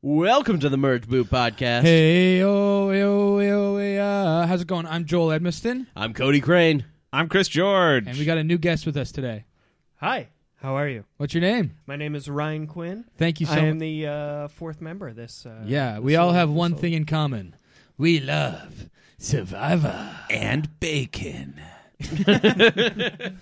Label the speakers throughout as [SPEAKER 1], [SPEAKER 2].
[SPEAKER 1] Welcome to the Merge Boot Podcast.
[SPEAKER 2] Hey, oh, hey, oh, hey, oh, hey, uh, how's it going? I'm Joel Edmiston,
[SPEAKER 1] I'm Cody Crane.
[SPEAKER 3] I'm Chris George.
[SPEAKER 2] and we got a new guest with us today.
[SPEAKER 4] Hi, how are you?
[SPEAKER 2] What's your name?
[SPEAKER 4] My name is Ryan Quinn.
[SPEAKER 2] Thank you so
[SPEAKER 4] I am
[SPEAKER 2] much.
[SPEAKER 4] the uh, fourth member of this. Uh,
[SPEAKER 2] Yeah,
[SPEAKER 4] this
[SPEAKER 2] we all
[SPEAKER 4] little-
[SPEAKER 2] have
[SPEAKER 4] this
[SPEAKER 2] one
[SPEAKER 4] little-
[SPEAKER 2] thing in common. We love Survivor.
[SPEAKER 3] and bacon.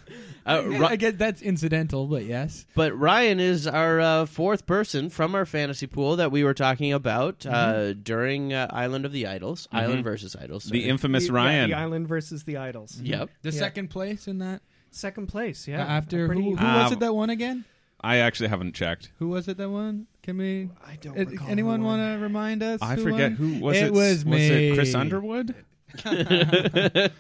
[SPEAKER 1] Uh,
[SPEAKER 2] I,
[SPEAKER 1] Ri-
[SPEAKER 2] guess that's incidental, but yes.
[SPEAKER 1] but Ryan is our uh, fourth person from our fantasy pool that we were talking about uh, during uh, Island of the Idols, Island versus Idols.
[SPEAKER 3] The
[SPEAKER 1] sorry.
[SPEAKER 3] infamous
[SPEAKER 4] The- yeah,
[SPEAKER 3] Ryan.
[SPEAKER 4] the Island versus the Idols.
[SPEAKER 1] yep.
[SPEAKER 2] The
[SPEAKER 4] Yeah.
[SPEAKER 2] second place in that
[SPEAKER 4] Second place. Yeah.
[SPEAKER 2] after
[SPEAKER 4] Pretty-
[SPEAKER 2] who, who
[SPEAKER 3] Uh,
[SPEAKER 2] was it that won again?
[SPEAKER 3] I actually haven't checked.
[SPEAKER 2] Who was it that won? Can we?
[SPEAKER 4] I don't.
[SPEAKER 2] It,
[SPEAKER 4] recall
[SPEAKER 2] anyone
[SPEAKER 4] who won.
[SPEAKER 2] want to remind us?
[SPEAKER 3] I
[SPEAKER 2] who won?
[SPEAKER 3] forget who was
[SPEAKER 2] It
[SPEAKER 3] it.
[SPEAKER 2] was me.
[SPEAKER 3] it Chris Underwood?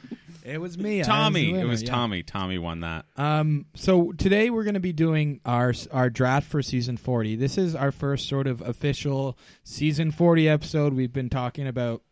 [SPEAKER 2] It was me. I was the
[SPEAKER 3] Tommy. It
[SPEAKER 2] winner,
[SPEAKER 3] was
[SPEAKER 2] yeah.
[SPEAKER 3] Tommy. Tommy won that.
[SPEAKER 2] Um, so today we're going to be doing our our draft for season 40. This is our first sort of official season 40 episode. We've been talking about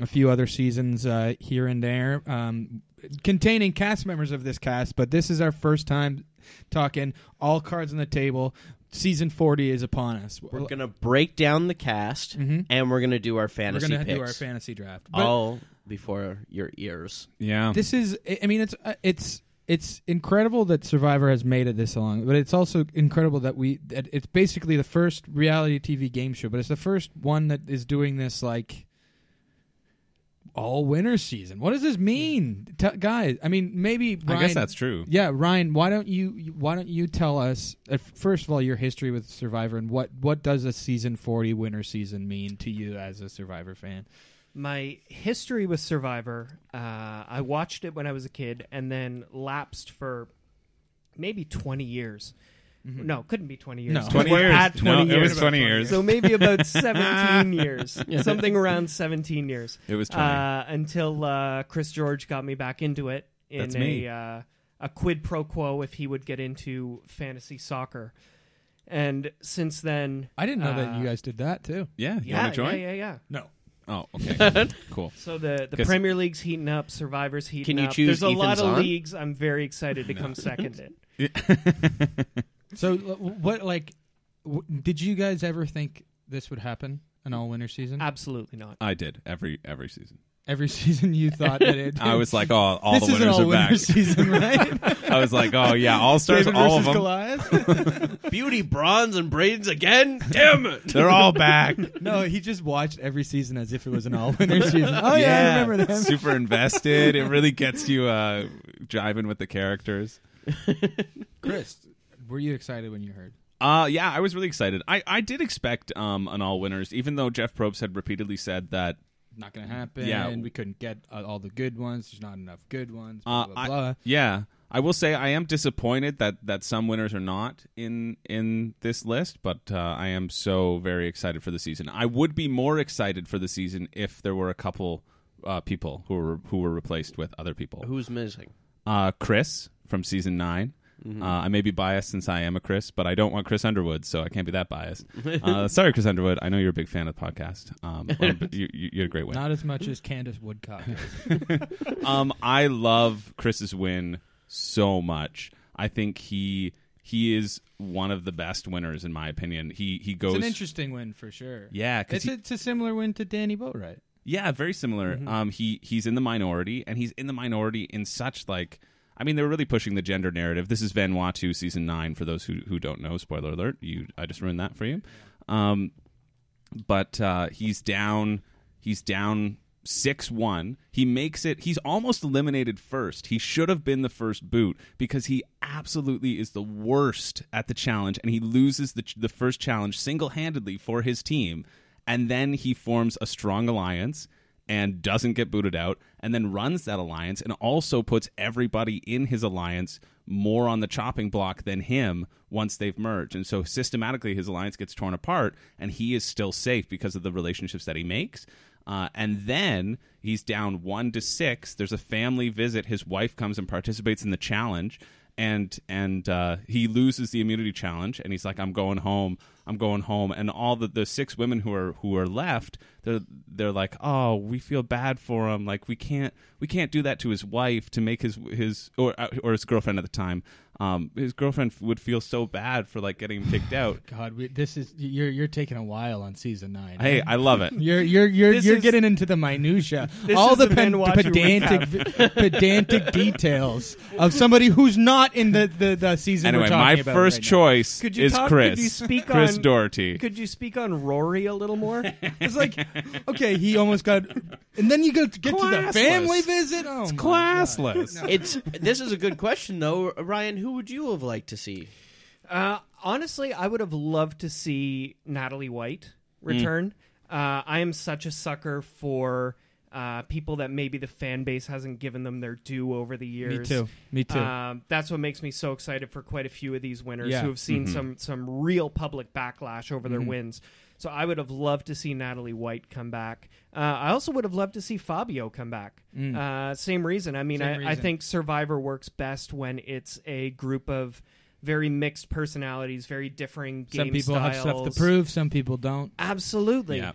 [SPEAKER 2] a few other seasons uh, here and there, um, containing cast members of this cast, but this is our first time talking all cards on the table. Season 40 is upon us.
[SPEAKER 1] We're gonna break down the cast,
[SPEAKER 2] Mhm.
[SPEAKER 1] and we're gonna do our fantasy
[SPEAKER 2] to
[SPEAKER 1] picks.
[SPEAKER 2] do our fantasy draft. But-
[SPEAKER 1] all before your ears.
[SPEAKER 3] Yeah.
[SPEAKER 2] this is i I mean it's uh, it's it's incredible that survivor has made it this long but it's also incredible that we that it's basically the first reality tv game show but it's the first one that is doing this like all winter season what does this mean T- guys i mean maybe
[SPEAKER 3] I
[SPEAKER 2] Ryan,
[SPEAKER 3] guess that's true.
[SPEAKER 2] yeah ryan why don't you you- why don't you tell us uh, first of all your history with survivor and what what does a season 40 winter season mean to you as a survivor fan
[SPEAKER 4] My history with Survivor. Uh, I watched it when I was a kid, and then lapsed for maybe twenty years. No, couldn't be twenty years.
[SPEAKER 2] Mm-hmm. No.
[SPEAKER 3] 20
[SPEAKER 4] We're
[SPEAKER 3] years.
[SPEAKER 4] At twenty
[SPEAKER 3] no,
[SPEAKER 4] years.
[SPEAKER 3] It was 20 years.
[SPEAKER 4] So maybe about 17 years, something around 17 years.
[SPEAKER 3] It was 20.
[SPEAKER 4] Uh, until uh, Chris George got me back into it in
[SPEAKER 3] That's
[SPEAKER 4] a
[SPEAKER 3] me.
[SPEAKER 4] Uh, a quid pro quo if he would get into fantasy soccer. And since then,
[SPEAKER 2] i didn't know that
[SPEAKER 4] Uh,
[SPEAKER 2] you guys did that too
[SPEAKER 3] yeah. You
[SPEAKER 4] yeah,
[SPEAKER 3] want to join?
[SPEAKER 4] yeah, yeah, yeah.
[SPEAKER 2] no
[SPEAKER 3] Oh, okay. cool.
[SPEAKER 4] So the the
[SPEAKER 3] 'Cause-
[SPEAKER 4] Premier League's heating up, Survivor's heating
[SPEAKER 1] Can you
[SPEAKER 4] up.
[SPEAKER 1] choose
[SPEAKER 4] There's a lot
[SPEAKER 1] Ethan's
[SPEAKER 4] of
[SPEAKER 1] on?
[SPEAKER 4] leagues. I'm very excited to come second in.
[SPEAKER 2] So l- what like w- did you guys ever think this would happen an all winter season?
[SPEAKER 4] Absolutely not.
[SPEAKER 3] I did every every season.
[SPEAKER 2] Every season you thought that it
[SPEAKER 3] I was like, oh, all
[SPEAKER 2] this
[SPEAKER 3] the
[SPEAKER 2] is an
[SPEAKER 3] winners
[SPEAKER 2] all
[SPEAKER 3] are
[SPEAKER 2] winter
[SPEAKER 3] back.
[SPEAKER 2] season, right?
[SPEAKER 3] I was like, oh yeah, all stars,
[SPEAKER 2] David
[SPEAKER 3] all of
[SPEAKER 2] versus
[SPEAKER 3] them.
[SPEAKER 2] Goliath.
[SPEAKER 1] Beauty, bronze, and braids again. Damn it!
[SPEAKER 3] They're all back.
[SPEAKER 2] no, he just watched every season as if it was an all winter season. Oh yeah, I remember that.
[SPEAKER 3] Super invested. It really gets you uh, jiving with the characters.
[SPEAKER 2] Chris, were you excited when you heard?
[SPEAKER 3] Uh, yeah, I was really excited. I, I did expect um, an all winners, even though Jeff Probst had repeatedly said that.
[SPEAKER 2] Not gonna happen.
[SPEAKER 3] Yeah.
[SPEAKER 2] we couldn't get uh, all the good ones. There's not enough good ones. Blah
[SPEAKER 3] Uh,
[SPEAKER 2] blah
[SPEAKER 3] I-
[SPEAKER 2] blah.
[SPEAKER 3] yeah, I will say I am disappointed that, that some winners are not in in this list, but uh, I am so very excited for the season. I would be more excited for the season if there were a couple uh, people who were who were replaced with other people.
[SPEAKER 1] Who's missing?
[SPEAKER 3] Uh, Chris from season 9 Uh, I may be biased since I am a Chris, but I don't want Chris Underwood, so I can't be that biased. Uh, sorry, Chris Underwood. I know you're a big fan of the podcast. Um, but you, you, you had a great win.
[SPEAKER 2] Not as much as Candace Woodcock. is.
[SPEAKER 3] um, I love Chris's win so much. I think he he is one of the best winners in my opinion. He he goes
[SPEAKER 2] it's an interesting win for sure.
[SPEAKER 3] yeah, because
[SPEAKER 2] It's, a, it's a similar win to Danny Boatwright.
[SPEAKER 3] Yeah, very similar.
[SPEAKER 2] Mm-hmm.
[SPEAKER 3] Um, he he's in the minority, and he's in the minority in such like. I mean, they were really pushing the gender narrative. This is Vanuatu season nine. For those who who don't know, spoiler alert. You, I just ruined that for you. Um, but uh, he's down. He's down six one. He makes it. He's almost eliminated first. He should have been the first boot because he absolutely is the worst at the challenge, and he loses the the first challenge single handedly for his team. And then he forms a strong alliance and doesn't get booted out, and then runs that alliance and also puts everybody in his alliance more on the chopping block than him once they've merged. And so systematically, his alliance gets torn apart, and he is still safe because of the relationships that he makes. Uh, and then he's down one to six. There's a family visit. His wife comes and participates in the challenge, and and uh, he loses the immunity challenge. And he's like, "I'm going home. I'm going home." And all the, the six women who are who are left, they're they're like, "Oh, we feel bad for him. Like we can't we can't do that to his wife to make his his or or his uh, girlfriend at the time um, his girlfriend f- would feel so bad for like getting him kicked out.
[SPEAKER 2] God, we, this is you're you're taking a while on season nine.
[SPEAKER 3] hey, I love it.
[SPEAKER 2] You're you're you're
[SPEAKER 4] This
[SPEAKER 2] you're
[SPEAKER 4] is-
[SPEAKER 2] getting into the minutia,
[SPEAKER 4] This
[SPEAKER 2] all
[SPEAKER 4] is
[SPEAKER 2] the,
[SPEAKER 4] the
[SPEAKER 2] pen-
[SPEAKER 4] Ben Watcher
[SPEAKER 2] pedantic pedantic details of somebody who's not in the the, the season.
[SPEAKER 3] Anyway,
[SPEAKER 2] we're talking
[SPEAKER 3] my
[SPEAKER 2] about
[SPEAKER 3] first
[SPEAKER 2] right now.
[SPEAKER 3] choice
[SPEAKER 4] Could you
[SPEAKER 3] is
[SPEAKER 4] talk-
[SPEAKER 3] Chris.
[SPEAKER 4] could you speak
[SPEAKER 3] Chris
[SPEAKER 4] on-
[SPEAKER 3] Doherty.
[SPEAKER 4] Could you speak on Rory a little more?
[SPEAKER 2] It's like, okay, he almost got, and then you go to get to the
[SPEAKER 3] Classless.
[SPEAKER 2] family visit. Oh, my God.
[SPEAKER 3] Classless.
[SPEAKER 1] It's this is a good question though, Ryan. Who would you have liked to see?
[SPEAKER 4] Uh, honestly, I would have loved to see Natalie White
[SPEAKER 2] Mm.
[SPEAKER 4] return. Uh, I am such a sucker for uh, people that maybe the fan base hasn't given them their due over the years.
[SPEAKER 2] Me too. Me too.
[SPEAKER 4] Um, that's what makes me so excited for quite a few of these winners
[SPEAKER 2] Yeah. Mm-hmm.
[SPEAKER 4] who have seen some some real public backlash over their wins. So I would have loved to see Natalie White come back. Uh, I also would have loved to see Fabio come back. Uh, same reason. I
[SPEAKER 2] Mm.
[SPEAKER 4] mean,
[SPEAKER 2] Same
[SPEAKER 4] I, I
[SPEAKER 2] reason.
[SPEAKER 4] think Survivor works best when it's a group of very mixed personalities, very differing game
[SPEAKER 2] some people have stuff to
[SPEAKER 4] styles.
[SPEAKER 2] prove. Some people don't.
[SPEAKER 4] Absolutely.
[SPEAKER 3] Yeah.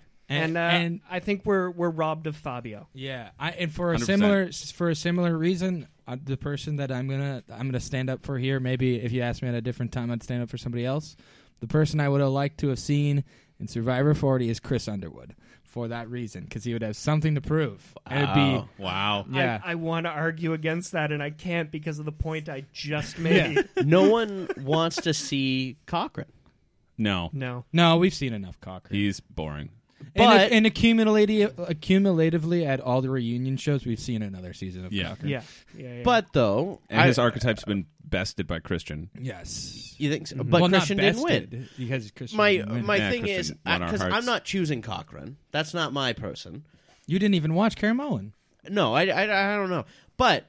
[SPEAKER 2] And-
[SPEAKER 4] And, uh,
[SPEAKER 2] and-
[SPEAKER 4] I think we're we're robbed of Fabio.
[SPEAKER 2] Yeah, I, and for a
[SPEAKER 3] 100%.
[SPEAKER 2] similar for a similar reason, uh, the person that I'm gonna I'm gonna stand up for here. Maybe if you asked me at a different time, I'd stand up for somebody else. The person I would have liked to have seen in Survivor 40 is Chris Underwood for that reason, because he would have something to prove. And It'd be
[SPEAKER 3] Oh, wow.
[SPEAKER 2] yeah.
[SPEAKER 4] I, I want to argue against that, and I can't because of the point I just made.
[SPEAKER 1] No one wants to see Cochrane.
[SPEAKER 3] No,
[SPEAKER 4] No.
[SPEAKER 2] no, we've seen enough Cocker.
[SPEAKER 3] he's boring.
[SPEAKER 1] But-
[SPEAKER 2] and, and accumulatively, accumulatively at all the reunion shows, we've seen another season of
[SPEAKER 3] Yeah.
[SPEAKER 2] Cocker.
[SPEAKER 4] Yeah. yeah, yeah.
[SPEAKER 1] But though,
[SPEAKER 3] And
[SPEAKER 1] I-
[SPEAKER 3] his archetype's been bested by Christian.
[SPEAKER 2] Yes.
[SPEAKER 1] you think, so? but
[SPEAKER 2] well,
[SPEAKER 1] Christian
[SPEAKER 2] not
[SPEAKER 1] didn't win.
[SPEAKER 2] bested, because Christian
[SPEAKER 1] My
[SPEAKER 2] didn't win.
[SPEAKER 1] my
[SPEAKER 3] Yeah,
[SPEAKER 1] thing
[SPEAKER 3] Kristen
[SPEAKER 1] is
[SPEAKER 3] won our
[SPEAKER 1] because I'm
[SPEAKER 3] hearts.
[SPEAKER 1] not choosing Cochrane. That's not my person.
[SPEAKER 2] you didn't even watch Karen Mullen.
[SPEAKER 1] No, I, I, I don't know. But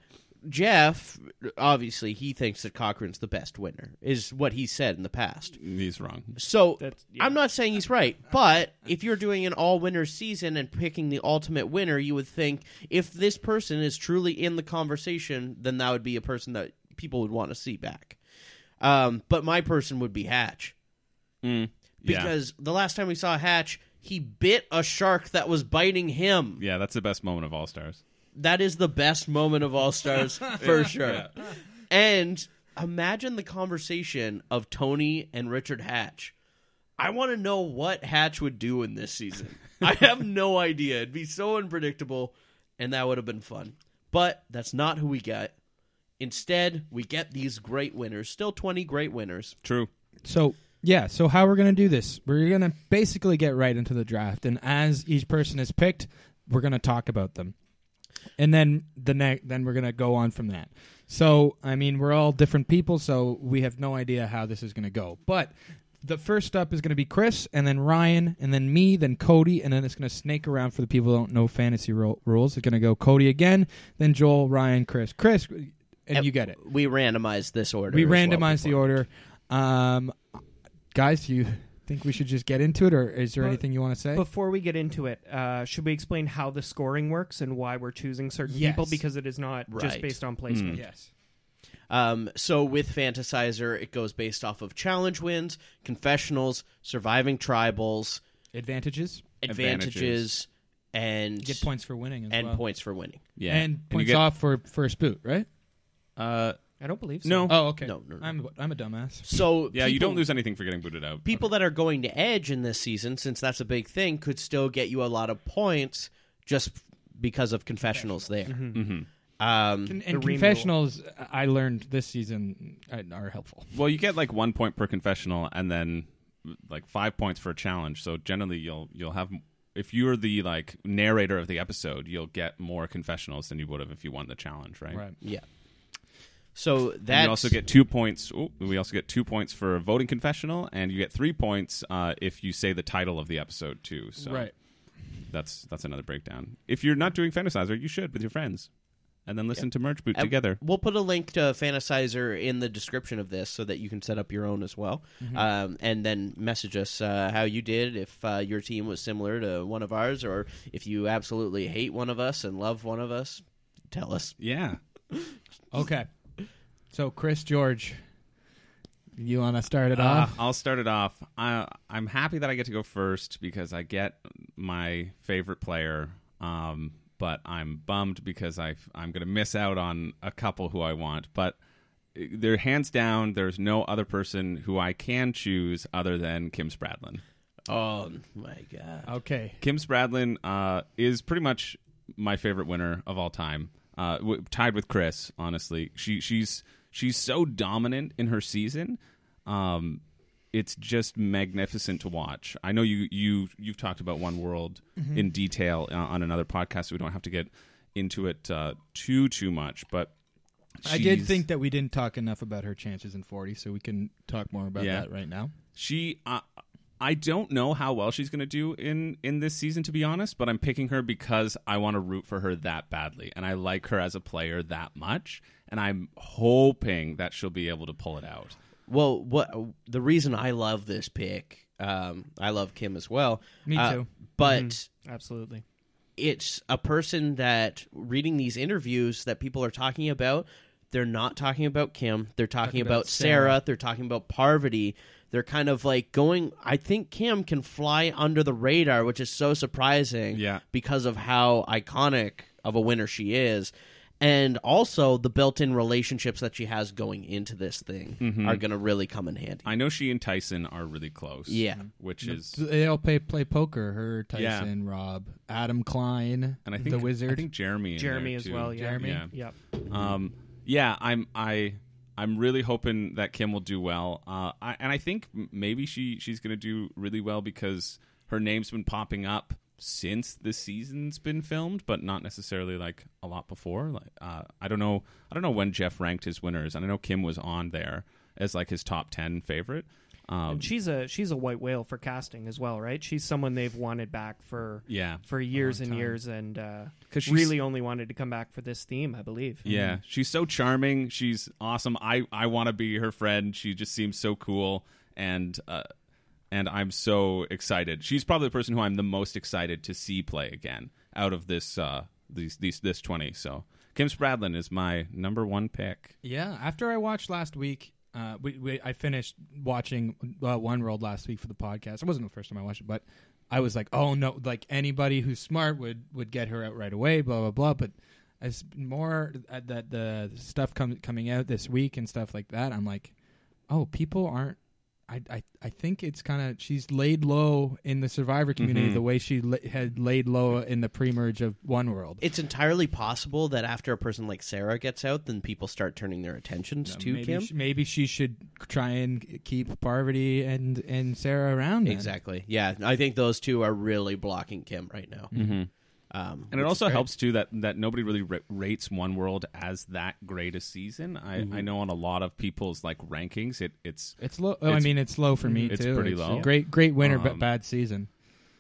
[SPEAKER 1] Jeff, obviously, he thinks that Cochrane's the best winner, is what he said in the past.
[SPEAKER 3] He's wrong.
[SPEAKER 1] So
[SPEAKER 4] That's- yeah.
[SPEAKER 1] I'm not saying he's right, but if you're doing an all winner season and picking the ultimate winner, you would think if this person is truly in the conversation, then that would be a person that people would want to see back. Um, but my person would be Hatch
[SPEAKER 3] yeah.
[SPEAKER 1] because the last time we saw Hatch, he bit a shark that was biting him.
[SPEAKER 3] Yeah, that's the best moment of All Stars.
[SPEAKER 1] That is the best moment of All Stars for sure. And imagine the conversation of Tony and Richard Hatch. I want to know what Hatch would do in this season. I have no idea. It'd be so unpredictable, and that would have been fun. But that's not who we get. Instead, we get these great winners. Still 20 great winners.
[SPEAKER 3] True.
[SPEAKER 2] So yeah, so how we're gonna do this? We're gonna basically get right into the draft, and as each person is picked, we're gonna talk about them, and then the next, then we're gonna go on from that. So I mean, we're all different people, so we have no idea how this is gonna go. But the first up is gonna be Chris, and then Ryan, and then me, then Cody, and then it's gonna snake around for the people who don't know fantasy ru- rules. It's gonna go Cody again, then Joel, Ryan, Chris, Chris, and, you get it.
[SPEAKER 1] We randomized this order.
[SPEAKER 2] We
[SPEAKER 1] as well
[SPEAKER 2] randomized the
[SPEAKER 1] before.
[SPEAKER 2] order. Um, guys, do you think we should just get into it, or is there
[SPEAKER 4] Well,
[SPEAKER 2] anything you want to say?
[SPEAKER 4] Before we get into it, uh, should we explain how the scoring works and why we're choosing certain
[SPEAKER 2] Yes.
[SPEAKER 4] people? Because it is not just
[SPEAKER 1] Right.
[SPEAKER 4] based on placement.
[SPEAKER 2] yes.
[SPEAKER 1] Um, so with Fantasizer, it goes based off of challenge wins, confessionals, surviving tribals,
[SPEAKER 2] Advantages.
[SPEAKER 1] advantages, and
[SPEAKER 2] You get points for winning as
[SPEAKER 1] and
[SPEAKER 2] well.
[SPEAKER 1] points for winning.
[SPEAKER 3] Yeah.
[SPEAKER 2] And
[SPEAKER 3] you
[SPEAKER 2] points
[SPEAKER 3] get-
[SPEAKER 2] off for first boot, right?
[SPEAKER 3] Uh,
[SPEAKER 4] I don't believe so.
[SPEAKER 3] no.
[SPEAKER 2] Oh, okay.
[SPEAKER 1] No, no, no.
[SPEAKER 2] I'm I'm a dumbass.
[SPEAKER 1] So
[SPEAKER 3] yeah, you
[SPEAKER 1] people-
[SPEAKER 3] don't lose anything for getting booted out.
[SPEAKER 1] People that are going to edge in this season, since that's a big thing, could still get you a lot of points just because of confessionals there.
[SPEAKER 3] Mm-hmm.
[SPEAKER 1] Um,
[SPEAKER 2] And,
[SPEAKER 4] and
[SPEAKER 2] confessionals, I learned this season uh, are helpful.
[SPEAKER 3] Well, you get like one point per confessional, and then like five points for a challenge. So generally, you'll you'll have if you're the like narrator of the episode, you'll get more confessionals than you would have if you won the challenge, right?
[SPEAKER 1] yeah. So
[SPEAKER 3] And
[SPEAKER 1] that
[SPEAKER 3] you also get two points. ooh, we also get two points for a voting confessional, and you get three points uh, if you say the title of the episode too. So
[SPEAKER 2] Right.
[SPEAKER 3] that's that's another breakdown. If you're not doing fantasizer, you should with your friends, and then listen to Merge Boot
[SPEAKER 1] And
[SPEAKER 3] together.
[SPEAKER 1] We'll put a link to Fantasizer in the description of this so that you can set up your own as well. Um, and then message us uh, how you did, if uh, your team was similar to one of ours, or if you absolutely hate one of us and love one of us, tell us.
[SPEAKER 3] Yeah.
[SPEAKER 2] Okay. So Chris George, you want to start it
[SPEAKER 3] Uh,
[SPEAKER 2] off?
[SPEAKER 3] I'll start it off. I, I'm happy that I get to go first because I get my favorite player, um, but I'm bummed because I I'm going to miss out on a couple who I want. But they're hands down. There's no other person who I can choose other than Kim Spradlin.
[SPEAKER 1] Oh my god.
[SPEAKER 2] Okay.
[SPEAKER 3] Kim Spradlin uh, is pretty much my favorite winner of all time, uh, w- tied with Chris. Honestly, she she's she's so dominant in her season. Um, it's just magnificent to watch. I know you you you've talked about One World
[SPEAKER 2] Mm-hmm.
[SPEAKER 3] in detail uh, on another podcast. So we don't have to get into it uh, too too much, but
[SPEAKER 2] I did
[SPEAKER 3] she's-
[SPEAKER 2] think that we didn't talk enough about her chances in 40, so we can talk more about
[SPEAKER 3] Yeah.
[SPEAKER 2] that right now.
[SPEAKER 3] She, uh, I don't know how well she's going to do in in this season, to be honest. But I'm picking her because I want to root for her that badly, and I like her as a player that much. And I'm hoping that she'll be able to pull it out.
[SPEAKER 1] Well, what the reason I love this pick? Um, I love Kim as well.
[SPEAKER 2] Me
[SPEAKER 1] Uh,
[SPEAKER 2] too.
[SPEAKER 1] But
[SPEAKER 4] Absolutely.
[SPEAKER 1] it's a person that reading these interviews that people are talking about they're not talking about kim they're talking, about, sarah. they're talking about parvati they're kind of like going i think kim can fly under the radar which is so surprising
[SPEAKER 3] Yeah.
[SPEAKER 1] because of how iconic of a winner she is and also the built-in relationships that she has going into this thing are going to really come in handy
[SPEAKER 3] I know she and Tyson are really close.
[SPEAKER 1] Yeah.
[SPEAKER 3] which is.
[SPEAKER 2] So they all play, play poker. Her,
[SPEAKER 3] Yeah.
[SPEAKER 2] Tyson, Rob, Adam Klein,
[SPEAKER 3] And I think
[SPEAKER 2] the Wizard.
[SPEAKER 3] I think Jeremy. in
[SPEAKER 4] Jeremy
[SPEAKER 3] there,
[SPEAKER 4] as
[SPEAKER 3] too.
[SPEAKER 4] well. Yeah.
[SPEAKER 2] Jeremy.
[SPEAKER 3] Yeah.
[SPEAKER 4] Yep.
[SPEAKER 3] Um, yeah, I'm I I'm really hoping that Kim will do well. Uh, I, and I think m- maybe she she's going to do really well because her name's been popping up since the season's been filmed, but not necessarily like a lot before. Like uh, I don't know I don't know when Jeff ranked his winners, and I know Kim was on there as like his top ten favorite. Um,
[SPEAKER 4] And she's a she's a white whale for casting as well, right? She's someone they've wanted back for
[SPEAKER 3] yeah,
[SPEAKER 4] for years and
[SPEAKER 2] time.
[SPEAKER 4] years, and uh,
[SPEAKER 3] 'Cause she's-
[SPEAKER 4] really only wanted to come back for this theme, I believe.
[SPEAKER 3] Yeah, she's so charming. She's awesome. I I want to be her friend. She just seems so cool, and uh, and I'm so excited. She's probably the person who I'm the most excited to see play again out of this uh these these this twenty. So Kim Spradlin is my number one pick.
[SPEAKER 2] Yeah, after I watched last week, uh, we, we I finished watching uh, One World last week for the podcast. It wasn't the first time I watched it, but I was like, oh no, like anybody who's smart would would get her out right away. Blah blah blah. But as more uh, that the stuff com- coming out this week and stuff like that, I'm like, oh, people aren't. I, I, I think it's kind of she's laid low in the survivor community the way she la- had laid low in the pre-merge of One World.
[SPEAKER 1] it's entirely possible that after a person like sarah gets out then people start turning their attentions to
[SPEAKER 2] maybe
[SPEAKER 1] kim
[SPEAKER 2] She, maybe she should try and keep Parvati and and Sarah around. then.
[SPEAKER 1] Exactly. Yeah, I think those two are really blocking Kim right now.
[SPEAKER 2] Mm-hmm.
[SPEAKER 1] Um,
[SPEAKER 3] And it
[SPEAKER 1] which
[SPEAKER 3] also
[SPEAKER 1] is great.
[SPEAKER 3] helps too that that nobody really ra- rates One World as that great a season. I, I know on a lot of people's like rankings, it it's
[SPEAKER 2] It's low. oh, I
[SPEAKER 3] It's- Mm-hmm.
[SPEAKER 2] mean, it's low for me
[SPEAKER 3] it's
[SPEAKER 2] too.
[SPEAKER 3] pretty low.
[SPEAKER 2] Great, great winter,
[SPEAKER 3] Um,
[SPEAKER 2] but bad season.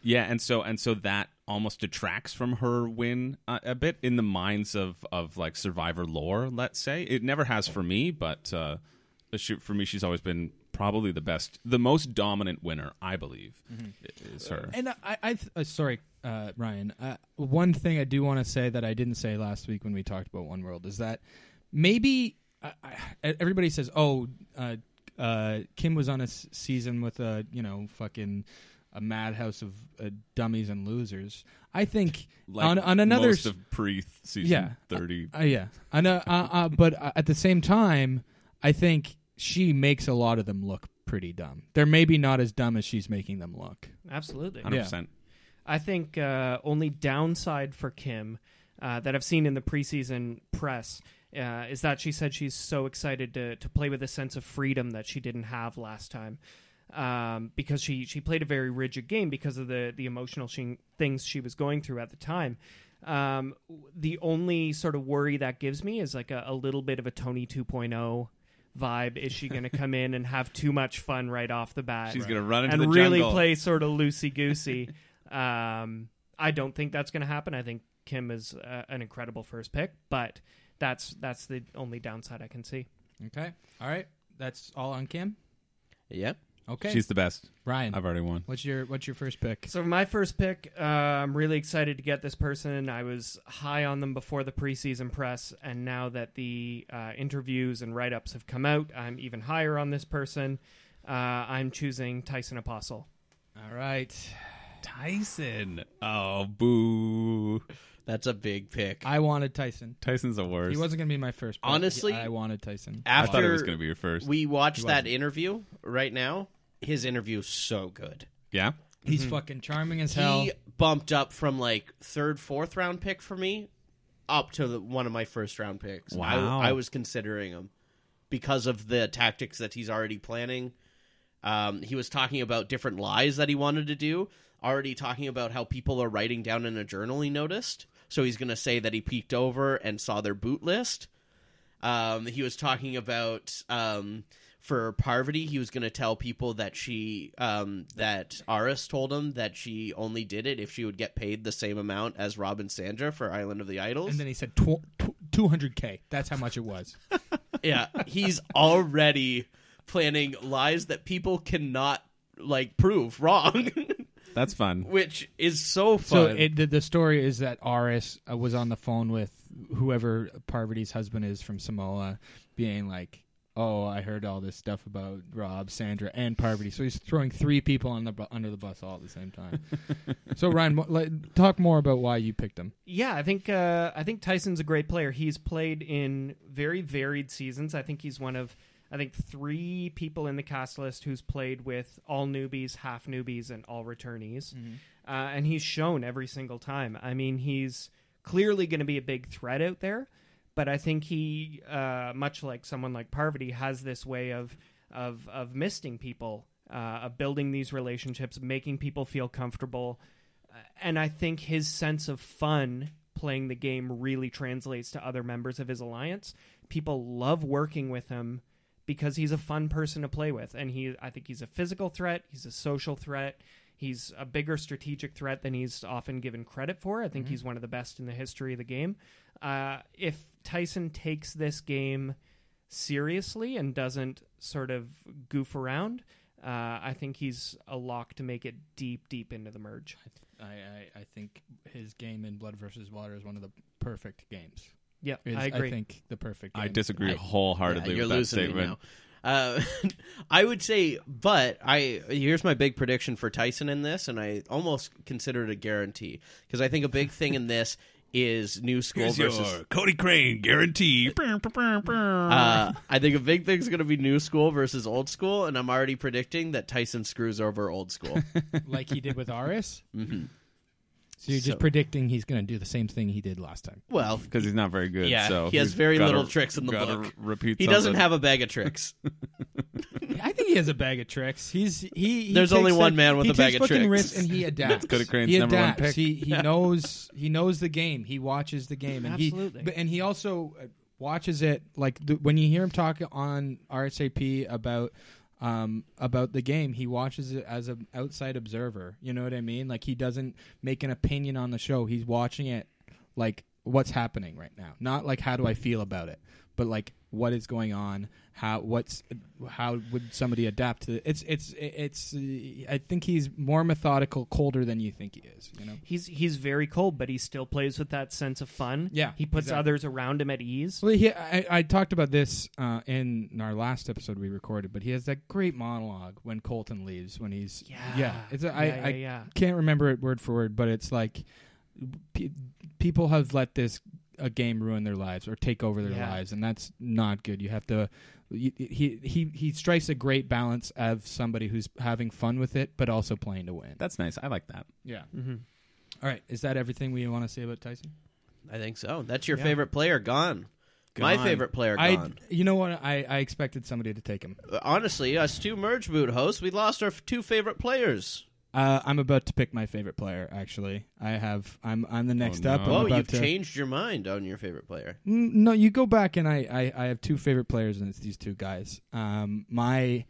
[SPEAKER 3] Yeah, and so and so that almost detracts from her win uh, a bit in the minds of of like survivor lore. Let's say it never has for me, but uh, she, for me, she's always been probably the best, the most dominant winner. I believe i- is her.
[SPEAKER 2] And I, I th- uh, sorry, uh, Ryan. Uh, one thing I do want to say that I didn't say last week when we talked about One World is that maybe I, I, everybody says, "Oh, uh, uh, Kim was on a s- season with a you know fucking a madhouse of uh, dummies and losers." I think
[SPEAKER 3] Like
[SPEAKER 2] on on another
[SPEAKER 3] most
[SPEAKER 2] s-
[SPEAKER 3] of pre season
[SPEAKER 2] Yeah.
[SPEAKER 3] thirty.
[SPEAKER 2] Uh, yeah, I know. Uh, uh, but uh, at the same time, I think she makes a lot of them look pretty dumb. They're maybe not as dumb as she's making them look.
[SPEAKER 4] Absolutely.
[SPEAKER 3] 100%.
[SPEAKER 4] I think uh, only downside for Kim uh, that I've seen in the preseason press uh, is that she said she's so excited to to play with a sense of freedom that she didn't have last time um, because she she played a very rigid game because of the the emotional she, things she was going through at the time. Um, w- the only sort of worry that gives me is like a, a little bit of a Tony 2.0 vibe. Is she going to come in and have too much fun right off the bat?
[SPEAKER 3] She's gonna run into
[SPEAKER 4] and
[SPEAKER 3] the
[SPEAKER 4] really
[SPEAKER 3] jungle.
[SPEAKER 4] play sort of loosey goosey. um, I don't think that's going to happen. I think Kim is uh, an incredible first pick, but that's that's the only downside I can see.
[SPEAKER 2] Okay. All right. That's all on Kim.
[SPEAKER 1] Yeah.
[SPEAKER 2] Okay.
[SPEAKER 3] She's the best.
[SPEAKER 2] Ryan.
[SPEAKER 3] I've already won.
[SPEAKER 2] What's your What's your first pick?
[SPEAKER 4] So for my first pick, uh, I'm really excited to get this person. I was high on them before the preseason press, and now that the uh, interviews and write ups have come out, I'm even higher on this person. Uh, I'm choosing Tyson Apostle.
[SPEAKER 2] All right.
[SPEAKER 3] Tyson. Oh, boo.
[SPEAKER 1] That's a big pick.
[SPEAKER 2] I wanted Tyson.
[SPEAKER 3] Tyson's the worst.
[SPEAKER 2] He wasn't going to be my first. Pick.
[SPEAKER 1] Honestly-
[SPEAKER 2] I wanted Tyson.
[SPEAKER 3] I thought it was
[SPEAKER 1] After
[SPEAKER 3] going to be your first.
[SPEAKER 1] we watched
[SPEAKER 2] He
[SPEAKER 1] that
[SPEAKER 2] wasn't.
[SPEAKER 1] interview right now, his interview's so good.
[SPEAKER 3] yeah.
[SPEAKER 2] He's fucking charming as hell.
[SPEAKER 1] He bumped up from like third, fourth round pick for me up to the, one of my first round picks.
[SPEAKER 3] Wow.
[SPEAKER 1] I, I was considering him because of the tactics that he's already planning. Um, he was talking about different lies that he wanted to do, already talking about how people are writing down in a journal he noticed. So he's going to say that he peeked over and saw their boot list. Um, he was talking about um, for Parvati, he was going to tell people that she um, that Aris told him that she only did it if she would get paid the same amount as Robin Sandra for Island of the Idols.
[SPEAKER 2] and then he said tw- tw- 200k. That's how much it was.
[SPEAKER 1] yeah, he's already planning lies that people cannot like prove wrong,
[SPEAKER 3] That's fun.
[SPEAKER 1] which is so
[SPEAKER 2] so
[SPEAKER 1] fun.
[SPEAKER 2] it, the, the story is that Aris uh, was on the phone with whoever Parvati's husband is from Samoa, being like, "Oh, I heard all this stuff about Rob, Sandra, and Parvati." So he's throwing three people on the bu- under the bus all at the same time. so Ryan, wh- like, talk more about why you picked him.
[SPEAKER 4] Yeah, I think uh, I think Tyson's a great player. He's played in very varied seasons. I think he's one of I think three people in the cast list who's played with all newbies, half newbies, and all returnees, uh, and he's shown every single time. I mean, he's clearly going to be a big threat out there, but I think he, uh, much like someone like Parvati, has this way of of of misting people, uh, of building these relationships, making people feel comfortable Uh, and I think his sense of fun playing the game really translates to other members of his alliance. People love working with him because he's a fun person to play with, and he I think he's a physical threat, he's a social threat, he's a bigger strategic threat than he's often given credit for. I think
[SPEAKER 2] Mm-hmm.
[SPEAKER 4] he's one of the best in the history of the game. Uh, if Tyson takes this game seriously and doesn't sort of goof around. Uh, I think he's a lock to make it deep, deep into the merge.
[SPEAKER 2] I, I, I think his game in Blood versus Water is one of the perfect games.
[SPEAKER 4] Yeah, I agree.
[SPEAKER 2] think the perfect.
[SPEAKER 3] I disagree
[SPEAKER 1] I-
[SPEAKER 3] wholeheartedly
[SPEAKER 1] Yeah, you're
[SPEAKER 3] with
[SPEAKER 1] losing
[SPEAKER 3] that
[SPEAKER 1] me
[SPEAKER 3] statement.
[SPEAKER 1] now. Uh, I would say, but I here's my big prediction for Tyson in this, and I almost consider it a guarantee because I think a big thing in this is new school versus
[SPEAKER 3] Cody Crane guarantee.
[SPEAKER 1] Uh, I think a big thing's going to be new school versus old school, and I'm already predicting that Tyson screws over old school.
[SPEAKER 2] like he did with Aris.
[SPEAKER 1] Mhm.
[SPEAKER 2] So you're
[SPEAKER 1] So-
[SPEAKER 2] just predicting he's going to do the same thing he did last time.
[SPEAKER 1] well,
[SPEAKER 3] because he's not very good.
[SPEAKER 1] Yeah,
[SPEAKER 3] so
[SPEAKER 1] he has
[SPEAKER 3] he's
[SPEAKER 1] very
[SPEAKER 3] gotta-
[SPEAKER 1] little tricks in the
[SPEAKER 3] gotta
[SPEAKER 1] book.
[SPEAKER 3] r- Repeat.
[SPEAKER 1] he doesn't
[SPEAKER 3] something.
[SPEAKER 1] have a bag of tricks.
[SPEAKER 2] I think he has a bag of tricks. He's he. he
[SPEAKER 1] There's
[SPEAKER 2] takes
[SPEAKER 1] only one
[SPEAKER 2] that-
[SPEAKER 1] man with
[SPEAKER 2] he
[SPEAKER 1] a bag
[SPEAKER 2] takes
[SPEAKER 1] of
[SPEAKER 2] fucking
[SPEAKER 1] tricks.
[SPEAKER 2] risks and he adapts.
[SPEAKER 3] That's Cody Crane's
[SPEAKER 2] he
[SPEAKER 3] number one
[SPEAKER 2] adapts.
[SPEAKER 3] pick.
[SPEAKER 2] He he knows he knows the game. He watches the game and
[SPEAKER 4] Absolutely.
[SPEAKER 2] he but- and he also uh, watches it like the, when you hear him talk on RSAP about um about the game he watches it as an outside observer you know what i mean like he doesn't make an opinion on the show he's watching it like what's happening right now not like how do i feel about it but like what is going on how what's how would somebody adapt to it? it's it's it's uh, i think he's more methodical colder than you think he is you know
[SPEAKER 4] He's he's very cold, but he still plays with that sense of fun.
[SPEAKER 2] Yeah,
[SPEAKER 4] he puts
[SPEAKER 2] exactly.
[SPEAKER 4] others around him at ease.
[SPEAKER 2] well he, I, I talked about this uh, in our last episode we recorded but he has that great monologue when colton leaves when he's
[SPEAKER 4] Yeah,
[SPEAKER 2] yeah it's a, I
[SPEAKER 4] yeah, yeah,
[SPEAKER 2] I
[SPEAKER 4] yeah.
[SPEAKER 2] can't remember it word for word but it's like pe- people have let this a game ruin their lives or take over their
[SPEAKER 4] Yeah.
[SPEAKER 2] lives and that's not good you have to you, he he he strikes a great balance of somebody who's having fun with it but also playing to win
[SPEAKER 3] That's nice. I like that.
[SPEAKER 2] yeah
[SPEAKER 4] Mhm.
[SPEAKER 2] all right is that everything we want to say about tyson
[SPEAKER 1] I think so. That's your
[SPEAKER 4] Yeah.
[SPEAKER 1] favorite player gone. My
[SPEAKER 3] Gone.
[SPEAKER 1] favorite player
[SPEAKER 2] i
[SPEAKER 1] gone.
[SPEAKER 2] you know what i i expected somebody to take him
[SPEAKER 1] Honestly, us two merge boot hosts, we lost our f- two favorite players.
[SPEAKER 2] Uh, I'm about to pick my favorite player. Actually, I have. I'm. I'm the next
[SPEAKER 3] no.
[SPEAKER 2] up. I'm
[SPEAKER 3] Oh,
[SPEAKER 1] Whoa,
[SPEAKER 2] about
[SPEAKER 1] you've
[SPEAKER 2] to-
[SPEAKER 1] changed your mind on your favorite player.
[SPEAKER 2] Mm, No, you go back and I, I. I have two favorite players, and it's these two guys. Um, my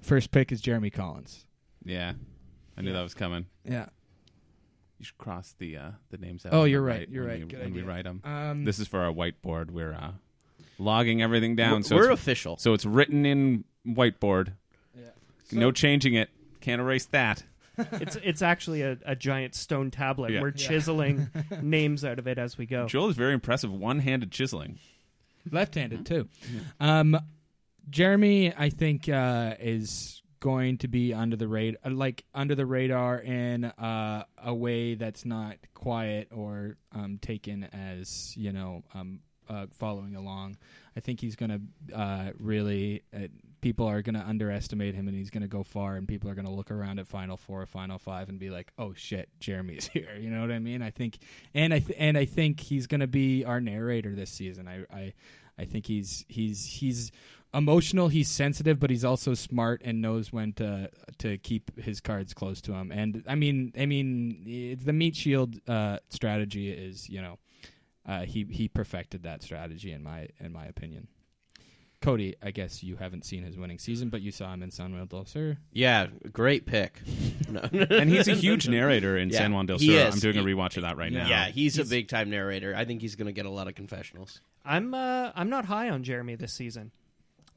[SPEAKER 2] first pick is Jeremy Collins.
[SPEAKER 3] Yeah, I knew that was coming.
[SPEAKER 2] Yeah.
[SPEAKER 3] You should cross the uh, the names out.
[SPEAKER 2] Oh,
[SPEAKER 3] on the
[SPEAKER 2] you're right, you're
[SPEAKER 3] when
[SPEAKER 2] right.
[SPEAKER 3] we-
[SPEAKER 2] Good
[SPEAKER 3] when we
[SPEAKER 2] idea.
[SPEAKER 3] write them,
[SPEAKER 1] Mm.
[SPEAKER 2] Um,
[SPEAKER 3] this is for our whiteboard. We're uh, logging everything down.
[SPEAKER 1] we're
[SPEAKER 3] so
[SPEAKER 1] we're
[SPEAKER 3] it's,
[SPEAKER 1] official.
[SPEAKER 3] so it's written in whiteboard.
[SPEAKER 2] Yeah.
[SPEAKER 3] no changing it. Can't erase that.
[SPEAKER 4] it's it's actually a, a giant stone tablet.
[SPEAKER 3] Yeah.
[SPEAKER 4] We're
[SPEAKER 2] Yeah.
[SPEAKER 4] chiseling names out of it as we
[SPEAKER 1] Oh.
[SPEAKER 4] go.
[SPEAKER 3] Joel is very impressive. One-handed chiseling.
[SPEAKER 2] left-handed too. Um, Jeremy, I think uh, is going to be under the radar, like under the radar in uh, a way that's not quiet or um, taken as you know um, uh, following along. I think he's going to uh, really uh, people are going to underestimate him, and he's going to go far, and people are going to look around at Final Four, or Final Five, and be like, "Oh shit, Jeremy's here." You know what I mean? I think, and I th- and I think he's going to be our narrator this season. I I, I think he's he's he's emotional he's sensitive but he's also smart and knows when to to keep his cards close to him and i mean i mean it's the meat shield uh strategy is you know uh he he perfected that strategy in my in my opinion cody i guess you haven't seen his winning season but you saw him in san juan del sur
[SPEAKER 1] Yeah, great pick. No.
[SPEAKER 3] and he's a huge narrator in
[SPEAKER 1] Yeah,
[SPEAKER 3] San Juan del
[SPEAKER 1] he
[SPEAKER 3] Sur.
[SPEAKER 1] is.
[SPEAKER 3] I'm doing a
[SPEAKER 1] He-
[SPEAKER 3] rewatch of that right now.
[SPEAKER 1] Yeah, he's, a big time narrator. I think he's going to get a lot of confessionals.
[SPEAKER 4] I'm uh, I'm not high on Jeremy this season.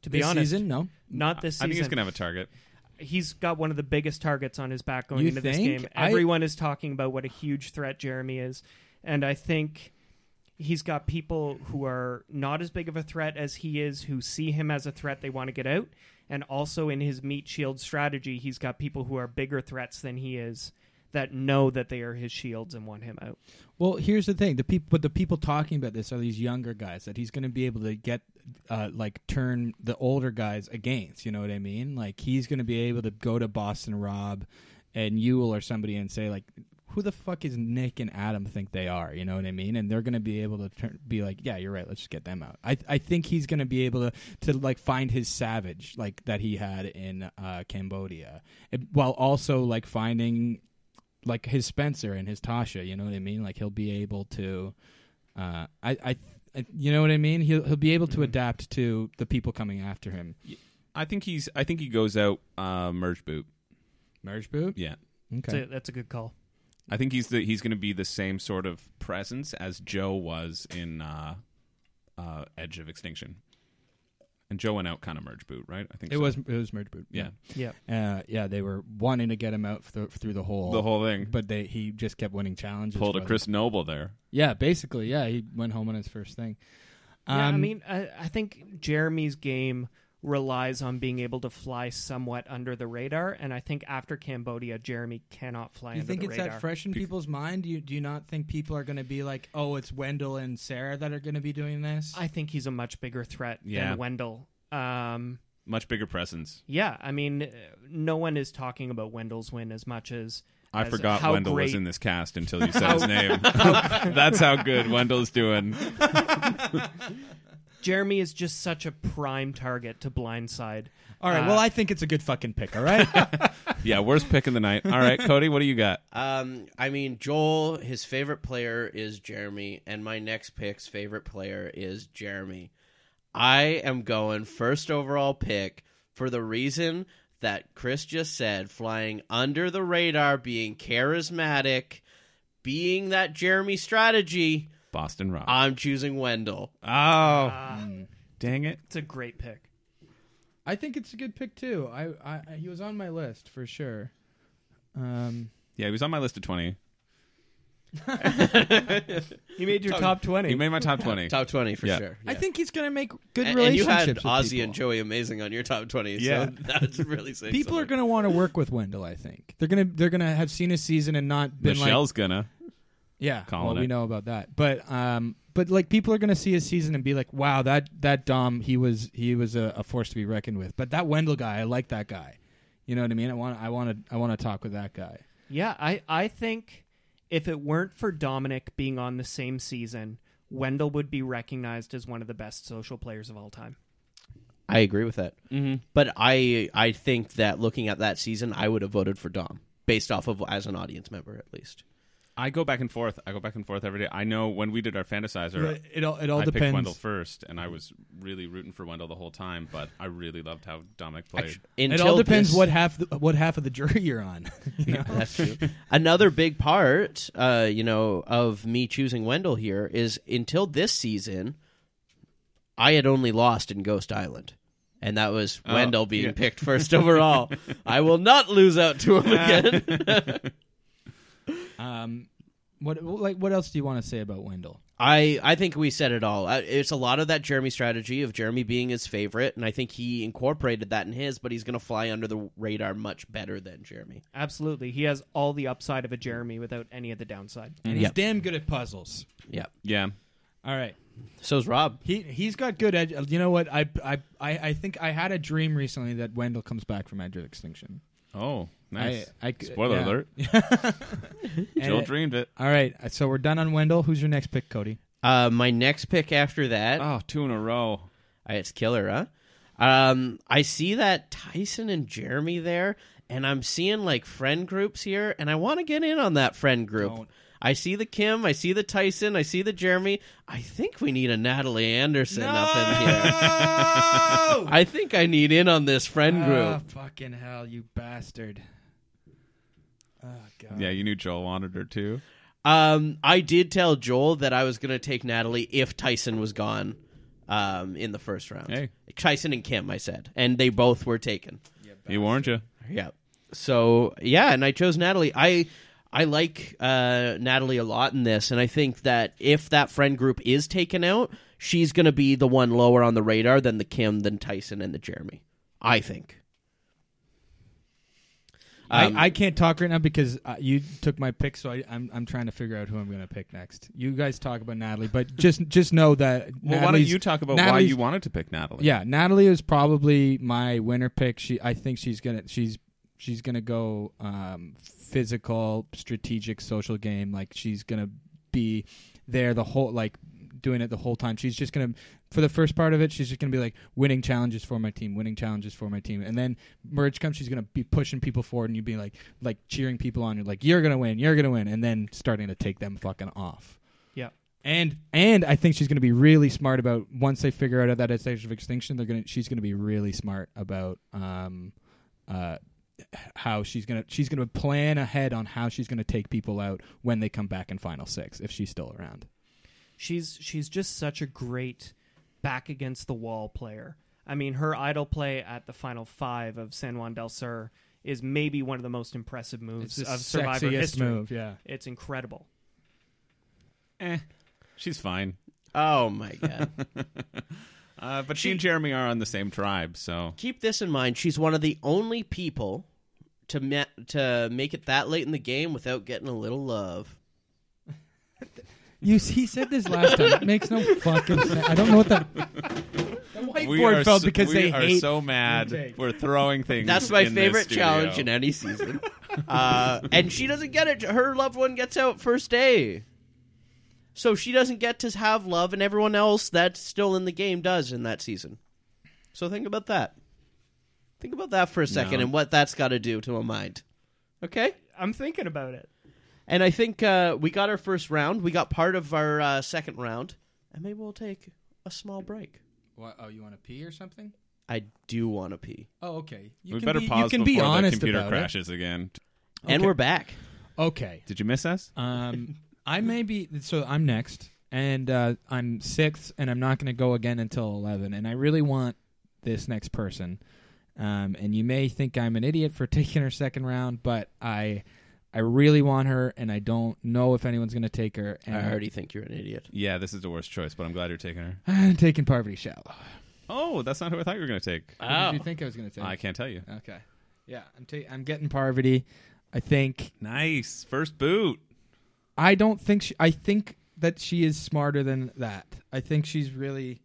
[SPEAKER 4] To be
[SPEAKER 2] this
[SPEAKER 4] honest,
[SPEAKER 2] season no
[SPEAKER 4] not this
[SPEAKER 3] I
[SPEAKER 4] season.
[SPEAKER 3] think he's gonna have a target.
[SPEAKER 4] he's got one of the biggest targets on his back going
[SPEAKER 2] You
[SPEAKER 4] into this
[SPEAKER 2] think?
[SPEAKER 4] game.
[SPEAKER 2] I-
[SPEAKER 4] Everyone is talking about what a huge threat Jeremy is, and I think he's got people who are not as big of a threat as he is who see him as a threat they want to get out, and also in his meat shield strategy, he's got people who are bigger threats than he is that know that they are his shields and want him out.
[SPEAKER 2] Well, here's the thing: the people, but the people talking about this are these younger guys that he's going to be able to get, uh, like turn the older guys against. You know what I mean? Like he's going to be able to go to Boston Rob and Ewell or somebody and say like, "Who the fuck is Nick and Adam think they are?" You know what I mean? And they're going to be able to turn, be like, "Yeah, you're right. Let's just get them out." I I think he's going to be able to to like find his savage like that he had in uh, Cambodia, And- while also like finding like his Spencer and his Tasha. You know what I mean? Like he'll be able to, uh, I, I, I you know what I mean? He'll he'll be able to adapt to the people coming after him.
[SPEAKER 3] I think he's. I think he goes out uh, merge boot.
[SPEAKER 2] Merge boot.
[SPEAKER 3] Yeah.
[SPEAKER 2] Okay.
[SPEAKER 4] That's, a, that's a good call.
[SPEAKER 3] I think he's the he's going to be the same sort of presence as Joe was in uh, uh, Edge of Extinction, and Joe went out kind of merge boot, right? I think
[SPEAKER 2] It
[SPEAKER 3] so.
[SPEAKER 2] was it was merge boot.
[SPEAKER 3] Yeah.
[SPEAKER 4] Yeah.
[SPEAKER 2] Uh, yeah. They were wanting to get him out through, through the hole.
[SPEAKER 3] the whole thing.
[SPEAKER 2] But they he just kept winning challenges.
[SPEAKER 3] Pulled a
[SPEAKER 2] for them.
[SPEAKER 3] Chris Noble there.
[SPEAKER 2] Yeah. Basically. Yeah. He went home on his first thing.
[SPEAKER 4] yeah, I
[SPEAKER 2] Um,
[SPEAKER 4] mean, I, I think Jeremy's game relies on being able to fly somewhat under the radar, and I think after Cambodia, Jeremy cannot fly
[SPEAKER 2] You
[SPEAKER 4] under
[SPEAKER 2] think
[SPEAKER 4] the
[SPEAKER 2] it's
[SPEAKER 4] radar.
[SPEAKER 2] that fresh in people's mind? Do you, do you not think people are going to be like, oh, it's Wendell and Sarah that are going to be doing this?
[SPEAKER 4] I think he's a much bigger threat
[SPEAKER 3] Yeah.
[SPEAKER 4] than Wendell. Um,
[SPEAKER 3] Much bigger presence.
[SPEAKER 4] yeah, I mean, uh, no one is talking about Wendell's win as much as
[SPEAKER 3] I
[SPEAKER 4] as
[SPEAKER 3] forgot
[SPEAKER 4] how
[SPEAKER 3] Wendell
[SPEAKER 4] great,
[SPEAKER 3] was in this cast until you said his name. That's how good Wendell's doing.
[SPEAKER 4] Jeremy is just such a prime target to blindside.
[SPEAKER 2] all right.
[SPEAKER 4] uh,
[SPEAKER 2] well, I think it's a good fucking pick. All right.
[SPEAKER 3] Yeah, worst pick of the night. All right, Cody, what do you got?
[SPEAKER 1] Um, I mean, Joel, his favorite player is Jeremy, and my next pick's favorite player is Jeremy. I am going first overall pick for the reason that Chris just said flying under the radar, being charismatic, being that Jeremy strategy.
[SPEAKER 3] Boston Rob.
[SPEAKER 1] I'm choosing Wendell.
[SPEAKER 3] oh,
[SPEAKER 4] Hmm.
[SPEAKER 3] dang it!
[SPEAKER 4] It's a great pick.
[SPEAKER 2] I think it's a good pick too. I, I I- he was on my list for sure. Um,
[SPEAKER 3] Yeah, he was on my list of twenty.
[SPEAKER 4] You made your top twenty.
[SPEAKER 3] He made my top twenty.
[SPEAKER 1] Top 20 for
[SPEAKER 3] Yeah.
[SPEAKER 1] sure.
[SPEAKER 2] I
[SPEAKER 1] Yeah.
[SPEAKER 2] think he's gonna make good
[SPEAKER 1] and, and you
[SPEAKER 2] relationships.
[SPEAKER 1] had
[SPEAKER 2] with
[SPEAKER 1] Ozzy
[SPEAKER 2] people.
[SPEAKER 1] and Joey Amazing on your top 20.
[SPEAKER 3] Yeah.
[SPEAKER 1] So that's really sick.
[SPEAKER 2] People are gonna want to work with Wendell. I think they're gonna they're gonna have seen his season and not been like
[SPEAKER 3] Michelle's gonna.
[SPEAKER 2] Yeah,
[SPEAKER 3] calling
[SPEAKER 2] well, we
[SPEAKER 3] it.
[SPEAKER 2] know about that. But um, but like people are gonna see his season and be like, wow, that that Dom he was he was a, a force to be reckoned with. But that Wendell guy, I like that guy. You know what I mean? I want I want to I want to talk with that guy.
[SPEAKER 4] Yeah, I, I think if it weren't for Dominic being on the same season, Wendell would be recognized as one of the best social players of all time.
[SPEAKER 1] I agree with that.
[SPEAKER 2] Mm-hmm.
[SPEAKER 1] But I I think that looking at that season, I would have voted for Dom based off of as an audience member at least.
[SPEAKER 3] I go back and forth. I go back and forth every day. I know when we did our fantasizer,
[SPEAKER 2] It all it all
[SPEAKER 3] I picked Wendell
[SPEAKER 2] depends.
[SPEAKER 3] first, and I was really rooting for Wendell the whole time. But I really loved how Dominic played.
[SPEAKER 1] Actu-
[SPEAKER 2] It
[SPEAKER 1] until
[SPEAKER 2] all depends
[SPEAKER 1] this-
[SPEAKER 2] what half the, what half of the jury you're on. you know?
[SPEAKER 1] That's true. Another big part, uh, you know, of me choosing Wendell here is until this season, I had only lost in Ghost Island. And that was
[SPEAKER 3] Oh,
[SPEAKER 1] Wendell being
[SPEAKER 3] yeah.
[SPEAKER 1] picked first overall. I will not lose out to him again.
[SPEAKER 2] Um, What like what else do you want to say about Wendell?
[SPEAKER 1] I, I think we said it all. I- It's a lot of that Jeremy strategy of Jeremy being his favorite, and I think he incorporated that in his, but he's going to fly under the radar much better than Jeremy.
[SPEAKER 4] Absolutely. He has all the upside of a Jeremy without any of the downside.
[SPEAKER 2] And
[SPEAKER 1] Yep.
[SPEAKER 2] he's damn good at puzzles.
[SPEAKER 1] Yeah.
[SPEAKER 3] Yeah.
[SPEAKER 2] All right.
[SPEAKER 1] So's Rob.
[SPEAKER 2] He he's got good edge. Uh, You know what? I I I, I think I had a dream recently that Wendell comes back from edge of extinction.
[SPEAKER 3] Oh, nice.
[SPEAKER 2] I, I c-
[SPEAKER 3] Spoiler
[SPEAKER 2] yeah.
[SPEAKER 3] alert.
[SPEAKER 2] And-
[SPEAKER 3] Joel dreamed it.
[SPEAKER 2] all right, uh, so we're done on Wendell. Who's your next pick, Cody?
[SPEAKER 1] Uh, my next pick after that,
[SPEAKER 3] Oh, two in a row.
[SPEAKER 1] I- it's killer, huh? Um, I see that Tyson and Jeremy there, and I'm seeing like friend groups here, and I want to get in on that friend group.
[SPEAKER 2] Don't.
[SPEAKER 1] I see the Kim, I see the Tyson, I see the Jeremy. I think we need a Natalie Anderson up in here.
[SPEAKER 2] Oh!
[SPEAKER 1] I think I need in on this friend
[SPEAKER 2] Ah.
[SPEAKER 1] group.
[SPEAKER 2] fucking hell, you bastard! Oh god.
[SPEAKER 3] Yeah, you knew Joel wanted her too.
[SPEAKER 1] Um, I did tell Joel that I was going to take Natalie if Tyson was gone um, in the first round.
[SPEAKER 3] Hey.
[SPEAKER 1] Tyson and Kim, I said, and they both were taken.
[SPEAKER 3] He warned you.
[SPEAKER 1] Yeah. So yeah, and I chose Natalie. I I like uh, Natalie a lot in this, and I think that if that friend group is taken out, she's going to be the one lower on the radar than the Kim, than Tyson, and the Jeremy. I think. Um,
[SPEAKER 3] Um,
[SPEAKER 2] I, I can't talk right now because uh, you took my pick, so I, I'm I'm trying to figure out who I'm going to pick next. You guys talk about Natalie, but just just know that
[SPEAKER 3] Well, why don't
[SPEAKER 2] Natalie's-
[SPEAKER 3] you talk about why
[SPEAKER 2] Natalie's-
[SPEAKER 3] you wanted to pick Natalie?
[SPEAKER 2] Yeah, Natalie is probably my winner pick. She, I think she's gonna, she's, she's gonna go um, physical, strategic, social game. Like she's gonna be there the whole, like doing it the whole time. She's just gonna, for the first part of it, she's just gonna be like winning challenges for my team, winning challenges for my team, and then merge comes. She's gonna be pushing people forward, and you be like, like cheering people on. You're like, you're gonna win, you're gonna win, and then starting to take them fucking off.
[SPEAKER 4] Yeah.
[SPEAKER 2] And and I think she's going to be really smart about once they figure out that it's stage of extinction, they're going to she's going to be really smart about um uh how she's going to she's going to plan ahead on how she's going to take people out when they come back in final 6 if she's still around.
[SPEAKER 4] She's she's just such a great back against the wall player. I mean, her idol play at the final five of San Juan del Sur is maybe one of the most impressive moves of Survivor history.
[SPEAKER 2] move, yeah.
[SPEAKER 4] It's incredible.
[SPEAKER 3] Eh, she's fine.
[SPEAKER 1] oh my god.
[SPEAKER 3] Uh, but she and Jeremy are on the same tribe, so
[SPEAKER 1] keep this in mind. She's one of the only people to ma- to make it that late in the game without getting a little love.
[SPEAKER 2] You he said this last time. It makes no fucking sense. I don't know what that The
[SPEAKER 3] we
[SPEAKER 2] whiteboard
[SPEAKER 3] are
[SPEAKER 2] felt
[SPEAKER 3] so,
[SPEAKER 2] because
[SPEAKER 3] we
[SPEAKER 2] they
[SPEAKER 3] are
[SPEAKER 2] hate
[SPEAKER 3] so mad.
[SPEAKER 2] take.
[SPEAKER 3] We're throwing things.
[SPEAKER 1] That's my
[SPEAKER 3] in this
[SPEAKER 1] favorite
[SPEAKER 3] studio.
[SPEAKER 1] challenge in any season. uh, and she doesn't get it. Her loved one gets out first day. So she doesn't get to have love, and everyone else that's still in the game does in that season. So think about that. Think about that for a second
[SPEAKER 3] No.
[SPEAKER 1] and what that's got to do to a mind. Okay?
[SPEAKER 4] I'm thinking about it.
[SPEAKER 1] And I think uh, we got our first round. We got part of our uh, second round, and maybe we'll take a small break.
[SPEAKER 2] What, oh, you want to pee or something?
[SPEAKER 1] I do want to pee,
[SPEAKER 2] Oh, okay. You
[SPEAKER 3] we
[SPEAKER 2] can
[SPEAKER 3] better
[SPEAKER 2] be,
[SPEAKER 3] pause
[SPEAKER 2] you can
[SPEAKER 3] before
[SPEAKER 2] be honest
[SPEAKER 3] the computer
[SPEAKER 2] about
[SPEAKER 3] crashes again.
[SPEAKER 1] and
[SPEAKER 2] Okay.
[SPEAKER 1] we're back.
[SPEAKER 2] It. Okay.
[SPEAKER 3] Did you miss us?
[SPEAKER 2] Um, I may be so I'm next, and uh, I'm sixth, and I'm not going to go again until eleven. And I really want this next person. Um, and you may think I'm an idiot for taking her second round, but I, I really want her, and I don't know if anyone's going to take her. And
[SPEAKER 1] I already think you're an idiot.
[SPEAKER 3] Yeah, this is the worst choice, but I'm glad you're taking her.
[SPEAKER 2] I'm taking Parvati Shallow.
[SPEAKER 3] Oh, that's not who I thought you were going to take.
[SPEAKER 1] Oh.
[SPEAKER 2] What did you think I was going to take?
[SPEAKER 3] I can't tell you.
[SPEAKER 2] Okay. Yeah, I'm ta- I'm getting Parvati. I think
[SPEAKER 3] Nice first boot.
[SPEAKER 2] I don't think she, I think that she is smarter than that. I think she's really.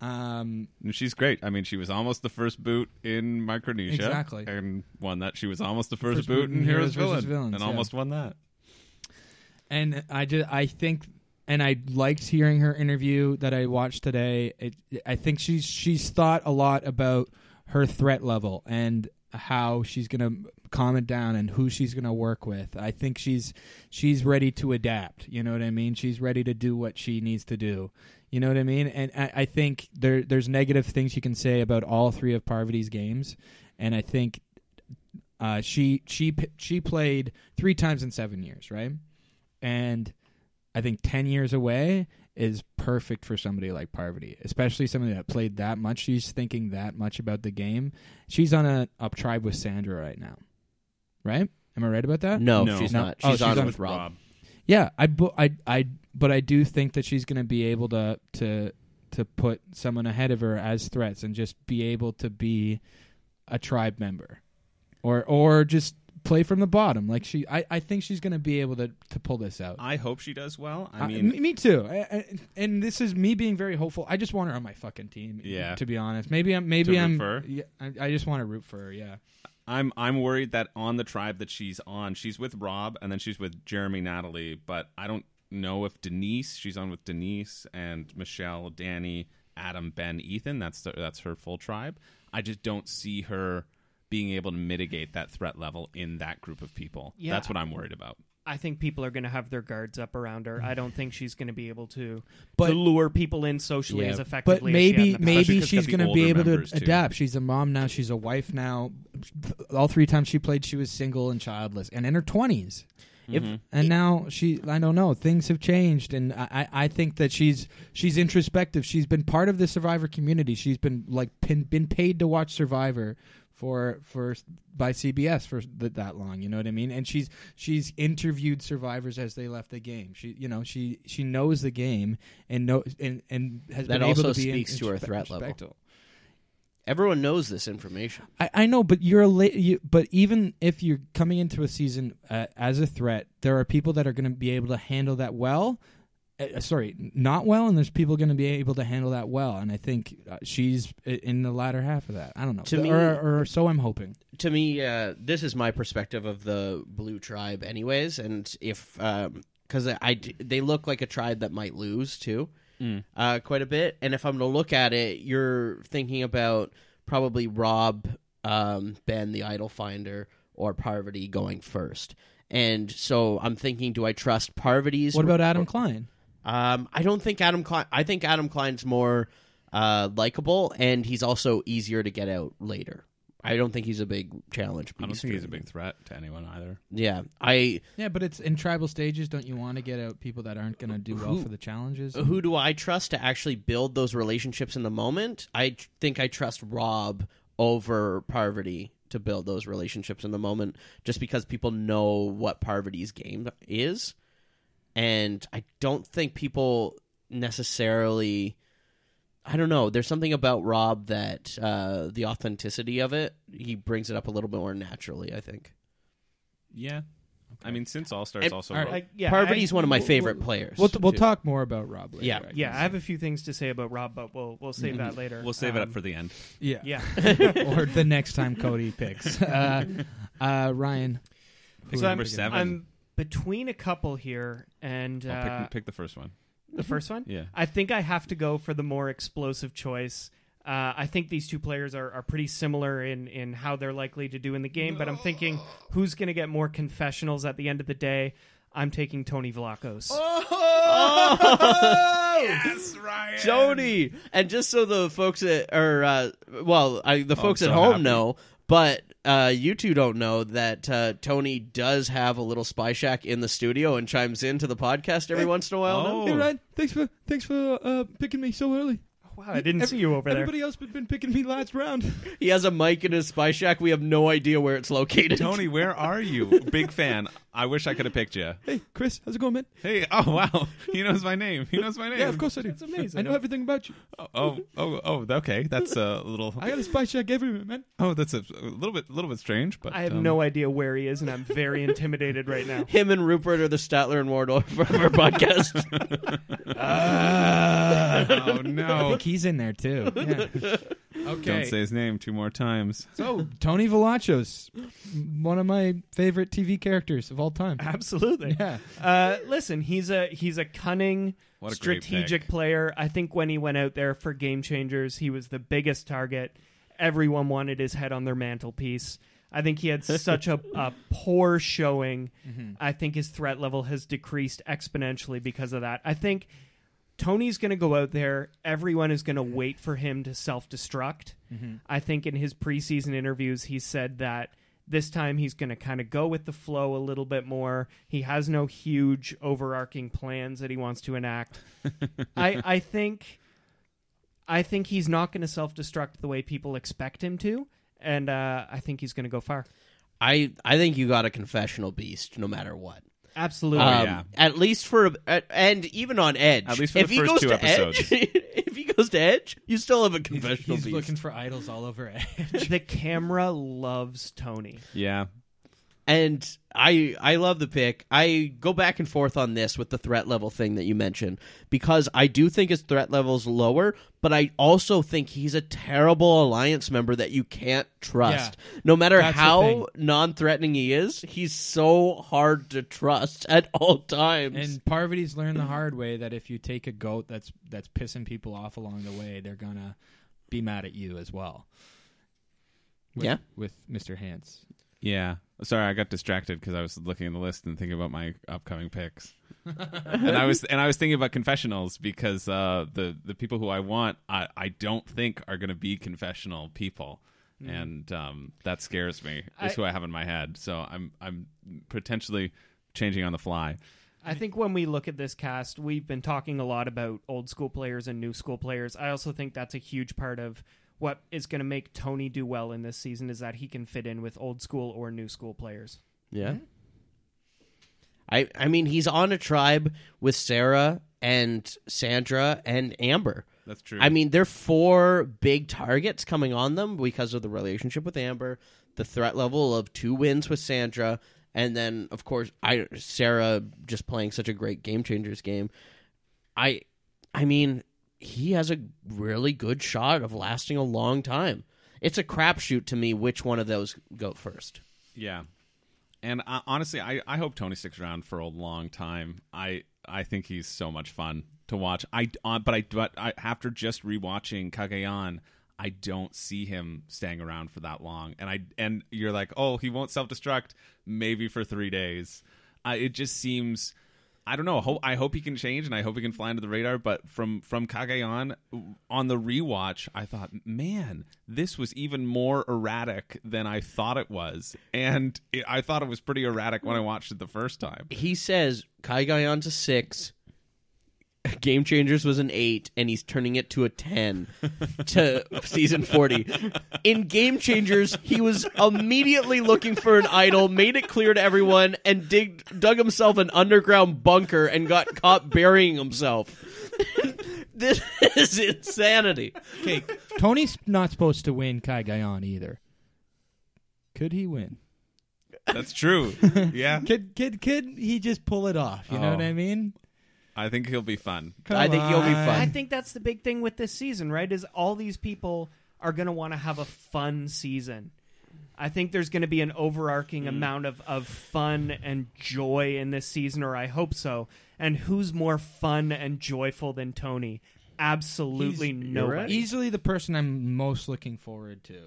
[SPEAKER 2] Um,
[SPEAKER 3] And she's great. I mean, she was almost the first boot in Micronesia.
[SPEAKER 2] Exactly.
[SPEAKER 3] And won that. She was almost the first,
[SPEAKER 2] First
[SPEAKER 3] boot in Heroes,
[SPEAKER 2] versus
[SPEAKER 3] Villain.
[SPEAKER 2] Villains,
[SPEAKER 3] and
[SPEAKER 2] yeah.
[SPEAKER 3] almost won that.
[SPEAKER 2] and I just I think and I liked hearing her interview that I watched today. It, I think she's she's thought a lot about her threat level and how she's going to calm it down and who she's going to work with. I think she's she's ready to adapt, you know what I mean? She's ready to do what she needs to do. You know what I mean? And I, I think there there's negative things you can say about all three of Parvati's games and I think uh, she she p- she played 3 times in 7 years, right? and I think 10 years away is perfect for somebody like Parvati, especially somebody that played that much. She's thinking that much about the game. She's on a up tribe with Sandra right now, right? Am I right about that?
[SPEAKER 1] No,
[SPEAKER 3] No.
[SPEAKER 1] she's
[SPEAKER 2] No.
[SPEAKER 1] not. She's
[SPEAKER 2] Oh,
[SPEAKER 1] on
[SPEAKER 2] she's on
[SPEAKER 1] with Rob.
[SPEAKER 2] Yeah, I, bu- I, I, but I do think that she's going to be able to to to put someone ahead of her as threats and just be able to be a tribe member, or or just play from the bottom. Like she, I, I think she's going to be able to to pull this out.
[SPEAKER 3] I hope she does well. I
[SPEAKER 2] I-
[SPEAKER 3] mean,
[SPEAKER 2] me- me too. I, I, and this is me being very hopeful. I just want her on my fucking team.
[SPEAKER 3] Yeah.
[SPEAKER 2] To be honest, maybe I'm. Maybe
[SPEAKER 3] To root
[SPEAKER 2] I'm.
[SPEAKER 3] for her?
[SPEAKER 2] Yeah, I, I just want to root for her. Yeah.
[SPEAKER 3] I'm I'm worried that on the tribe that she's on, she's with Rob and then she's with Jeremy, Natalie, but I don't know if Denise. She's on with Denise and Michelle, Danny, Adam, Ben, Ethan. That's the, that's her full tribe. I just don't see her being able to mitigate that threat level in that group of people.
[SPEAKER 4] Yeah.
[SPEAKER 3] That's what I'm worried about.
[SPEAKER 4] I think people are going to have their guards up around her. I don't think she's going to be able to,
[SPEAKER 2] But-
[SPEAKER 4] to lure people in socially
[SPEAKER 2] Yeah,
[SPEAKER 4] as
[SPEAKER 2] But
[SPEAKER 4] effectively.
[SPEAKER 2] maybe
[SPEAKER 4] as she had in the past.
[SPEAKER 2] maybe
[SPEAKER 3] Especially 'cause
[SPEAKER 2] she's
[SPEAKER 3] got
[SPEAKER 2] going to
[SPEAKER 3] the
[SPEAKER 2] be
[SPEAKER 3] older
[SPEAKER 2] able to
[SPEAKER 3] members, too.
[SPEAKER 2] adapt. She's a mom now. She's a wife now. All three times she played, she was single and childless, and in her twenties.
[SPEAKER 3] Mm-hmm.
[SPEAKER 2] and now she, I don't know. Things have changed, and I, I I think that she's she's introspective. She's been part of the Survivor community. She's been like pin, been paid to watch Survivor for for by CBS for th- that long. You know what I mean? And she's she's interviewed survivors as they left the game. She you know she she knows the game and know and and has
[SPEAKER 5] That
[SPEAKER 2] been able
[SPEAKER 5] also
[SPEAKER 2] to be in-
[SPEAKER 5] speaks to her
[SPEAKER 2] inspe-
[SPEAKER 5] threat level.
[SPEAKER 2] respectful.
[SPEAKER 1] Everyone knows this information.
[SPEAKER 2] I, I know, but you're a la- you, but even if you're coming into a season uh, as a threat, there are people that are going to be able to handle that well. Uh, sorry, not well, and there's people going to be able to handle that well, and I think uh, she's i- in the latter half of that. I don't know,
[SPEAKER 1] To
[SPEAKER 2] or,
[SPEAKER 1] me-
[SPEAKER 2] or, or so I'm hoping.
[SPEAKER 1] to me, uh, this is my perspective of the blue tribe, anyways. And if because I, I d- they look like a tribe that might lose too,
[SPEAKER 2] Mm.
[SPEAKER 1] uh, quite a bit. And if I'm to look at it, you're thinking about probably Rob, um, Ben, the idol finder, or Parvati going first. And so I'm thinking, do I trust Parvati's?
[SPEAKER 2] What about Adam Klein?
[SPEAKER 1] Um, I don't think Adam Klein. I think Adam Klein's more uh, likable, and he's also easier to get out later. I don't think he's a big challenge.
[SPEAKER 3] I don't
[SPEAKER 1] beast
[SPEAKER 3] think
[SPEAKER 1] or
[SPEAKER 3] he's a big
[SPEAKER 1] anything.
[SPEAKER 3] threat to anyone either.
[SPEAKER 1] Yeah, I.
[SPEAKER 2] Yeah, but it's in tribal stages. Don't you want to get out people that aren't going to do well
[SPEAKER 1] Who-
[SPEAKER 2] for the challenges?
[SPEAKER 1] Who do I trust to actually build those relationships in the moment? I tr- think I trust Rob over Parvati to build those relationships in the moment, just because people know what Parvati's game is, and I don't think people necessarily. I don't know. There's something about Rob that uh, the authenticity of it. He brings it up a little bit more naturally. I think
[SPEAKER 3] Yeah. I mean, since All Stars
[SPEAKER 1] And-
[SPEAKER 3] also
[SPEAKER 2] All
[SPEAKER 3] wrote-
[SPEAKER 2] right.
[SPEAKER 4] Like, yeah,
[SPEAKER 1] Parvati's
[SPEAKER 4] I-
[SPEAKER 1] one of my
[SPEAKER 4] we'll-
[SPEAKER 1] favorite players.
[SPEAKER 2] We'll, t- we'll
[SPEAKER 1] too.
[SPEAKER 2] talk more about Rob later.
[SPEAKER 1] Yeah.
[SPEAKER 2] I
[SPEAKER 4] Yeah,
[SPEAKER 2] guess.
[SPEAKER 4] I have a few things to say about Rob, but we'll we'll save that later.
[SPEAKER 3] Mm-hmm. we'll save it up
[SPEAKER 4] Um,
[SPEAKER 3] for the end.
[SPEAKER 2] yeah.
[SPEAKER 4] yeah.
[SPEAKER 2] or the next time Cody picks. Uh, uh, Ryan.
[SPEAKER 3] Pick
[SPEAKER 4] So
[SPEAKER 3] number
[SPEAKER 4] I'm-
[SPEAKER 3] 7
[SPEAKER 4] I'm between a couple here, and
[SPEAKER 3] I'll
[SPEAKER 4] uh,
[SPEAKER 3] pick, pick the first one.
[SPEAKER 4] the first one.
[SPEAKER 3] Yeah.
[SPEAKER 4] I think I have to go for the more explosive choice. Uh, I think these two players are, are pretty similar in, in how they're likely to do in the game, but I'm thinking who's going to get more confessionals at the end of the day? I'm taking Tony Vlachos.
[SPEAKER 2] Oh,
[SPEAKER 4] Oh!
[SPEAKER 3] Yes, Ryan.
[SPEAKER 1] Tony. And just so the folks at or uh, well, I, the folks
[SPEAKER 3] I'm
[SPEAKER 1] at
[SPEAKER 3] so
[SPEAKER 1] home
[SPEAKER 3] happy.
[SPEAKER 1] know, but uh, you two don't know that uh, Tony does have a little spy shack in the studio and chimes into the podcast every once in a while. now.
[SPEAKER 3] Oh. Hey, Ryan,
[SPEAKER 2] thanks for thanks for uh, picking me so early.
[SPEAKER 4] Wow, I didn't see you over there.
[SPEAKER 2] else has been picking me last round.
[SPEAKER 1] He has a mic in his spy shack. We have no idea where it's located.
[SPEAKER 3] Tony, where are you? Big fan. I wish I could have picked you.
[SPEAKER 2] hey, Chris, how's it going, man?
[SPEAKER 3] Hey, oh wow, he knows my name. He knows my name.
[SPEAKER 2] course I do. That's amazing. I know everything about you.
[SPEAKER 3] Oh, oh, oh. Okay, that's a little.
[SPEAKER 2] got a spy check everywhere, man.
[SPEAKER 3] Oh, that's a, a little bit, little bit strange. But
[SPEAKER 4] I have
[SPEAKER 3] um,
[SPEAKER 4] no idea where he is, and I'm very intimidated right now.
[SPEAKER 1] Him and Rupert are the Statler and Wardle for our podcast.
[SPEAKER 2] Ah.
[SPEAKER 3] Oh
[SPEAKER 2] I
[SPEAKER 3] no!
[SPEAKER 2] think he's in there too. Yeah.
[SPEAKER 3] Don't say his name two more times.
[SPEAKER 2] So Tony Velachos, one of my favorite TV characters of all time.
[SPEAKER 4] Absolutely.
[SPEAKER 2] Yeah.
[SPEAKER 4] Uh, listen, he's a he's a cunning,
[SPEAKER 3] What a great
[SPEAKER 4] strategic
[SPEAKER 3] pick.
[SPEAKER 4] player. I think when he went out there for Game Changers, he was the biggest target. Everyone wanted his head on their mantelpiece. I think he had such a, a poor showing. I think his threat level has decreased exponentially because of that. I think Tony's going to go out there. Everyone is going to wait for him to self destruct. I think in his preseason interviews, he said that this time he's going to kind of go with the flow a little bit more. He has no huge overarching plans that he wants to enact. I, I think. I think he's not going to self-destruct the way people expect him to, and uh, I think he's going to go far.
[SPEAKER 1] I I think you got a confessional beast no matter what.
[SPEAKER 4] Absolutely.
[SPEAKER 1] Um,
[SPEAKER 3] Oh, yeah.
[SPEAKER 1] At least for a- and even on Edge.
[SPEAKER 3] At least for
[SPEAKER 1] if
[SPEAKER 3] the
[SPEAKER 1] he
[SPEAKER 3] first
[SPEAKER 1] goes
[SPEAKER 3] two
[SPEAKER 1] to
[SPEAKER 3] episodes.
[SPEAKER 1] Edge, if he goes to Edge, you still have a confessional
[SPEAKER 2] He's
[SPEAKER 1] beast.
[SPEAKER 2] looking for idols all over Edge.
[SPEAKER 4] the camera loves Tony.
[SPEAKER 3] Yeah.
[SPEAKER 1] and I I love the pick. I go back and forth on this with the threat level thing that you mentioned because I do think his threat level's lower, but I also think he's a terrible alliance member that you can't trust. no matter
[SPEAKER 2] that's the
[SPEAKER 1] how non-threatening he is, he's so hard to trust at all times.
[SPEAKER 2] And Parvati's learned the hard way that if you take a goat that's that's pissing people off along the way, they're gonna be mad at you as well. With,
[SPEAKER 1] Yeah.
[SPEAKER 2] with Mr. Hans.
[SPEAKER 3] Yeah. Sorry, I got distracted because I was looking at the list and thinking about my upcoming picks. and I was and I was thinking about confessionals because uh, the the people who I want I, I don't think are going to be confessional people, and um, that scares me.
[SPEAKER 4] I-
[SPEAKER 3] Is who I have in my head. So I'm I'm potentially changing on the fly.
[SPEAKER 4] I think when we look at this cast, we've been talking a lot about old school players and new school players. I also think that's a huge part of what is going to make Tony do well in this season is that he can fit in with old school or new school players.
[SPEAKER 1] Yeah. I I mean he's on a tribe with Sarah and Sandra and Amber.
[SPEAKER 3] That's true.
[SPEAKER 1] I mean, they're four big targets coming on them because of the relationship with Amber, the threat level of two wins with Sandra, and then of course I Sarah just playing such a great game changers game. I I mean, he has a really good shot of lasting a long time. It's a crapshoot to me which one of those go first.
[SPEAKER 3] Yeah, and uh, honestly, I, I hope Tony sticks around for a long time. I I think he's so much fun to watch. I uh, but I but I, after just rewatching Kagayan, I don't see him staying around for that long. And I and you're like, oh, he won't self destruct maybe for three days. I, it just seems. I don't know. Ho- I hope he can change, and I hope he can fly under the radar. But from from Kagayan on the rewatch, I thought, man, this was even more erratic than I thought it was, and it, I thought it was pretty erratic when I watched it the first time.
[SPEAKER 1] He says Kai Guyon's a six, Game Changers was an eight, and he's turning it to a ten to season forty. In Game Changers, he was immediately looking for an idol, made it clear to everyone, and dig, dug himself an underground bunker and got caught burying himself. this is insanity.
[SPEAKER 2] Okay. Tony's not supposed to win Kai Gaon either. Could he win?
[SPEAKER 3] That's true. Yeah,
[SPEAKER 2] Could could could he just pull it off? You know what
[SPEAKER 3] Oh.
[SPEAKER 2] I mean?
[SPEAKER 3] I think he'll be fun.
[SPEAKER 1] I think he'll be
[SPEAKER 2] on.
[SPEAKER 1] fun.
[SPEAKER 4] I think that's the big thing with this season, right? Is all these people are going to want to have a fun season. I think there's going to be an
[SPEAKER 1] Mm.
[SPEAKER 4] overarching amount of, of fun and joy in this season, or I hope so. And who's more fun and joyful than Tony? Absolutely
[SPEAKER 1] He's- you're
[SPEAKER 4] nobody.
[SPEAKER 2] Easily the person I'm most looking forward to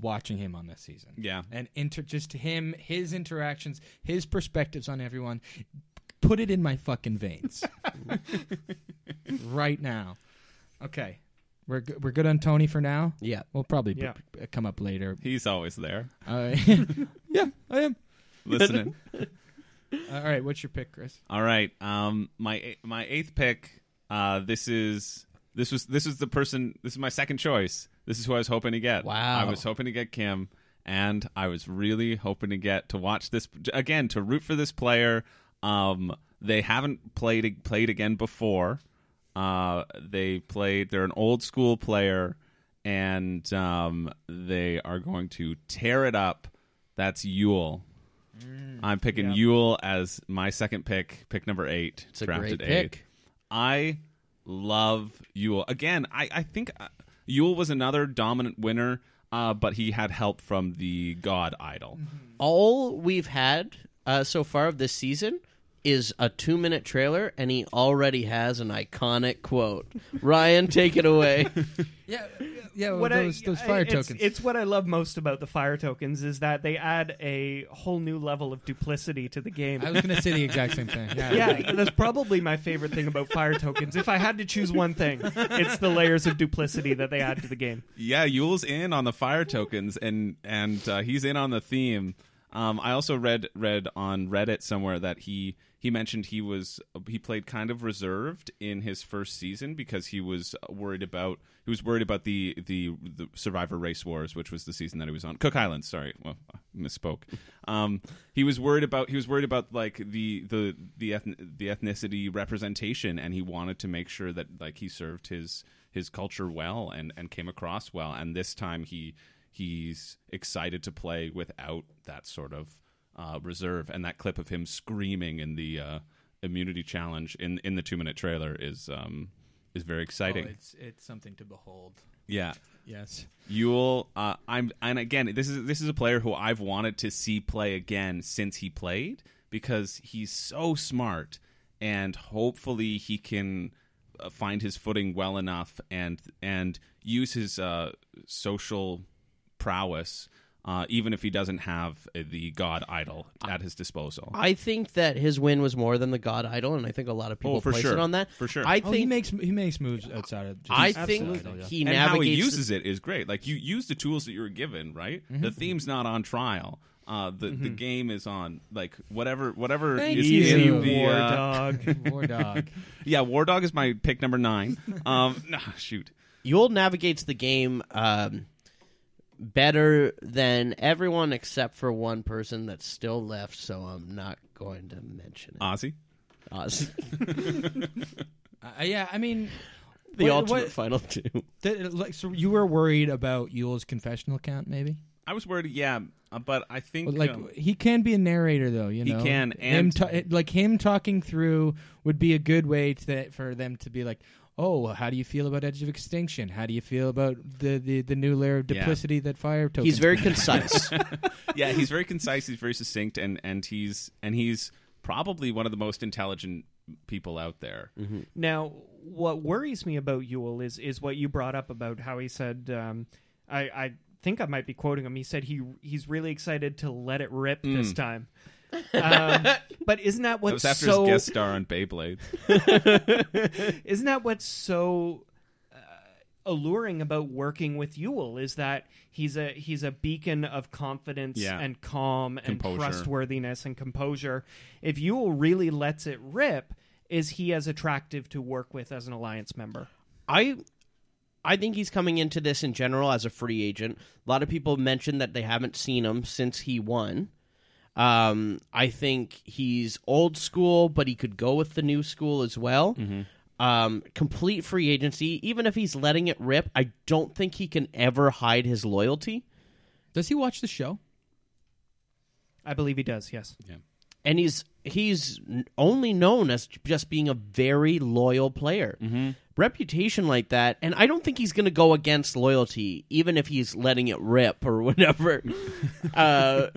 [SPEAKER 2] watching him on this season.
[SPEAKER 3] Yeah,
[SPEAKER 2] and inter- just him, his interactions, his perspectives on everyone. Put it in my fucking veins right now. Okay, we're g- we're good on Tony for now.
[SPEAKER 1] Yeah.
[SPEAKER 2] We'll probably
[SPEAKER 4] Yeah.
[SPEAKER 2] p- p- come up later.
[SPEAKER 3] he's always there
[SPEAKER 2] Uh, yeah, I am.
[SPEAKER 3] listening.
[SPEAKER 2] All right, what's your pick, Chris?
[SPEAKER 3] All right. Um, my my eighth pick. Uh, this is this was this is the person. This is my second choice. This is who I was hoping to get.
[SPEAKER 1] Wow.
[SPEAKER 3] I was hoping to get Kim, and I was really hoping to get to watch this again to root for this player. Um, they haven't played played again before. Uh, they played. They're an old school player, and um, they are going to tear it up. That's Yule.
[SPEAKER 1] Mm.
[SPEAKER 3] I'm picking Yule as my second pick, pick number eight,
[SPEAKER 1] a
[SPEAKER 3] drafted
[SPEAKER 1] great
[SPEAKER 3] eighth.
[SPEAKER 1] pick.
[SPEAKER 3] I love Yule. Again, I, I think uh, Yule was another dominant winner, uh, but he had help from the god idol.
[SPEAKER 1] Mm-hmm. all we've had uh, so far of this season is a two minute trailer, and he already has an iconic quote. Ryan, take it away.
[SPEAKER 2] Yeah, yeah,
[SPEAKER 4] what I-
[SPEAKER 2] uh, those, those fire
[SPEAKER 4] it's,
[SPEAKER 2] tokens.
[SPEAKER 4] It's what I love most about the fire tokens is that they add a whole new level of duplicity to the game.
[SPEAKER 2] I was gonna say the exact same thing. Yeah,
[SPEAKER 4] yeah, that's probably my favorite thing about fire tokens. If I had to choose one thing, it's the layers of duplicity that they add to the game.
[SPEAKER 3] Yeah, Yule's in on the fire tokens, and and uh, he's in on the theme. Um, I also read read on Reddit somewhere that he he mentioned he was he played kind of reserved in his first season because he was worried about he was worried about the the, the Survivor Race Wars, which was the season that he was on Cook Islands. Sorry, well, I misspoke. Um, he was worried about he was worried about like the the the ethn- the ethnicity representation, and he wanted to make sure that like he served his his culture well and and came across well. And this time he he's excited to play without that sort of uh, reserve. And that clip of him screaming in the uh, immunity challenge in in the two minute trailer is um, is very exciting.
[SPEAKER 2] Oh, it's it's something to behold.
[SPEAKER 3] yeah,
[SPEAKER 2] Yes.
[SPEAKER 3] Yule. Uh, I'm and again, this is this is a player who I've wanted to see play again since he played because he's so smart, and hopefully he can uh, find his footing well enough and and use his uh, social prowess. Uh, even if he doesn't have uh, the god idol at his disposal,
[SPEAKER 1] I think that his win was more than the God Idol, and I think a lot of people
[SPEAKER 3] Oh, for
[SPEAKER 1] place
[SPEAKER 3] sure.
[SPEAKER 1] it on that.
[SPEAKER 3] For sure.
[SPEAKER 1] I
[SPEAKER 2] Oh, he
[SPEAKER 1] think
[SPEAKER 2] makes he makes moves outside of. Just
[SPEAKER 1] I
[SPEAKER 2] outside
[SPEAKER 1] think
[SPEAKER 2] of, yeah.
[SPEAKER 1] he
[SPEAKER 3] and
[SPEAKER 1] navigates
[SPEAKER 3] how he
[SPEAKER 1] the-
[SPEAKER 3] uses it is great. Like you use the tools that you were given, right? The theme's not on trial. Uh, the the game is on like whatever whatever
[SPEAKER 2] Thank
[SPEAKER 3] is
[SPEAKER 2] you,
[SPEAKER 3] in the
[SPEAKER 4] War
[SPEAKER 3] uh,
[SPEAKER 4] dog.
[SPEAKER 2] War dog.
[SPEAKER 3] yeah War Dog is my pick number nine. Um, nah, shoot.
[SPEAKER 1] Yule navigates the game um, better than everyone except for one person that's still left. So I'm not going to mention it.
[SPEAKER 3] Ozzy.
[SPEAKER 1] Oz.
[SPEAKER 2] Uh, yeah, I mean,
[SPEAKER 1] the
[SPEAKER 2] what-
[SPEAKER 1] ultimate
[SPEAKER 2] what-
[SPEAKER 1] final two.
[SPEAKER 2] th- like, so you were worried about Yule's confessional count, maybe?
[SPEAKER 3] I was worried. Yeah, uh, but I think
[SPEAKER 2] like
[SPEAKER 3] um,
[SPEAKER 2] he can be a narrator, though. You
[SPEAKER 3] He
[SPEAKER 2] know,
[SPEAKER 3] can,
[SPEAKER 2] Him
[SPEAKER 3] and-
[SPEAKER 2] ta- like him talking through would be a good way to for them to be like. Oh, how do you feel about Edge of Extinction? How do you feel about the, the, the new layer of
[SPEAKER 3] Yeah.
[SPEAKER 2] duplicity that Fire tokens?
[SPEAKER 1] He's very concise.
[SPEAKER 3] yeah, he's very concise. He's very succinct, and and he's and he's probably one of the most intelligent people out there.
[SPEAKER 4] Now, what worries me about Ewell is is what you brought up about how he said, um, I, I think I might be quoting him. He said he he's really excited to let it rip this time. um, but isn't that
[SPEAKER 3] Hmm. That
[SPEAKER 4] what's
[SPEAKER 3] was after
[SPEAKER 4] so?
[SPEAKER 3] his guest star on Beyblade.
[SPEAKER 4] Isn't that what's so uh, alluring about working with Ewell? Is that he's a he's a beacon of confidence
[SPEAKER 3] Yeah.
[SPEAKER 4] and calm
[SPEAKER 3] Composure.
[SPEAKER 4] and trustworthiness and composure. If Ewell really lets it rip, is he as attractive to work with as an alliance member?
[SPEAKER 1] I I think he's coming into this in general as a free agent. A lot of people mentioned that they haven't seen him since he won. Um, I think he's old school, but he could go with the new school as well. Um, complete free agency. Even if he's letting it rip, I don't think he can ever hide his loyalty.
[SPEAKER 2] Does he watch the show?
[SPEAKER 4] I believe he does. Yes.
[SPEAKER 1] and he's he's n- only known as just being a very loyal player.
[SPEAKER 3] Mm-hmm.
[SPEAKER 1] Reputation like that, and I don't think he's going to go against loyalty, even if he's letting it rip or whatever. uh,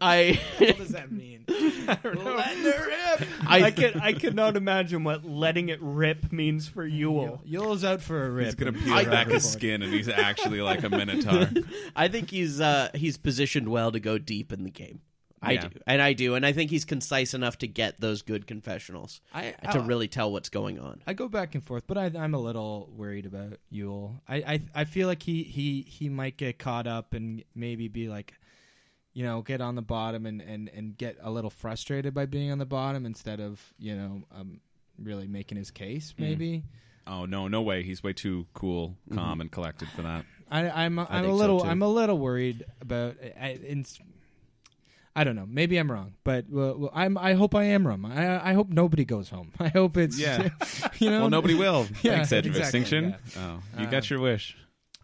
[SPEAKER 1] I
[SPEAKER 2] What does that mean?
[SPEAKER 1] I-
[SPEAKER 4] I, can I cannot imagine what letting it rip means for Ewell.
[SPEAKER 2] Yule's out for a rip.
[SPEAKER 3] He's gonna peel back his skin, and he's actually like a minotaur.
[SPEAKER 1] I think he's uh, he's positioned well to go deep in the game. I
[SPEAKER 3] Yeah.
[SPEAKER 1] do, and I do, and I think he's concise enough to get those good confessionals
[SPEAKER 2] I,
[SPEAKER 3] Uh,
[SPEAKER 1] to really tell what's going on.
[SPEAKER 2] I go back and forth, but I, I'm a little worried about Yule. I, I I feel like he he he might get caught up and maybe be like, you know, get on the bottom and and and get a little frustrated by being on the bottom instead of you know um really making his case.
[SPEAKER 1] Mm.
[SPEAKER 2] Maybe
[SPEAKER 3] Oh no, no way. He's way too cool, calm, and collected for that.
[SPEAKER 2] I I'm I'm a
[SPEAKER 1] think so,
[SPEAKER 2] little
[SPEAKER 1] too.
[SPEAKER 2] I'm a little worried about I in, I don't know. Maybe I'm wrong, but well, well, I'm. I hope I am wrong. I, I hope nobody goes home. I hope it's
[SPEAKER 3] Yeah.
[SPEAKER 2] you know.
[SPEAKER 3] Well, nobody will.
[SPEAKER 2] Yeah,
[SPEAKER 3] Thanks, Edge of
[SPEAKER 2] exactly,
[SPEAKER 3] Extinction. Oh, you got your wish.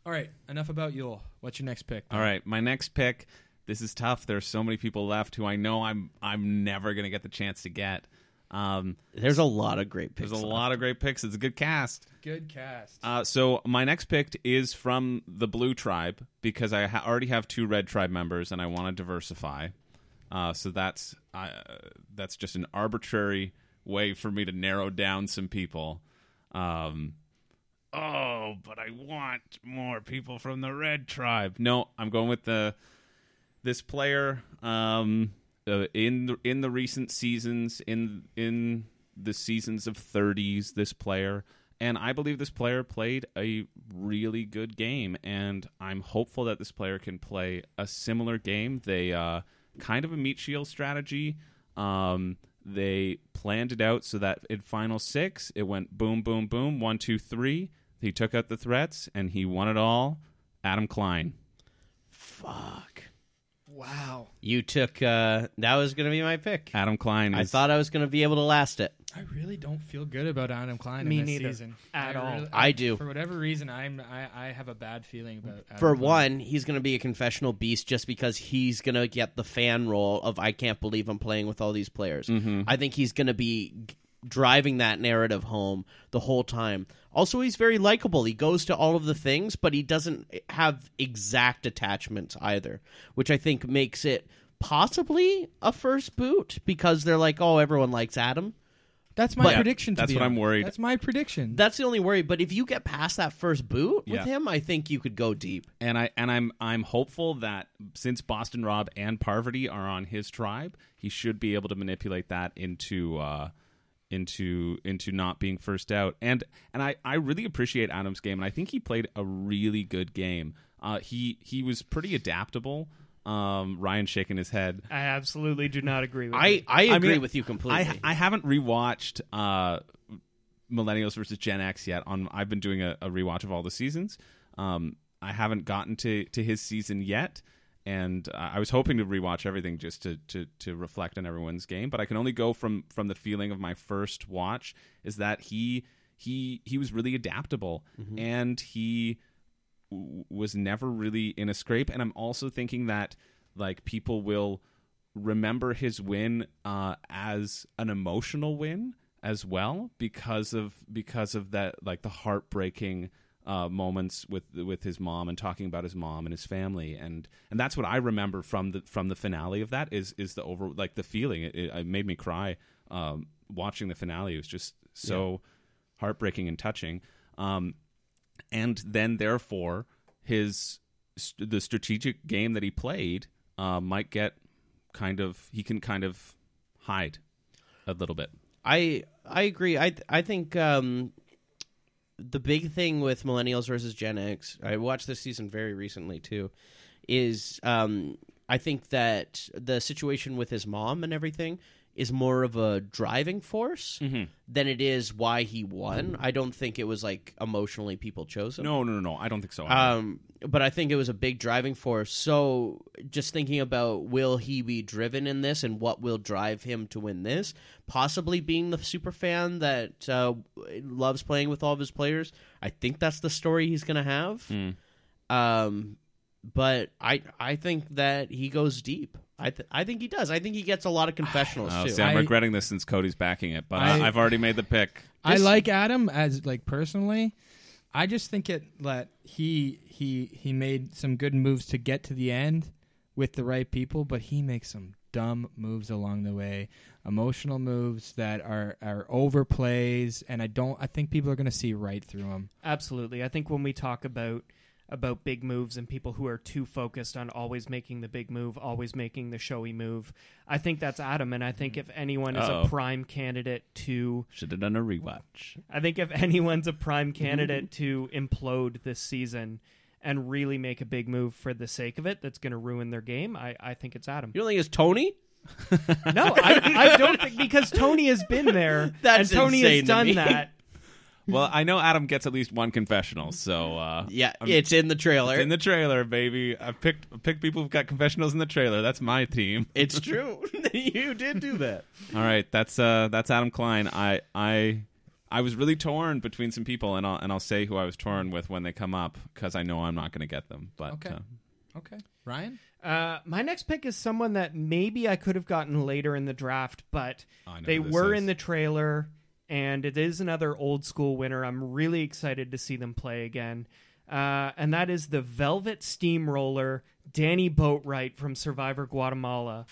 [SPEAKER 2] All right. Enough about Yule. What's your next pick?
[SPEAKER 3] All right, my next pick. This is tough. There's so many people left who I know I'm I'm never gonna get the chance to get. Um,
[SPEAKER 1] There's a lot of great picks.
[SPEAKER 3] there's a
[SPEAKER 1] on.
[SPEAKER 3] lot of great picks. It's a good cast.
[SPEAKER 2] Good cast.
[SPEAKER 3] Uh, so my next pick is from the Blue Tribe because I ha- already have two Red Tribe members and I want to diversify. Uh, so that's uh, that's just an arbitrary way for me to narrow down some people. Um, oh, but I want more people from the Red Tribe. No, I'm going with the this player um, uh, in the, in the recent seasons in in the seasons of 30s this player and I believe this player played a really good game and I'm hopeful that this player can play a similar game they uh, kind of a meat shield strategy. Um, they planned it out so that in final six, it went boom, boom, boom, one, two, three. He took out the threats and he won it all. Adam Klein.
[SPEAKER 1] Fuck.
[SPEAKER 4] Wow.
[SPEAKER 1] You took. Uh, that was going to be my pick.
[SPEAKER 3] Adam Klein. Is,
[SPEAKER 1] I thought I was going to be able to last it.
[SPEAKER 2] I really don't feel good about Adam Klein
[SPEAKER 4] Me
[SPEAKER 2] in this
[SPEAKER 4] neither.
[SPEAKER 2] season
[SPEAKER 4] At
[SPEAKER 2] I
[SPEAKER 4] all.
[SPEAKER 2] really-
[SPEAKER 1] I do.
[SPEAKER 2] For whatever reason, I'm I, I have a bad feeling about. Adam
[SPEAKER 1] For
[SPEAKER 2] Klein.
[SPEAKER 1] one, he's going to be a confessional beast just because he's going to get the fan role of I can't believe I'm playing with all these players. I think he's going to be g- driving that narrative home the whole time. Also, he's very likable. He goes to all of the things, but he doesn't have exact attachments either, which I think makes it possibly a first boot because they're like, oh, everyone likes Adam.
[SPEAKER 2] that's my
[SPEAKER 1] But-
[SPEAKER 2] prediction. To
[SPEAKER 3] That's
[SPEAKER 2] be
[SPEAKER 3] what I'm
[SPEAKER 2] honest.
[SPEAKER 3] worried.
[SPEAKER 2] That's my prediction.
[SPEAKER 1] That's the only worry. But if you get past that first boot with
[SPEAKER 3] Yeah.
[SPEAKER 1] him, I think you could go deep.
[SPEAKER 3] and I and I'm I'm hopeful that since Boston Rob and Parvati are on his tribe, he should be able to manipulate that into uh, into into not being first out. And and I I really appreciate Adam's game, and I think he played a really good game. Uh, he he was pretty adaptable. Um, Ryan shaking his head.
[SPEAKER 4] I absolutely do not agree with
[SPEAKER 1] I,
[SPEAKER 4] you.
[SPEAKER 1] I agree
[SPEAKER 3] mean,
[SPEAKER 1] with you completely.
[SPEAKER 3] I I haven't rewatched uh, Millennials versus Gen X yet. On I've been doing a, a rewatch of all the seasons. Um, I haven't gotten to to his season yet, and uh, I was hoping to rewatch everything just to, to to reflect on everyone's game. But I can only go from from the feeling of my first watch is that he he he was really adaptable
[SPEAKER 1] Mm-hmm.
[SPEAKER 3] and he w- was never really in a scrape and i'm also thinking that like people will remember his win uh, as an emotional win as well because of because of that like the heartbreaking uh, moments with with his mom and talking about his mom and his family and and that's what I remember from the from the finale of that is is the over like the feeling it, it, it made me cry um, watching the finale it was just so heartbreaking and touching um, and then therefore his st- the strategic game that he played uh, might get kind of he can kind of hide a little bit.
[SPEAKER 1] I I agree. I I think um, the big thing with millennials versus Gen X. I watched this season very recently too. Is um, I think that the situation with his mom and everything is more of a driving force
[SPEAKER 3] Mm-hmm.
[SPEAKER 1] than it is why he won. I don't think it was like emotionally people chose him.
[SPEAKER 3] No, no, no, no. I don't think so.
[SPEAKER 1] Um, but I think it was a big driving force. So just thinking about will he be driven in this and what will drive him to win this, possibly being the super fan that uh, loves playing with all of his players. I think that's the story he's going to have.
[SPEAKER 3] Hmm.
[SPEAKER 1] Um, but I I think that he goes deep. I th- I think he does. I think he gets a lot of confessionals
[SPEAKER 3] Oh,
[SPEAKER 1] too.
[SPEAKER 3] see, I'm
[SPEAKER 2] I-
[SPEAKER 3] regretting this since Cody's backing it, but I,
[SPEAKER 2] I-
[SPEAKER 3] I've already made the pick.
[SPEAKER 2] I
[SPEAKER 1] This-
[SPEAKER 2] like Adam as like personally. I just think it that he he he made some good moves to get to the end with the right people, but he makes some dumb moves along the way, emotional moves that are are overplays, and I don't. I think people are going to see right through him.
[SPEAKER 4] Absolutely. I think when we talk about about big moves and people who are too focused on always making the big move, always making the showy move, I think that's Adam. And I think if anyone is
[SPEAKER 3] Uh-oh.
[SPEAKER 4] a prime candidate to,
[SPEAKER 3] Should have done a rewatch.
[SPEAKER 4] I think if anyone's a prime candidate
[SPEAKER 1] Mm-hmm.
[SPEAKER 4] to implode this season and really make a big move for the sake of it, that's going to ruin their game. I, I think it's Adam.
[SPEAKER 1] you don't think it's Tony?
[SPEAKER 4] No, I, I don't think because Tony has been there
[SPEAKER 1] That's
[SPEAKER 4] and Tony
[SPEAKER 1] insane
[SPEAKER 4] has
[SPEAKER 1] to
[SPEAKER 4] done
[SPEAKER 1] me.
[SPEAKER 4] that.
[SPEAKER 3] Well, I know Adam gets at least one confessional, so uh,
[SPEAKER 1] Yeah,
[SPEAKER 3] I'm-
[SPEAKER 1] it's in the trailer.
[SPEAKER 3] it's in the trailer, baby. I picked I picked people who've got confessionals in the trailer. That's my team.
[SPEAKER 1] it's true. you did do that.
[SPEAKER 3] All right, that's uh, that's Adam Klein. I I I was really torn between some people, and I'll and I'll say who I was torn with when they come up because I know I'm not going to get them. But
[SPEAKER 2] Okay.
[SPEAKER 3] uh,
[SPEAKER 2] Okay, Ryan.
[SPEAKER 4] Uh, my next pick is someone that maybe I could have gotten later in the draft, but
[SPEAKER 3] I know
[SPEAKER 4] they
[SPEAKER 3] who this
[SPEAKER 4] were
[SPEAKER 3] is.
[SPEAKER 4] in the trailer, and it is another old school winner. I'm really excited to see them play again. Uh, and that is the Velvet Steamroller, Danny Boatwright from Survivor Guatemala.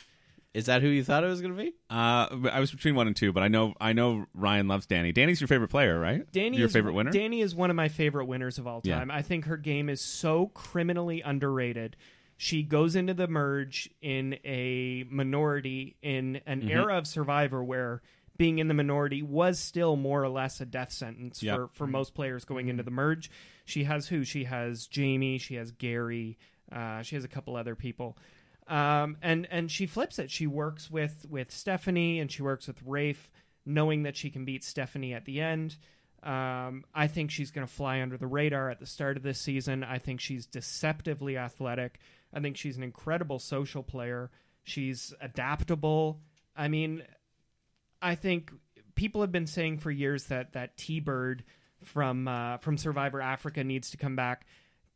[SPEAKER 1] Is that who you thought it was going to be?
[SPEAKER 3] Uh, I was between one and two, but I know I know Ryan loves Danny. Danny's your favorite player, right?
[SPEAKER 4] Danny
[SPEAKER 3] your
[SPEAKER 4] is,
[SPEAKER 3] favorite winner.
[SPEAKER 4] Danny is one of my favorite winners of all
[SPEAKER 3] Yeah.
[SPEAKER 4] time. I think her game is so criminally underrated. She goes into the merge in a minority in an
[SPEAKER 3] Mm-hmm.
[SPEAKER 4] era of Survivor where being in the minority was still more or less a death sentence
[SPEAKER 3] Yeah.
[SPEAKER 4] for, for most players going into the merge. She has who? She has Jamie, she has Gary, uh, she has a couple other people. Um, and and she flips it. She works with with Stephanie and she works with Rafe, knowing that she can beat Stephanie at the end. Um, I think she's going to fly under the radar at the start of this season. I think she's deceptively athletic. I think she's an incredible social player. She's adaptable. I mean, I think people have been saying for years that that T Bird from uh, from Survivor Africa needs to come back.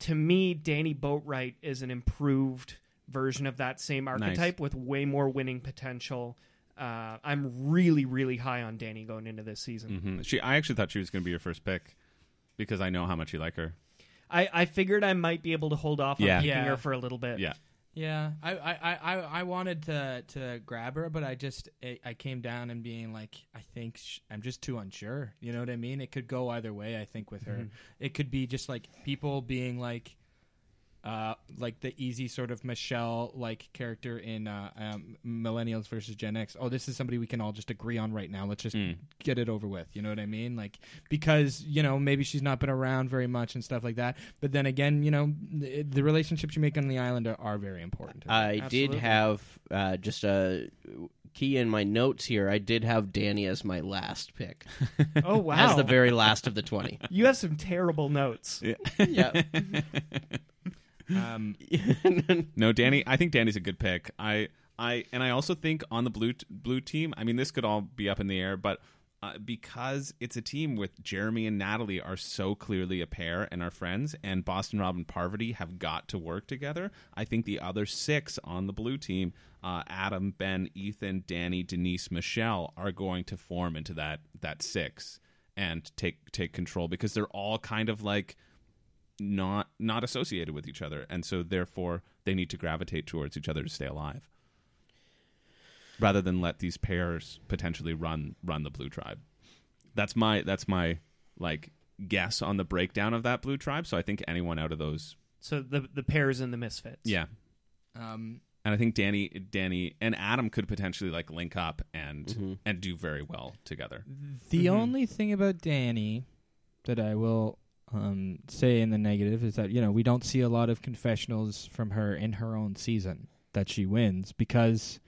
[SPEAKER 4] To me, Danny Boatwright is an improved version of that same archetype with way more winning potential. Uh, I'm really, really high on Danny going into this season.
[SPEAKER 3] Mhm. She, I actually thought she was going to be your first pick because I know how much you like her.
[SPEAKER 4] I, I figured I might be able to hold off
[SPEAKER 3] Yeah.
[SPEAKER 4] on picking
[SPEAKER 2] Yeah.
[SPEAKER 4] her for a little bit.
[SPEAKER 3] Yeah,
[SPEAKER 2] Yeah, I I, I- I, I wanted to to grab her, but I just eh, I, I came down and being like, I think sh- I'm just too unsure. You know what I mean? It could go either way. I think with her, it could be just like people being like, uh, like the easy sort of Michelle like character in uh, um, Millennials versus Gen X. Oh, this is somebody we can all just agree on right now. Let's just get it over with. You know what I mean? Like because you know maybe she's not been around very much and stuff like that. But then again, you know the, the relationships you make on the island are, are very important.
[SPEAKER 1] I
[SPEAKER 4] Absolutely.
[SPEAKER 1] did have uh, just a key in my notes here. I did have Danny as my last pick,
[SPEAKER 4] Oh wow.
[SPEAKER 1] as the very last of the twenty.
[SPEAKER 4] you have some terrible notes.
[SPEAKER 1] yeah,
[SPEAKER 4] Uh,
[SPEAKER 2] um,
[SPEAKER 3] no, Danny. I think Danny's a good pick. I, I, and I also think on the blue t- blue team. I mean, this could all be up in the air, but uh, because it's a team with Jeremy and Natalie are so clearly a pair and are friends, and Boston Rob and Parvati have got to work together. I think the other six on the blue team, uh, Adam, Ben, Ethan, Danny, Denise, Michelle, are going to form into that that six and take take control because they're all kind of like not not associated with each other and so therefore they need to gravitate towards each other to stay alive rather than let these pairs potentially run run the blue tribe that's my that's my like guess on the breakdown of that blue tribe so i think anyone out of those
[SPEAKER 4] So the the pairs and the misfits.
[SPEAKER 3] yeah
[SPEAKER 2] um,
[SPEAKER 3] and i think danny danny and adam could potentially like link up and
[SPEAKER 1] Mm-hmm.
[SPEAKER 3] and do very well together
[SPEAKER 2] the only thing about Danny that I will um, say in the negative is that you know we don't see a lot of confessionals from her in her own season that she wins because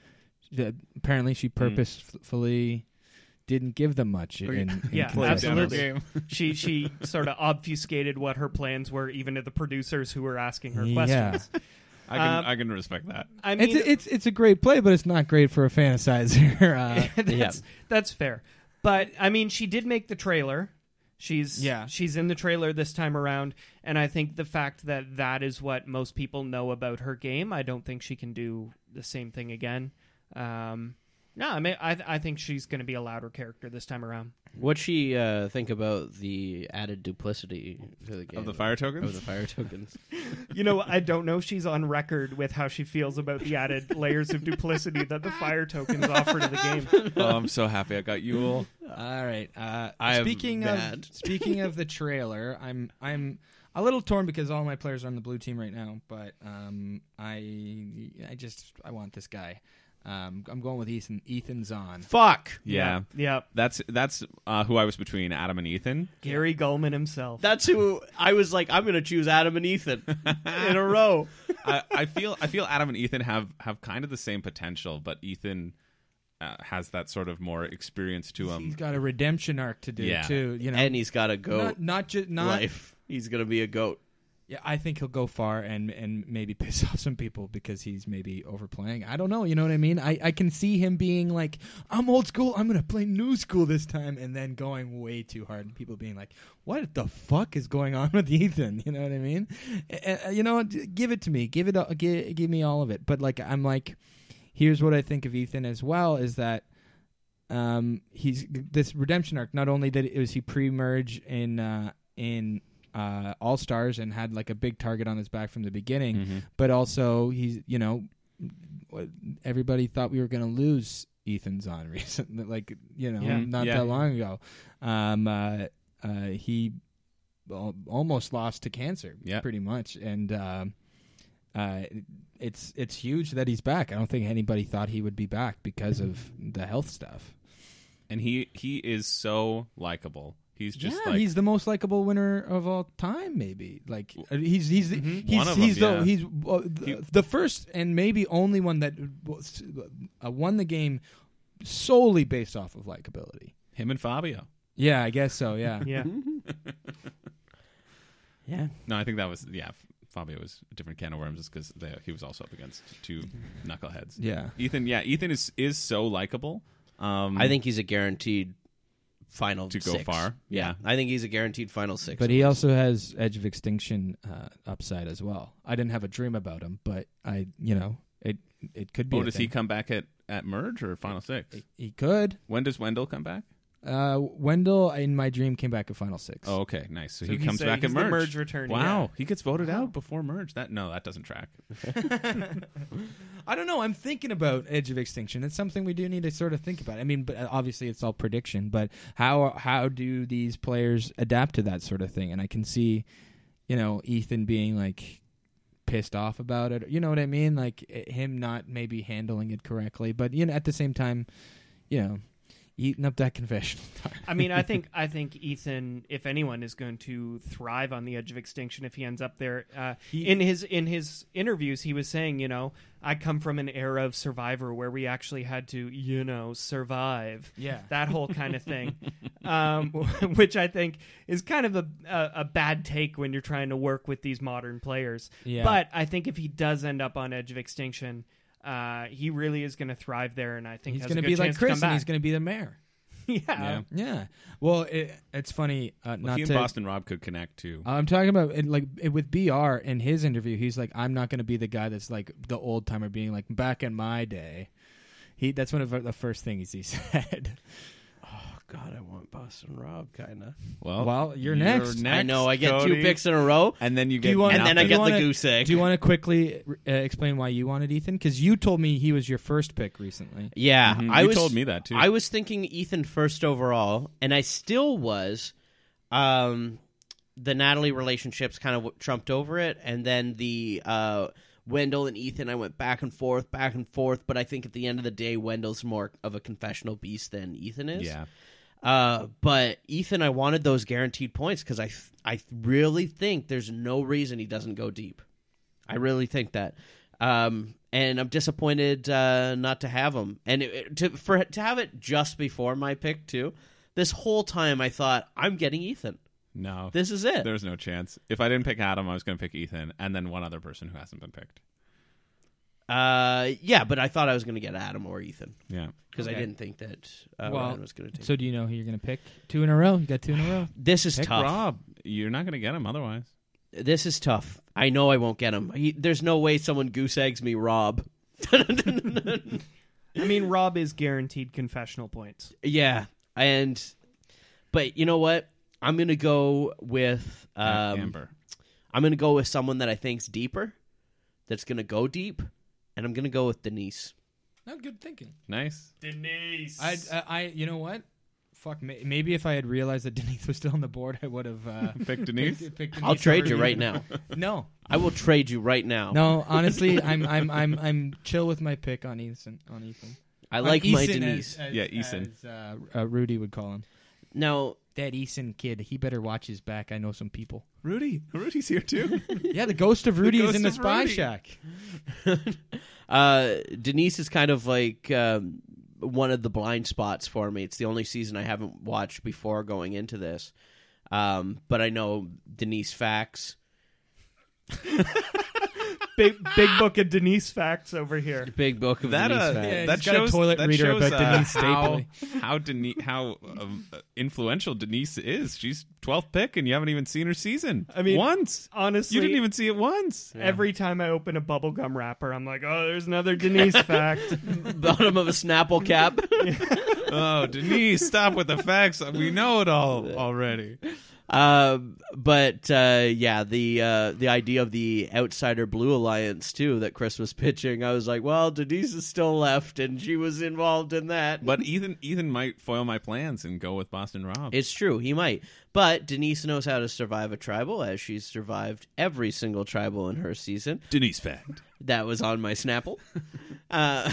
[SPEAKER 2] she- apparently
[SPEAKER 4] Mm.
[SPEAKER 2] she purposefully didn't give them much. In, in
[SPEAKER 4] Oh, Yeah,
[SPEAKER 2] confessionals.
[SPEAKER 4] absolutely. She she sort of obfuscated what her plans were, even to the producers who were asking her
[SPEAKER 2] Yeah.
[SPEAKER 4] questions.
[SPEAKER 3] i can
[SPEAKER 4] Um,
[SPEAKER 3] i can respect that
[SPEAKER 4] I mean,
[SPEAKER 2] It's a, it's it's a great play, but it's not great for a fantasizer. Uh,
[SPEAKER 4] that's that's fair. But I mean, she did make the trailer. She's
[SPEAKER 2] Yeah.
[SPEAKER 4] she's in the trailer this time around, and I think the fact that that is what most people know about her game. I don't think she can do the same thing again. Um, no, I mean, I I think she's going to be a louder character this time around.
[SPEAKER 1] What'd she uh, think about the added duplicity to the game
[SPEAKER 3] of the fire
[SPEAKER 1] Of
[SPEAKER 3] tokens
[SPEAKER 1] the fire tokens?
[SPEAKER 4] You know, I don't know if she's on record with how she feels about the added layers of duplicity that the fire tokens offer to the game.
[SPEAKER 3] oh i'm so happy i got you all
[SPEAKER 2] All right. Uh,
[SPEAKER 3] I am
[SPEAKER 2] speaking
[SPEAKER 1] mad.
[SPEAKER 2] of speaking of the trailer, I'm I'm a little torn because all my players are on the blue team right now, but um, I I just I want this guy. Um, I'm going with Ethan. Ethan's on.
[SPEAKER 1] Fuck.
[SPEAKER 3] yeah.
[SPEAKER 4] Yep.
[SPEAKER 3] That's that's uh, who I was between Adam and Ethan.
[SPEAKER 4] Gary Gulman himself.
[SPEAKER 1] That's who I was like. I'm gonna choose Adam and Ethan in a row.
[SPEAKER 3] I, I feel I feel Adam and Ethan have have kind of the same potential, but Ethan uh, has that sort of more experience to
[SPEAKER 2] He's
[SPEAKER 3] him.
[SPEAKER 2] got a redemption arc to do
[SPEAKER 3] Yeah.
[SPEAKER 2] too. You know,
[SPEAKER 1] And he's got a goat
[SPEAKER 2] not not just not.
[SPEAKER 1] life. He's gonna be a goat.
[SPEAKER 2] Yeah, I think he'll go far and and maybe piss off some people because he's maybe overplaying. I don't know. You know what I mean? I I can see him being like, I'm old school. I'm gonna play new school this time, and then going way too hard, and people being like, What the fuck is going on with Ethan? You know what I mean? Uh, uh, you know, d- give it to me. Give it. all- Give give me all of it. But like, I'm like, here's what I think of Ethan as well is that um he's this redemption arc not only did it was he pre-merge in uh in uh all stars and had like a big target on his back from the beginning but also he's you know everybody thought we were going to lose Ethan's on recently like you know
[SPEAKER 4] Yeah.
[SPEAKER 2] not
[SPEAKER 3] Yeah.
[SPEAKER 2] that long ago um uh, uh he al- almost lost to cancer
[SPEAKER 3] Yeah.
[SPEAKER 2] pretty much and um uh, it's it's huge that he's back. I don't think anybody thought he would be back because of the health stuff.
[SPEAKER 3] And he he is so likable. He's just
[SPEAKER 2] yeah,
[SPEAKER 3] like
[SPEAKER 2] he's the most likable winner of all time. Maybe like uh, he's he's he's
[SPEAKER 3] Mm-hmm. One of
[SPEAKER 2] he's
[SPEAKER 3] them,
[SPEAKER 2] the
[SPEAKER 3] yeah.
[SPEAKER 2] he's uh, the,
[SPEAKER 3] He-
[SPEAKER 2] the first and maybe only one that was- uh, won the game solely based off of likability.
[SPEAKER 3] him and Fabio.
[SPEAKER 2] Yeah, I guess so. Yeah,
[SPEAKER 4] Yeah.
[SPEAKER 1] Yeah.
[SPEAKER 3] No, I think that was yeah. F- Fabio was a different can of worms because he was also up against two knuckleheads.
[SPEAKER 2] yeah.
[SPEAKER 3] Ethan, yeah, Ethan is is so likable. Um,
[SPEAKER 1] I think he's a guaranteed final
[SPEAKER 3] To go
[SPEAKER 1] six.
[SPEAKER 3] far,
[SPEAKER 1] Yeah. I think he's a guaranteed final six.
[SPEAKER 2] But he also has Edge of Extinction uh, upside as well. I didn't have a dream about him, but I, you know, it it could be.
[SPEAKER 3] Oh,
[SPEAKER 2] a
[SPEAKER 3] does he
[SPEAKER 2] thing.
[SPEAKER 3] come back at at merge or final six?
[SPEAKER 2] He could.
[SPEAKER 3] When does Wendell come back?
[SPEAKER 2] Uh, Wendell in my dream came back at Final Six.
[SPEAKER 3] Oh, okay, nice. So,
[SPEAKER 4] So
[SPEAKER 3] he
[SPEAKER 4] he's
[SPEAKER 3] comes
[SPEAKER 4] a-
[SPEAKER 3] back
[SPEAKER 4] he's
[SPEAKER 3] at
[SPEAKER 4] the
[SPEAKER 3] merge.
[SPEAKER 4] merge returnee,
[SPEAKER 3] Wow,
[SPEAKER 4] yeah.
[SPEAKER 3] he gets voted out before merge. That no, that doesn't track.
[SPEAKER 2] I don't know. I'm thinking about Edge of Extinction. It's something we do need to sort of think about. I mean, but uh, obviously it's all prediction. But how how do these players adapt to that sort of thing? And I can see, you know, Ethan being like pissed off about it. You know what I mean? Like i- him not maybe handling it correctly. But you know, at the same time, you know, eating up that confessional time.
[SPEAKER 4] I mean, I think I think Ethan, if anyone, is going to thrive on the edge of extinction if he ends up there. Uh,
[SPEAKER 2] He-
[SPEAKER 4] in his in his interviews, he was saying, you know, I come from an era of Survivor where we actually had to, you know, survive
[SPEAKER 2] Yeah.
[SPEAKER 4] that whole kind of thing, um, which I think is kind of a, a a bad take when you're trying to work with these modern players.
[SPEAKER 2] Yeah.
[SPEAKER 4] But I think if he does end up on Edge of Extinction, uh, he really is going to thrive there, and I think
[SPEAKER 2] he's
[SPEAKER 4] going to
[SPEAKER 2] be
[SPEAKER 4] chance
[SPEAKER 2] like
[SPEAKER 4] to come
[SPEAKER 2] Chris, and he's
[SPEAKER 4] back.
[SPEAKER 2] going to be the mayor.
[SPEAKER 3] Yeah.
[SPEAKER 4] yeah.
[SPEAKER 2] Yeah. Well, it, it's funny. Uh,
[SPEAKER 3] Well,
[SPEAKER 2] not
[SPEAKER 3] he and
[SPEAKER 2] to, Uh,
[SPEAKER 3] Boston Rob could connect too.
[SPEAKER 2] I'm talking about and like it- with Br in his interview. He's like, I'm not going to be the guy that's like the old timer being like back in my day. He that's one of the first things he said.
[SPEAKER 1] oh God, I want Boston Rob kinda.
[SPEAKER 3] well,
[SPEAKER 2] well, you're
[SPEAKER 3] you're
[SPEAKER 2] next.
[SPEAKER 3] next,
[SPEAKER 1] I know, I get
[SPEAKER 3] Cody.
[SPEAKER 1] two picks in a row.
[SPEAKER 3] and then you
[SPEAKER 2] Do
[SPEAKER 3] get
[SPEAKER 2] you want-
[SPEAKER 1] and then I
[SPEAKER 3] nothing.
[SPEAKER 2] Do you
[SPEAKER 1] get the
[SPEAKER 2] wanna-
[SPEAKER 1] goose egg.
[SPEAKER 2] Do you want to quickly uh, explain why you wanted Ethan? Because you told me he was your first pick recently.
[SPEAKER 1] yeah,
[SPEAKER 3] Mhm,
[SPEAKER 1] I
[SPEAKER 3] you
[SPEAKER 1] was,
[SPEAKER 3] told me that, too.
[SPEAKER 1] I was thinking Ethan first overall, and I still was. Um, the Natalie relationships kind of trumped over it, and then the uh, Wendell and Ethan, I went back and forth, back and forth. But I think at the end of the day, Wendell's more of a confessional beast than Ethan is.
[SPEAKER 3] yeah.
[SPEAKER 1] Uh, but Ethan, I wanted those guaranteed points because I th- I really think there's no reason he doesn't go deep. I really think that, um, and I'm disappointed uh, not to have him. And it, it- to for to have it just before my pick too. This whole time I thought I'm getting Ethan.
[SPEAKER 3] No,
[SPEAKER 1] This is it.
[SPEAKER 3] there's no chance. If I didn't pick Adam, I was going to pick Ethan, and then one other person who hasn't been picked.
[SPEAKER 1] Uh, yeah, but I thought I was going to get Adam or Ethan
[SPEAKER 3] Yeah.
[SPEAKER 1] because I
[SPEAKER 2] Okay.
[SPEAKER 1] didn't think that uh,
[SPEAKER 2] Well,
[SPEAKER 1] Ryan was going to take.
[SPEAKER 2] So do you know who you're going to pick? Two in a row. You got two in a row.
[SPEAKER 1] this is
[SPEAKER 2] Pick
[SPEAKER 1] tough.
[SPEAKER 3] Rob, you're not going to get him otherwise.
[SPEAKER 1] this is tough. I know I won't get him. He, there's no way someone goose eggs me, Rob.
[SPEAKER 4] I mean, Rob is guaranteed confessional points.
[SPEAKER 1] yeah, and but you know what? I'm gonna go with um,
[SPEAKER 3] Amber.
[SPEAKER 1] I'm gonna go with someone that I think's deeper, that's gonna go deep, and I'm gonna go with Denise.
[SPEAKER 2] No, good thinking.
[SPEAKER 3] Nice.
[SPEAKER 4] Denise.
[SPEAKER 2] I, I, I you know what? Fuck. May, maybe if I had realized that Denise was still on the board, I would have. Uh,
[SPEAKER 3] Pick Denise.
[SPEAKER 2] picked- picked
[SPEAKER 1] I'll
[SPEAKER 2] Denise
[SPEAKER 1] trade
[SPEAKER 2] over
[SPEAKER 1] you right
[SPEAKER 2] Ethan.
[SPEAKER 1] now.
[SPEAKER 2] No,
[SPEAKER 1] I will trade you right now.
[SPEAKER 2] No, honestly, I'm I'm I'm I'm chill with my pick on Ethan. On Ethan,
[SPEAKER 1] I like my
[SPEAKER 2] Eason as-
[SPEAKER 1] Denise.
[SPEAKER 2] as-
[SPEAKER 3] Yeah, Eason.
[SPEAKER 2] as, uh, uh, Rudy would call him.
[SPEAKER 1] now
[SPEAKER 2] That Eason kid, he better watch his back. I know some people.
[SPEAKER 3] Rudy. Rudy's here too.
[SPEAKER 2] Yeah, the ghost of Rudy is
[SPEAKER 3] ghost
[SPEAKER 2] in the
[SPEAKER 3] of
[SPEAKER 2] spy
[SPEAKER 3] Rudy.
[SPEAKER 2] shack.
[SPEAKER 1] uh, Denise is kind of like um, one of the blind spots for me. It's the only season I haven't watched before going into this. Um, but I know Denise facts.
[SPEAKER 4] big big book of Denise facts over here.
[SPEAKER 1] Big book of
[SPEAKER 3] That
[SPEAKER 1] Denise
[SPEAKER 3] uh,
[SPEAKER 1] facts.
[SPEAKER 2] Yeah,
[SPEAKER 3] that
[SPEAKER 2] he's got a
[SPEAKER 3] shows,
[SPEAKER 2] toilet
[SPEAKER 3] that
[SPEAKER 2] reader
[SPEAKER 3] shows,
[SPEAKER 2] about
[SPEAKER 3] uh,
[SPEAKER 2] Denise
[SPEAKER 3] how
[SPEAKER 2] Stapley.
[SPEAKER 3] how, Denise, how um, uh, influential Denise is. She's 12th pick, and you haven't even seen her season.
[SPEAKER 4] I mean,
[SPEAKER 3] once
[SPEAKER 4] Honestly,
[SPEAKER 3] you didn't even see it once.
[SPEAKER 4] Every time I open a bubblegum wrapper, I'm like, oh, there's another Denise fact.
[SPEAKER 1] Bottom of a Snapple cap.
[SPEAKER 3] oh, Denise, stop with the facts. We know it all already.
[SPEAKER 1] Um, but uh, yeah, the uh, the idea of the outsider blue alliance too that Chris was pitching, I was like, well, Denise is still left, and she was involved in that.
[SPEAKER 3] But Ethan Ethan might foil my plans and go with Boston Rob.
[SPEAKER 1] It's true, he might. But Denise knows how to survive a tribal, as she's survived every single tribal in her season.
[SPEAKER 3] Denise fact.
[SPEAKER 1] That was on my Snapple. uh,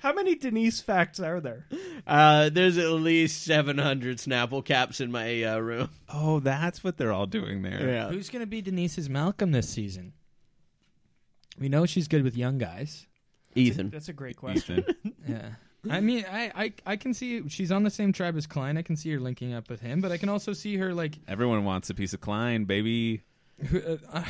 [SPEAKER 4] How many Denise facts are there?
[SPEAKER 1] Uh, there's at least 700 Snapple caps in my uh, room.
[SPEAKER 3] Oh, that's what they're all doing there.
[SPEAKER 1] Yeah.
[SPEAKER 2] Who's going to be Denise's Malcolm this season? We know she's good with young guys.
[SPEAKER 1] Ethan.
[SPEAKER 4] That's a great question.
[SPEAKER 3] Ethan.
[SPEAKER 2] Yeah. I mean, I, I, I can see she's on the same tribe as Klein. I can see her linking up with him, but I can also see her like.
[SPEAKER 3] Everyone wants a piece of Klein, baby.
[SPEAKER 2] who- uh, uh,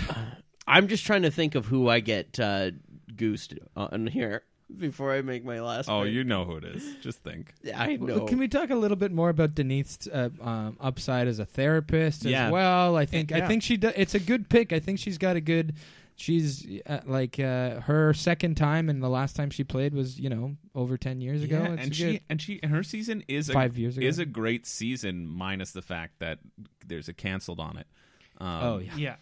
[SPEAKER 1] I'm just trying to think of who I get uh, goosed on here before I make my last.
[SPEAKER 3] Oh,
[SPEAKER 1] pick.
[SPEAKER 3] you know who it is. Just think.
[SPEAKER 1] I know.
[SPEAKER 2] Can we talk a little bit more about Denise's uh, um, upside as a therapist
[SPEAKER 3] Yeah.
[SPEAKER 2] as well? I think
[SPEAKER 4] Yeah.
[SPEAKER 2] I think she do, it's a good pick. I think she's got a good. She's uh, like uh, her second time, and the last time she played was you know over ten years ago.
[SPEAKER 3] Yeah,
[SPEAKER 2] It's
[SPEAKER 3] and
[SPEAKER 2] a
[SPEAKER 3] she
[SPEAKER 2] good-
[SPEAKER 3] and she and her season is a,
[SPEAKER 2] Five years ago.
[SPEAKER 3] is a great season, minus the fact that there's a canceled on it. Um,
[SPEAKER 2] oh yeah.
[SPEAKER 4] Yeah.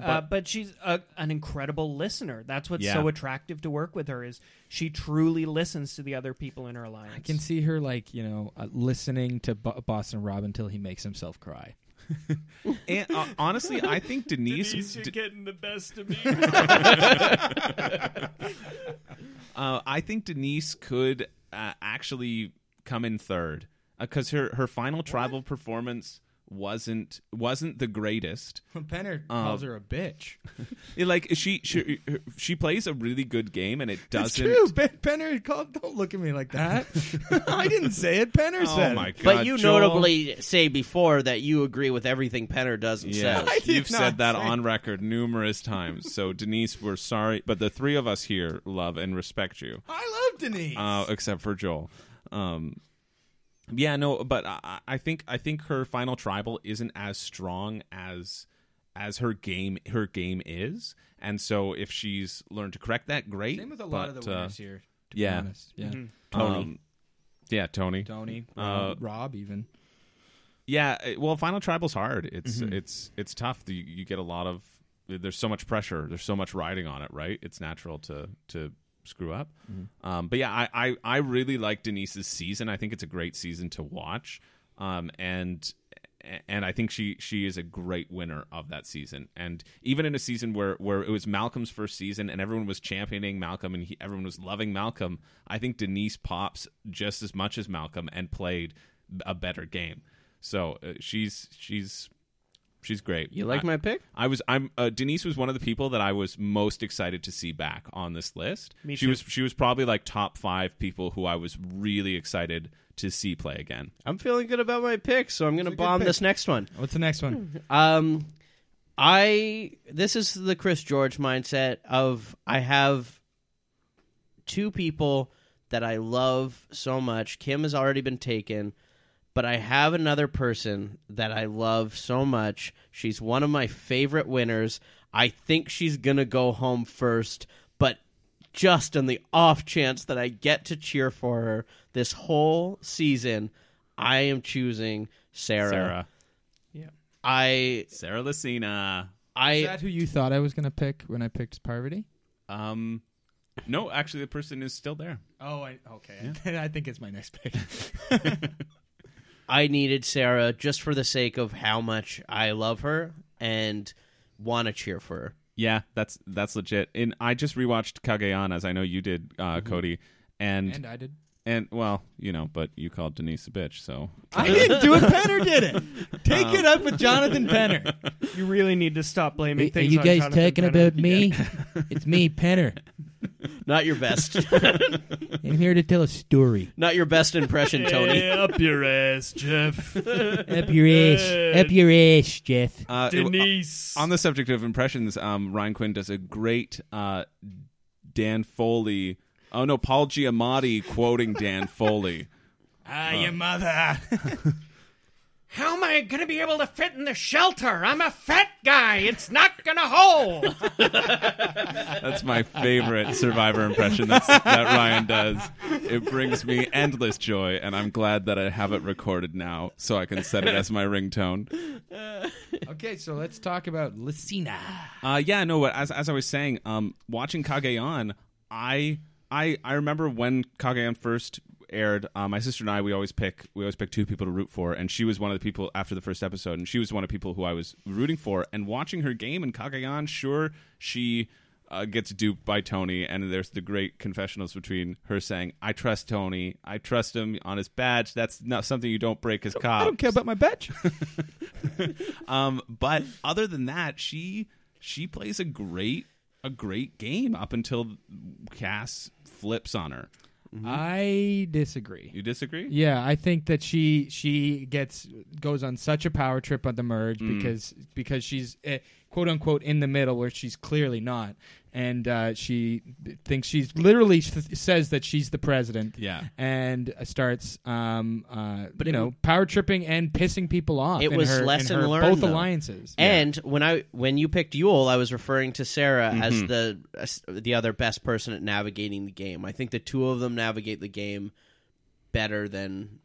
[SPEAKER 4] Uh, but she's a, an incredible listener. That's what's
[SPEAKER 3] Yeah.
[SPEAKER 4] so attractive to work with her is she truly listens to the other people in her alliance.
[SPEAKER 2] I can see her like you know uh, listening to Bo- Boston Rob until he makes himself cry.
[SPEAKER 3] And, uh, honestly, I think Denise. D-
[SPEAKER 4] getting the best of me.
[SPEAKER 3] uh, I think Denise could uh, actually come in third because her her final tribal performance wasn't wasn't the greatest.
[SPEAKER 2] Penner
[SPEAKER 3] calls
[SPEAKER 2] her a bitch.
[SPEAKER 3] It, like she she her- she plays a really good game and it doesn't.
[SPEAKER 2] Ben Penner called. Don't look at me like that. I didn't say it. Penner
[SPEAKER 3] Oh my god!
[SPEAKER 1] but you
[SPEAKER 3] Joel.
[SPEAKER 1] notably say before that you agree with everything Penner does and
[SPEAKER 3] Yes,
[SPEAKER 1] says.
[SPEAKER 2] did
[SPEAKER 3] you've
[SPEAKER 2] not
[SPEAKER 3] said that
[SPEAKER 2] say-
[SPEAKER 3] on record numerous times. So Denise, we're sorry, but the three of us here love and respect you,
[SPEAKER 2] I love Denise.
[SPEAKER 3] uh, except for Joel. Um, yeah, no, but I- I, I think I think her final tribal isn't as strong as as her game her game is, and so if she's learned to correct that, great. but, uh,
[SPEAKER 2] here.
[SPEAKER 3] be yeah. honest.
[SPEAKER 2] honest. yeah.
[SPEAKER 1] Tony.
[SPEAKER 3] um, yeah, Tony.
[SPEAKER 2] Tony,
[SPEAKER 3] Uh,
[SPEAKER 2] Rob, even.
[SPEAKER 3] Yeah, it- well, Final Tribal's hard. It's it's it's tough. You, you get a lot of there's so much pressure. There's so much riding on it, right? It's natural to to screw up. Um, but yeah, I, I I really like Denise's season. I think it's a great season to watch. Um, and and I think she she is a great winner of that season. And even in a season where where it was Malcolm's first season and everyone was championing Malcolm and he, everyone was loving Malcolm, I think Denise pops just as much as Malcolm and played a better game. So uh, she's she's she's great.
[SPEAKER 1] You like
[SPEAKER 3] I,
[SPEAKER 1] my pick?
[SPEAKER 3] I was I'm uh, Denise was one of the people that I was most excited to see back on this list.
[SPEAKER 4] Me
[SPEAKER 3] she
[SPEAKER 4] too.
[SPEAKER 3] was she was probably like top 5 people who I was really excited to see play again.
[SPEAKER 1] I'm feeling good about my pick, so I'm going to
[SPEAKER 2] good
[SPEAKER 1] bomb
[SPEAKER 2] pick.
[SPEAKER 1] this next one.
[SPEAKER 2] What's the next one?
[SPEAKER 1] Um, I this is the Chris George mindset of I have two people that I love so much. Kim has already been taken, but I have another person that I love so much. She's one of my favorite winners. I think she's gonna go home first, but just on the off chance that I get to cheer for her this whole season, I am choosing Sarah.
[SPEAKER 3] Sarah
[SPEAKER 1] I
[SPEAKER 3] Sarah Lucina.
[SPEAKER 2] Is
[SPEAKER 1] I
[SPEAKER 2] that who you thought I was going to pick when I picked Parvati?
[SPEAKER 3] Um, no, actually, the person is still there.
[SPEAKER 2] Oh, I, okay. I think it's my next pick.
[SPEAKER 1] I needed Sarah just for the sake of how much I love her and want to cheer for her.
[SPEAKER 3] Yeah, that's that's legit. And I just rewatched Kageyan as I know you did, uh, Cody. And,
[SPEAKER 2] Mm-hmm. and
[SPEAKER 3] and
[SPEAKER 2] I did.
[SPEAKER 3] well, you know, but you called Denise a bitch, so
[SPEAKER 2] I didn't do it. Penner did it. Take it up with Jonathan Penner.
[SPEAKER 4] you really need to stop blaming things on Jonathan Bennett.
[SPEAKER 2] me? it's me, Penner.
[SPEAKER 1] Not your best.
[SPEAKER 2] I'm here to tell a story.
[SPEAKER 1] Not your best impression, Tony.
[SPEAKER 4] up your ass, Jeff.
[SPEAKER 2] Up your ass. Up your ass, Jeff.
[SPEAKER 3] uh, it-
[SPEAKER 4] Denise.
[SPEAKER 3] on the subject of impressions, um, Ryan Quinn does a great uh, Dan Foley. Oh no, Paul Giamatti quoting Dan Foley.
[SPEAKER 2] Ah, your mother.
[SPEAKER 4] How am I going to be able to fit in the shelter? I'm a fat guy. It's not going to hold.
[SPEAKER 3] That's my favorite Survivor impression that's, that Ryan does. It brings me endless joy, and I'm glad that I have it recorded now so I can set it as my ringtone.
[SPEAKER 2] okay, so let's talk about Lucina.
[SPEAKER 3] Uh, yeah, no. But as as I was saying, um, watching Kageon, I I I remember when Kageon first aired. Uh, my sister and I, we always pick we always pick two people to root for, and she was one of the people after the first episode, and she was one of the people who I was rooting for. And watching her game in Kageon, sure she. uh, gets duped by Tony, and there's the great confessionals between her saying, "I trust Tony. I trust him on his badge. That's not something you don't break as cop."
[SPEAKER 2] I don't care about my badge.
[SPEAKER 3] Um, but other than that, she she plays a great a great game up until Cass flips on her.
[SPEAKER 2] I disagree.
[SPEAKER 3] You disagree?
[SPEAKER 2] Yeah, I think that she she gets goes on such a power trip on the merge
[SPEAKER 1] Mm.
[SPEAKER 2] because because she's eh, quote unquote in the middle where she's clearly not, and uh, she thinks she's literally th- says that she's the president.
[SPEAKER 3] Yeah.
[SPEAKER 2] and uh, starts um uh but you
[SPEAKER 1] it-
[SPEAKER 2] know power tripping and pissing people off.
[SPEAKER 1] It
[SPEAKER 2] in
[SPEAKER 1] was
[SPEAKER 2] her- in
[SPEAKER 1] lesson
[SPEAKER 2] her
[SPEAKER 1] learned,
[SPEAKER 2] Both
[SPEAKER 1] though.
[SPEAKER 2] alliances.
[SPEAKER 1] And when I when you picked Yule, I was referring to Sarah
[SPEAKER 4] Mm-hmm.
[SPEAKER 1] as the as the other best person at navigating the game. I think the two of them navigate the game better than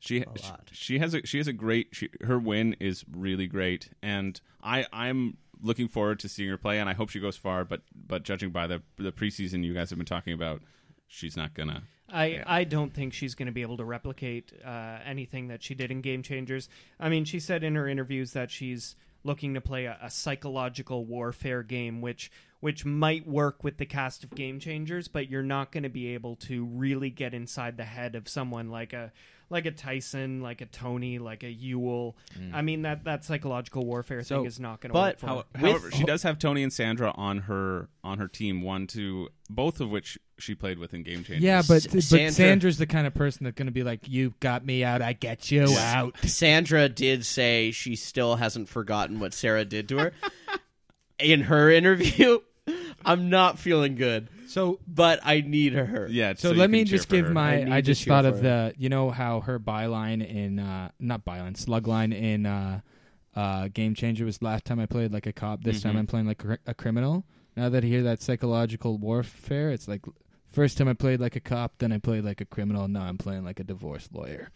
[SPEAKER 3] She
[SPEAKER 1] a lot.
[SPEAKER 3] she has a she has a great she, her win is really great, and I I'm looking forward to seeing her play, and I hope she goes far. But but judging by the the preseason you guys have been talking about, she's not gonna.
[SPEAKER 4] I, I don't think she's going to be able to replicate uh, anything that she did in Game Changers. I mean, she said in her interviews that she's looking to play a, a psychological warfare game, which which might work with the cast of Game Changers, but you're not going to be able to really get inside the head of someone like a like a Tyson, like a Tony, like a Ewell. I mean that that psychological warfare
[SPEAKER 2] So-
[SPEAKER 4] thing is not going to
[SPEAKER 1] Mm. but
[SPEAKER 4] work for.
[SPEAKER 1] how-
[SPEAKER 4] her.
[SPEAKER 3] However, she does have Tony and Sandra on her on her team, one two, both of which she played with in Game Changers.
[SPEAKER 2] Yeah, but
[SPEAKER 1] S-
[SPEAKER 2] but
[SPEAKER 1] Sandra-
[SPEAKER 2] Sandra's the kind of person that's going to be like, "You got me out, I get you out."
[SPEAKER 1] Sandra did say she still hasn't forgotten what Sarah did to her in her interview. I'm not feeling good,
[SPEAKER 2] So
[SPEAKER 1] but I need her.
[SPEAKER 3] yeah.
[SPEAKER 2] So,
[SPEAKER 3] you
[SPEAKER 2] let
[SPEAKER 3] can
[SPEAKER 2] me
[SPEAKER 3] cheer
[SPEAKER 2] just
[SPEAKER 3] for
[SPEAKER 2] give
[SPEAKER 3] her.
[SPEAKER 1] I
[SPEAKER 2] my.
[SPEAKER 1] need
[SPEAKER 2] I,
[SPEAKER 1] to
[SPEAKER 2] just
[SPEAKER 1] cheer
[SPEAKER 2] thought
[SPEAKER 1] for
[SPEAKER 2] of the. You know how her byline in uh not byline slug line in uh uh game changer was last time I played like a cop. This
[SPEAKER 3] Mm-hmm.
[SPEAKER 2] time I'm playing like a cri- a criminal. Now that I hear that psychological warfare, it's like first time I played like a cop, then I played like a criminal. Now I'm playing like a divorce lawyer.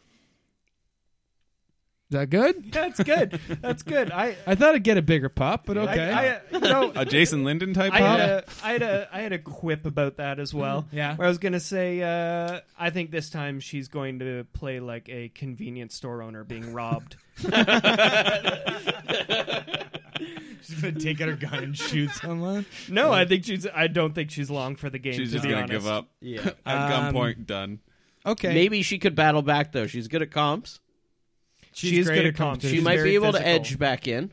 [SPEAKER 2] Is that good?
[SPEAKER 4] That's good. That's good. I
[SPEAKER 2] I thought I'd get a bigger pop, but
[SPEAKER 4] I-
[SPEAKER 2] okay.
[SPEAKER 4] I, you know,
[SPEAKER 3] a Jason Linden type.
[SPEAKER 4] I had,
[SPEAKER 3] role?
[SPEAKER 4] a, I had a I had a quip about that as well.
[SPEAKER 2] Yeah.
[SPEAKER 4] where I was gonna say uh, I think this time she's going to play like a convenience store owner being robbed.
[SPEAKER 2] She's gonna take out her gun and shoot someone.
[SPEAKER 4] no, I think she's. I don't think she's long for the game.
[SPEAKER 3] She's
[SPEAKER 4] to
[SPEAKER 3] just
[SPEAKER 4] be
[SPEAKER 3] gonna
[SPEAKER 4] honest.
[SPEAKER 3] give up
[SPEAKER 1] yeah.
[SPEAKER 3] at
[SPEAKER 2] Um,
[SPEAKER 3] gunpoint. Done.
[SPEAKER 2] Okay,
[SPEAKER 1] Maybe she could battle back though. She's good at comps.
[SPEAKER 4] She's She's great good at at comp.
[SPEAKER 2] competition.
[SPEAKER 4] competition.
[SPEAKER 1] She
[SPEAKER 4] She's
[SPEAKER 1] might
[SPEAKER 4] very
[SPEAKER 1] be able to
[SPEAKER 4] physical.
[SPEAKER 1] edge back in.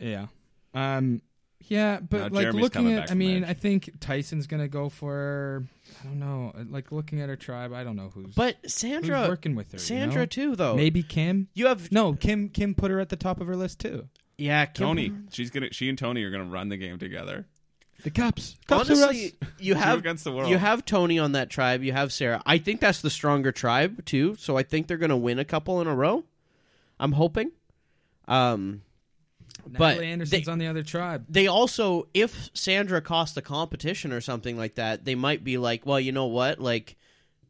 [SPEAKER 2] Yeah. Um. Yeah, but
[SPEAKER 3] Now
[SPEAKER 2] like
[SPEAKER 3] Jeremy's
[SPEAKER 2] looking
[SPEAKER 3] coming
[SPEAKER 2] at,
[SPEAKER 3] back
[SPEAKER 2] I
[SPEAKER 3] from
[SPEAKER 2] mean,
[SPEAKER 3] edge.
[SPEAKER 2] I think Tyson's gonna go for, I don't know, like looking at her tribe, I don't know who's,
[SPEAKER 1] But
[SPEAKER 2] who's
[SPEAKER 3] Mm-hmm.
[SPEAKER 1] Sandra,
[SPEAKER 2] working with her. you
[SPEAKER 1] Sandra
[SPEAKER 2] know?
[SPEAKER 1] too though.
[SPEAKER 2] maybe Kim.
[SPEAKER 1] you have
[SPEAKER 2] No, Kim. Kim put her at the top of her list too.
[SPEAKER 1] yeah, Kim-
[SPEAKER 3] Tony. She's gonna. She and Tony are gonna run the game together.
[SPEAKER 2] The cops. Cops
[SPEAKER 1] Honestly, you
[SPEAKER 3] Two
[SPEAKER 1] have
[SPEAKER 3] against the world.
[SPEAKER 1] you have Tony on that tribe. You have Sarah. I think that's the stronger tribe too. So I think they're going to win a couple in a row. I'm hoping. Um, but
[SPEAKER 2] Natalie Anderson's
[SPEAKER 1] they-
[SPEAKER 2] on the other tribe.
[SPEAKER 1] they also, if Sandra costs a competition or something like that, they might be like, well, you know what, like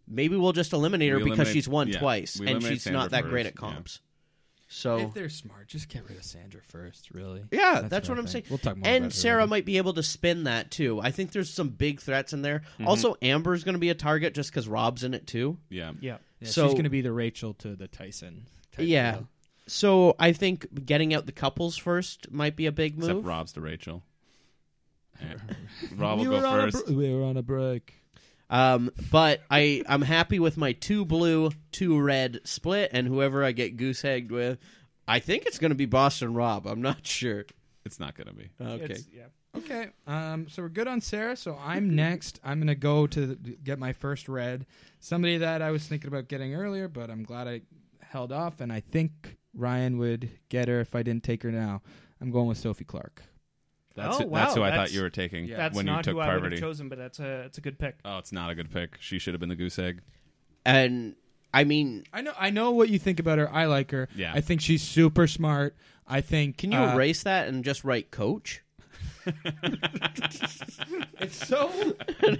[SPEAKER 1] maybe we'll just eliminate her
[SPEAKER 3] We
[SPEAKER 1] because
[SPEAKER 3] eliminate-
[SPEAKER 1] she's won
[SPEAKER 3] yeah,
[SPEAKER 1] twice
[SPEAKER 3] we
[SPEAKER 1] and
[SPEAKER 3] eliminate
[SPEAKER 1] she's not
[SPEAKER 3] Sandra
[SPEAKER 1] that great
[SPEAKER 3] first,
[SPEAKER 1] at
[SPEAKER 3] yeah.
[SPEAKER 1] comps. So
[SPEAKER 2] If they're smart, just get rid of Sandra first. Really.
[SPEAKER 1] Oh. yeah, that's,
[SPEAKER 2] what
[SPEAKER 1] what
[SPEAKER 2] I
[SPEAKER 1] I'm saying.
[SPEAKER 2] think. We'll talk more
[SPEAKER 1] and
[SPEAKER 2] about it
[SPEAKER 1] Sarah
[SPEAKER 2] later.
[SPEAKER 1] might be able to spin that too. I think there's some big threats in there.
[SPEAKER 3] Mm-hmm.
[SPEAKER 1] Also, Amber's going to be a target just because Rob's in it too.
[SPEAKER 3] Yeah.
[SPEAKER 4] Yeah.
[SPEAKER 2] Yeah,
[SPEAKER 1] so-
[SPEAKER 2] she's gonna be the Rachel to the Tyson. type
[SPEAKER 1] Yeah.
[SPEAKER 2] deal.
[SPEAKER 1] So I think getting out the couples first might be a big
[SPEAKER 3] Except
[SPEAKER 1] move.
[SPEAKER 3] Rob's to Rachel. Yeah. Rob will
[SPEAKER 2] We
[SPEAKER 3] go
[SPEAKER 2] were on a
[SPEAKER 3] first.
[SPEAKER 2] br- we were on a break.
[SPEAKER 1] Um, but I I'm happy with my two blue, two red split, and whoever I get goose egged with, I think it's going to be Boston Rob. I'm not sure.
[SPEAKER 3] It's not gonna be.
[SPEAKER 1] Okay.
[SPEAKER 4] It's- yeah.
[SPEAKER 2] Okay. Mm-hmm. Um, so we're good on Sarah. So I'm next. I'm gonna go to th- get my first red. Somebody that I was thinking about getting earlier, but I'm glad I held off. And I think Ryan would get her if I didn't take her now. I'm going with Sophie Clark.
[SPEAKER 3] That's
[SPEAKER 4] Oh,
[SPEAKER 3] who,
[SPEAKER 4] wow,
[SPEAKER 3] that's who I
[SPEAKER 4] that's-
[SPEAKER 3] thought you were taking
[SPEAKER 2] Yeah.
[SPEAKER 4] That's
[SPEAKER 3] when you
[SPEAKER 4] not
[SPEAKER 3] took
[SPEAKER 4] who I would
[SPEAKER 3] Parvati.
[SPEAKER 4] have chosen, but that's a that's a good pick.
[SPEAKER 3] oh, it's not a good pick. She should have been the goose egg.
[SPEAKER 1] And I mean,
[SPEAKER 2] I know. I know what you think about her. I like her.
[SPEAKER 3] Yeah.
[SPEAKER 2] I think she's super smart. I think.
[SPEAKER 1] can you
[SPEAKER 2] uh,
[SPEAKER 1] erase that and just write coach?
[SPEAKER 2] It's so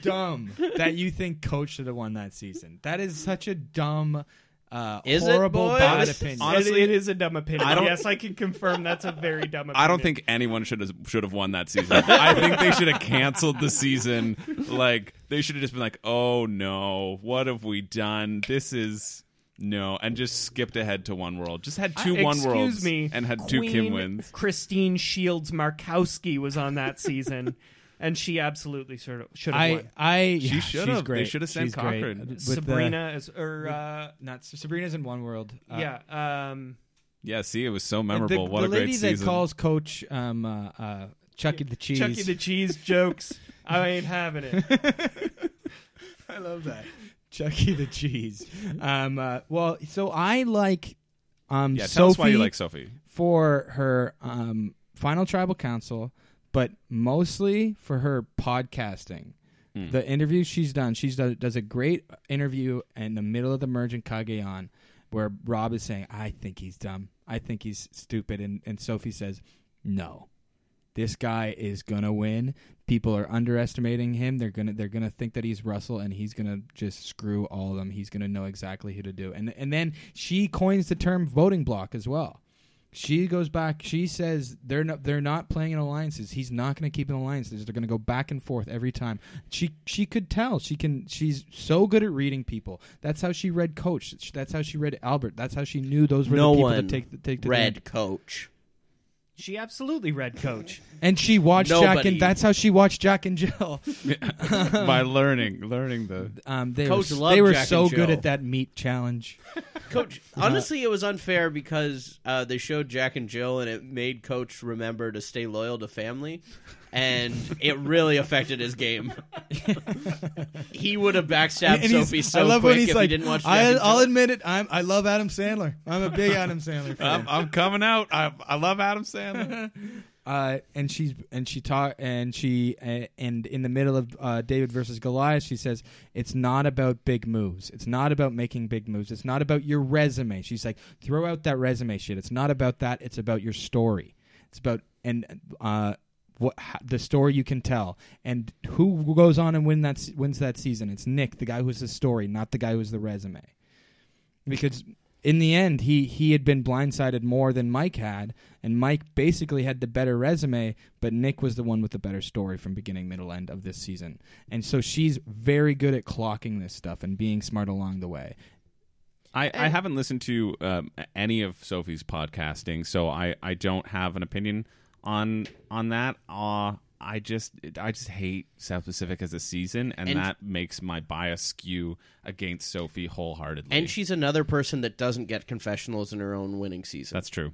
[SPEAKER 2] dumb that you think Coach should have won that season. That is such a dumb, uh,
[SPEAKER 1] Is it,
[SPEAKER 2] horrible,
[SPEAKER 1] boys?
[SPEAKER 2] bad opinion.
[SPEAKER 3] Honestly-
[SPEAKER 4] it, it is a dumb opinion.
[SPEAKER 3] I don't-
[SPEAKER 4] yes, I can confirm that's a very dumb. opinion.
[SPEAKER 3] I don't think anyone should have should have won that season. I think they should have canceled the season. Like they should have just been like, "Oh no, what have we done? This is No, and just skipped ahead to One World. Just had
[SPEAKER 4] Uh,
[SPEAKER 3] two One
[SPEAKER 4] excuse
[SPEAKER 3] Worlds
[SPEAKER 4] me,
[SPEAKER 3] and had two Kim
[SPEAKER 4] Queen
[SPEAKER 3] wins.
[SPEAKER 4] Christine Shields Markowski was on that season, and she absolutely sort of should have
[SPEAKER 2] I,
[SPEAKER 4] won.
[SPEAKER 2] I, yeah,
[SPEAKER 3] She
[SPEAKER 2] she's
[SPEAKER 3] should have. They
[SPEAKER 2] Great.
[SPEAKER 3] should have sent
[SPEAKER 2] She's great.
[SPEAKER 3] Cochran.
[SPEAKER 2] With the-
[SPEAKER 4] Sabrina is or uh,
[SPEAKER 2] not Sabrina's in one world. Uh,
[SPEAKER 4] yeah, um,
[SPEAKER 3] Yeah, see, it was so
[SPEAKER 2] the-
[SPEAKER 3] memorable.
[SPEAKER 2] The,
[SPEAKER 3] what a
[SPEAKER 2] lady
[SPEAKER 3] great
[SPEAKER 2] that
[SPEAKER 3] season.
[SPEAKER 2] calls Coach um, uh, uh, Chucky the Cheese.
[SPEAKER 4] Chucky E. the Cheese jokes. I ain't having it.
[SPEAKER 2] I love that. Chucky E. the Cheese. Um, uh, well, so I like um,
[SPEAKER 3] yeah,
[SPEAKER 2] Sophie
[SPEAKER 3] tell us why you like Sophie.
[SPEAKER 2] for her um, final tribal council, but mostly for her podcasting. The interviews she's done, she's done, does a great interview in the middle of the merge in Kageon, where Rob is saying, "I think he's dumb. I think he's stupid," and and Sophie says, "No, this guy is gonna win. People are underestimating him. They're gonna they're gonna think that he's Russell, and he's gonna just screw all of them. He's gonna know exactly who to do." And and then she coins the term voting block as well. She goes back. She says they're not they're not playing in alliances. He's not going to keep an alliance. They're going to go back and forth every time. She she could tell. She can. She's so good at reading people. That's how she read Coach. That's how she read Albert. That's how she knew those were
[SPEAKER 1] no
[SPEAKER 2] the people
[SPEAKER 1] one
[SPEAKER 2] that take the take to the
[SPEAKER 1] read coach.
[SPEAKER 4] She absolutely read Coach.
[SPEAKER 2] And she watched Jack
[SPEAKER 1] Nobody.
[SPEAKER 2] and that's how she watched Jack and Jill.
[SPEAKER 3] By learning, learning the
[SPEAKER 2] Um, they
[SPEAKER 1] Coach
[SPEAKER 2] were,
[SPEAKER 1] loved
[SPEAKER 2] they were
[SPEAKER 1] Jack
[SPEAKER 2] so
[SPEAKER 1] and
[SPEAKER 2] good
[SPEAKER 1] Jill.
[SPEAKER 2] at that meat challenge.
[SPEAKER 1] Coach, honestly, it was unfair because uh, they showed Jack and Jill, and it made Coach remember to stay loyal to family, and it really affected his game. he would have backstabbed
[SPEAKER 2] And he's-
[SPEAKER 1] Sophie so
[SPEAKER 2] I love
[SPEAKER 1] quick
[SPEAKER 2] when he's
[SPEAKER 1] if
[SPEAKER 2] like,
[SPEAKER 1] he didn't watch Jack
[SPEAKER 2] I,
[SPEAKER 1] and
[SPEAKER 2] I'll
[SPEAKER 1] Jill.
[SPEAKER 2] admit it. I'm, I love Adam Sandler. I'm a big Adam Sandler fan.
[SPEAKER 3] I'm, I'm coming out. I, I love Adam Sandler.
[SPEAKER 2] uh, and she's and she taught and she uh, and in the middle of uh, David versus Goliath, she says it's not about big moves. It's not about making big moves. It's not about your resume. She's like, throw out that resume shit. It's not about that. It's about your story. It's about and uh, what how, the story you can tell and who goes on and win that se- wins that season. It's Nick, the guy who's the story, not the guy who's the resume because in the end he he had been blindsided more than Mike had and Mike basically had the better resume but Nick was the one with the better story from beginning middle end of this season and so she's very good at clocking this stuff and being smart along the way
[SPEAKER 3] I, I haven't listened to um, any of Sophie's podcasting, so I, I don't have an opinion on on that. Uh, I just I just hate South Pacific as a season, and,
[SPEAKER 1] And-
[SPEAKER 3] that makes my bias skew against Sophie wholeheartedly.
[SPEAKER 1] And she's another person that doesn't get confessionals in her own winning season.
[SPEAKER 3] that's true.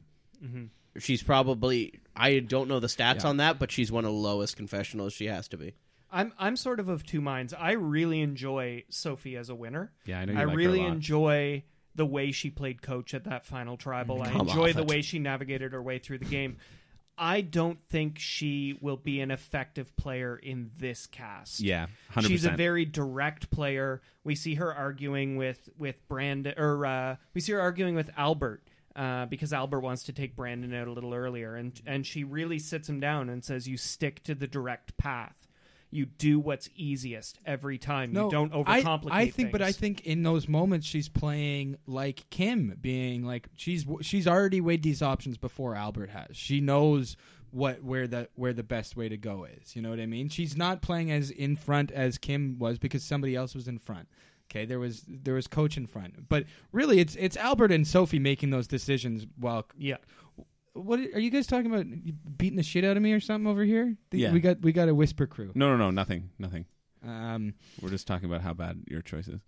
[SPEAKER 1] she's probably I don't know the stats on that, but she's one of the lowest confessionals. She has to be.
[SPEAKER 4] I'm I'm sort of of two minds. I really enjoy Sophie as a winner.
[SPEAKER 3] Yeah, I know you
[SPEAKER 4] I
[SPEAKER 3] like her a
[SPEAKER 4] really
[SPEAKER 3] lot.
[SPEAKER 4] enjoy the way she played coach at that final tribal.
[SPEAKER 3] Mm,
[SPEAKER 4] I
[SPEAKER 1] Come
[SPEAKER 4] enjoy
[SPEAKER 1] off
[SPEAKER 4] the
[SPEAKER 1] it.
[SPEAKER 4] way she navigated her way through the game. I don't think she will be an effective player in this cast.
[SPEAKER 3] Yeah, hundred
[SPEAKER 4] She's a
[SPEAKER 3] percent.
[SPEAKER 4] very direct player. We see her arguing with with Brandon, or uh, we see her arguing with Albert uh, because Albert wants to take Brandon out a little earlier, and and she really sits him down and says, "You stick to the direct path. You do what's easiest every time. you don't overcomplicate."
[SPEAKER 2] I, I think but I
[SPEAKER 4] things."
[SPEAKER 2] think in those moments she's playing like Kim being like she's she's already weighed these options before Albert has she knows what where the where the best way to go is you know what I mean she's not playing as in front as Kim was because somebody else was in front okay there was there was coach in front but really it's it's Albert and Sophie making those decisions while
[SPEAKER 4] yeah.
[SPEAKER 2] what are you guys talking about beating the shit out of me or something over here
[SPEAKER 3] Yeah.
[SPEAKER 2] we got we got a whisper crew
[SPEAKER 3] No, no, no, nothing, nothing.
[SPEAKER 2] um
[SPEAKER 3] We're just talking about how bad your choice is.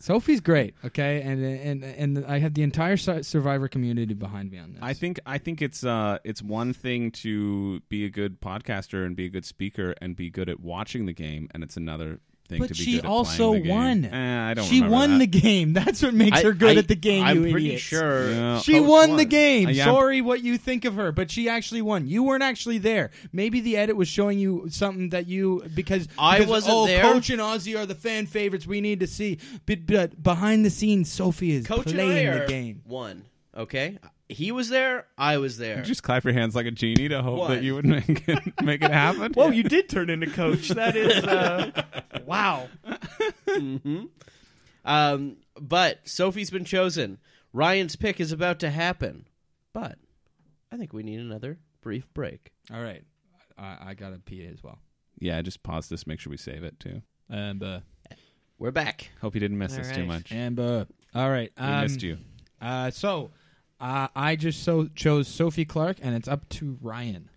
[SPEAKER 2] Sophie's great, okay, and and and I have the entire Sur- Survivor community behind me on this.
[SPEAKER 3] I think I think it's uh it's one thing to be a good podcaster and be a good speaker and be good at watching the game, and it's another thing
[SPEAKER 2] But
[SPEAKER 3] to be
[SPEAKER 2] she
[SPEAKER 3] good at
[SPEAKER 2] also
[SPEAKER 3] playing the game.
[SPEAKER 2] won.
[SPEAKER 3] Eh, I don't.
[SPEAKER 2] she
[SPEAKER 3] remember
[SPEAKER 2] won
[SPEAKER 3] that.
[SPEAKER 2] the game. That's what makes her good
[SPEAKER 1] I-
[SPEAKER 2] at the game.
[SPEAKER 1] I'm
[SPEAKER 2] you
[SPEAKER 1] pretty
[SPEAKER 2] idiots.
[SPEAKER 1] sure
[SPEAKER 3] Yeah.
[SPEAKER 2] She
[SPEAKER 1] Coach
[SPEAKER 2] won the game.
[SPEAKER 3] Uh, yeah, I'm-
[SPEAKER 2] Sorry what you think of her, but she actually won. You weren't actually there. Maybe the edit was showing you something that you because
[SPEAKER 1] I
[SPEAKER 2] because,
[SPEAKER 1] wasn't
[SPEAKER 2] oh,
[SPEAKER 1] there.
[SPEAKER 2] Coach and Ozzy are the fan favorites we need to see. But, but behind the scenes, Sophie is
[SPEAKER 1] Coach
[SPEAKER 2] playing
[SPEAKER 1] and I are
[SPEAKER 2] the game.
[SPEAKER 1] One. Okay, he was there. I was there.
[SPEAKER 3] You just clap your hands like a genie to hope that
[SPEAKER 1] One.
[SPEAKER 3] you would make it, make it happen.
[SPEAKER 4] Whoa, you did turn into coach. That is uh, wow.
[SPEAKER 1] Um, but Sophie's been chosen. Ryan's pick is about to happen, but I think we need another brief break.
[SPEAKER 2] All right, I, I gotta pee as well.
[SPEAKER 3] yeah, just pause this. Make sure we save it too.
[SPEAKER 2] And uh,
[SPEAKER 1] We're back.
[SPEAKER 3] Hope you didn't miss
[SPEAKER 4] All
[SPEAKER 3] this
[SPEAKER 4] right.
[SPEAKER 3] too much.
[SPEAKER 2] and uh, All right.
[SPEAKER 3] We
[SPEAKER 2] Um,
[SPEAKER 3] missed you.
[SPEAKER 2] Uh, so uh, I just so chose Sophie Clark, and it's up to Ryan.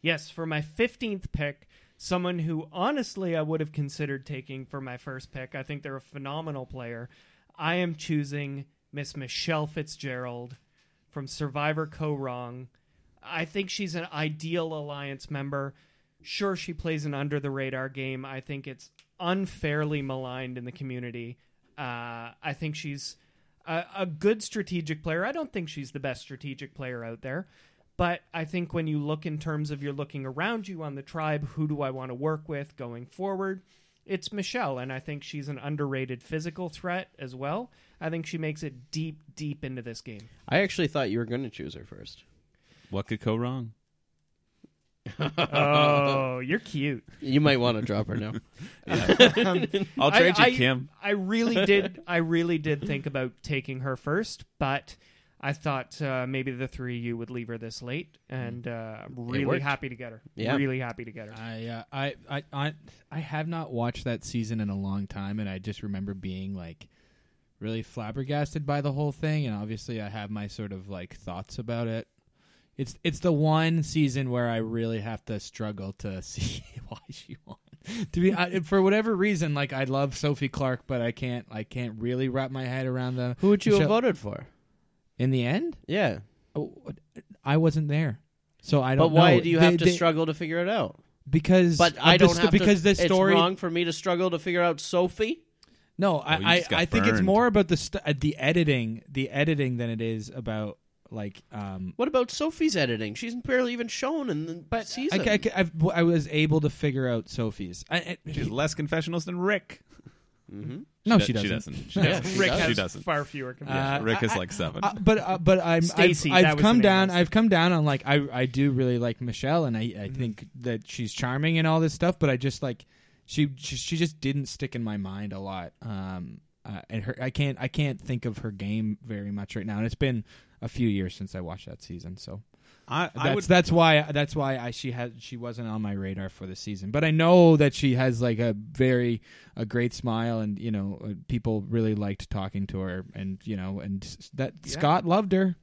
[SPEAKER 4] Yes, for my 15th pick, someone who honestly I would have considered taking for my first pick. I think they're a phenomenal player. I am choosing Miss Michelle Fitzgerald from Survivor Co Wrong. I think she's an ideal alliance member. Sure, she plays an under the radar game. I think it's unfairly maligned in the community. Uh, I think she's a, a good strategic player. I don't think she's the best strategic player out there, but I think when you look in terms of you're looking around you on the tribe, who do I want to work with going forward? It's Michelle, and I think she's an underrated physical threat as well. I think she makes it deep, deep into this game.
[SPEAKER 1] I actually thought you were going to choose her first.
[SPEAKER 3] What could go wrong?
[SPEAKER 4] Oh, you're cute.
[SPEAKER 1] You might want to drop her now.
[SPEAKER 3] I'll trade
[SPEAKER 4] I,
[SPEAKER 3] you, Kim.
[SPEAKER 4] I, I really did. I really did think about taking her first, but I thought uh, maybe the three of you would leave her this late, and uh, I'm really
[SPEAKER 1] Mm. worked.
[SPEAKER 4] happy to get her.
[SPEAKER 1] Yeah.
[SPEAKER 4] Really happy to get her.
[SPEAKER 2] I, uh, I I I I have not watched that season in a long time, and I just remember being like really flabbergasted by the whole thing. And obviously, I have my sort of like thoughts about it. It's it's the one season where I really have to struggle to see why she won. To be I, for whatever reason, like I love Sophie Clark, but I can't I can't really wrap my head around the
[SPEAKER 1] Who would you have
[SPEAKER 2] Michelle-
[SPEAKER 1] voted for?
[SPEAKER 2] in the end.
[SPEAKER 1] Yeah.
[SPEAKER 2] Oh, I wasn't there, so I
[SPEAKER 1] But
[SPEAKER 2] don't.
[SPEAKER 1] why
[SPEAKER 2] know.
[SPEAKER 1] do you
[SPEAKER 2] They-
[SPEAKER 1] have to
[SPEAKER 2] they-
[SPEAKER 1] struggle to figure it out?
[SPEAKER 2] Because
[SPEAKER 1] But
[SPEAKER 2] of
[SPEAKER 1] I
[SPEAKER 2] the
[SPEAKER 1] don't
[SPEAKER 2] sto-
[SPEAKER 1] have to-
[SPEAKER 2] because the story.
[SPEAKER 1] It's wrong for me to struggle to figure out Sophie.
[SPEAKER 2] No,
[SPEAKER 3] you
[SPEAKER 2] I I,
[SPEAKER 3] just got
[SPEAKER 2] I think it's
[SPEAKER 3] burned.
[SPEAKER 2] more about the st- uh, the editing, the editing than it is about like um.
[SPEAKER 1] What about Sophie's editing? She's barely even shown in the season.
[SPEAKER 2] I, I, I, I've- I was able to figure out Sophie's. I, I-
[SPEAKER 3] She's less confessionals than Rick.
[SPEAKER 2] no,
[SPEAKER 1] Mm-hmm.
[SPEAKER 3] Do-
[SPEAKER 2] she doesn't.
[SPEAKER 3] She doesn't. She
[SPEAKER 1] Yeah,
[SPEAKER 3] doesn't.
[SPEAKER 1] she
[SPEAKER 4] Rick
[SPEAKER 1] does.
[SPEAKER 4] has
[SPEAKER 3] She doesn't.
[SPEAKER 4] far fewer.
[SPEAKER 2] Uh,
[SPEAKER 4] comparisons.
[SPEAKER 3] Rick is
[SPEAKER 2] I-
[SPEAKER 3] like seven.
[SPEAKER 2] I- but uh, but I'm
[SPEAKER 4] Stacey,
[SPEAKER 2] I've,
[SPEAKER 4] that
[SPEAKER 2] I've
[SPEAKER 4] was
[SPEAKER 2] come
[SPEAKER 4] the name I
[SPEAKER 2] down.
[SPEAKER 4] was
[SPEAKER 2] I've come down on like I I do really like Michelle, and I I
[SPEAKER 4] Mm-hmm.
[SPEAKER 2] think that she's charming and all this stuff. But I just like she she, she just didn't stick in my mind a lot. Um, uh, and her I can't I can't think of her game very much right now, and it's been a few years since I watched that season, so.
[SPEAKER 3] I, I
[SPEAKER 2] That's
[SPEAKER 3] would.
[SPEAKER 2] that's why that's why I she has she wasn't on my radar for the season, but I know that she has like a very a great smile, and you know uh, people really liked talking to her, and you know and s- that Scott loved her,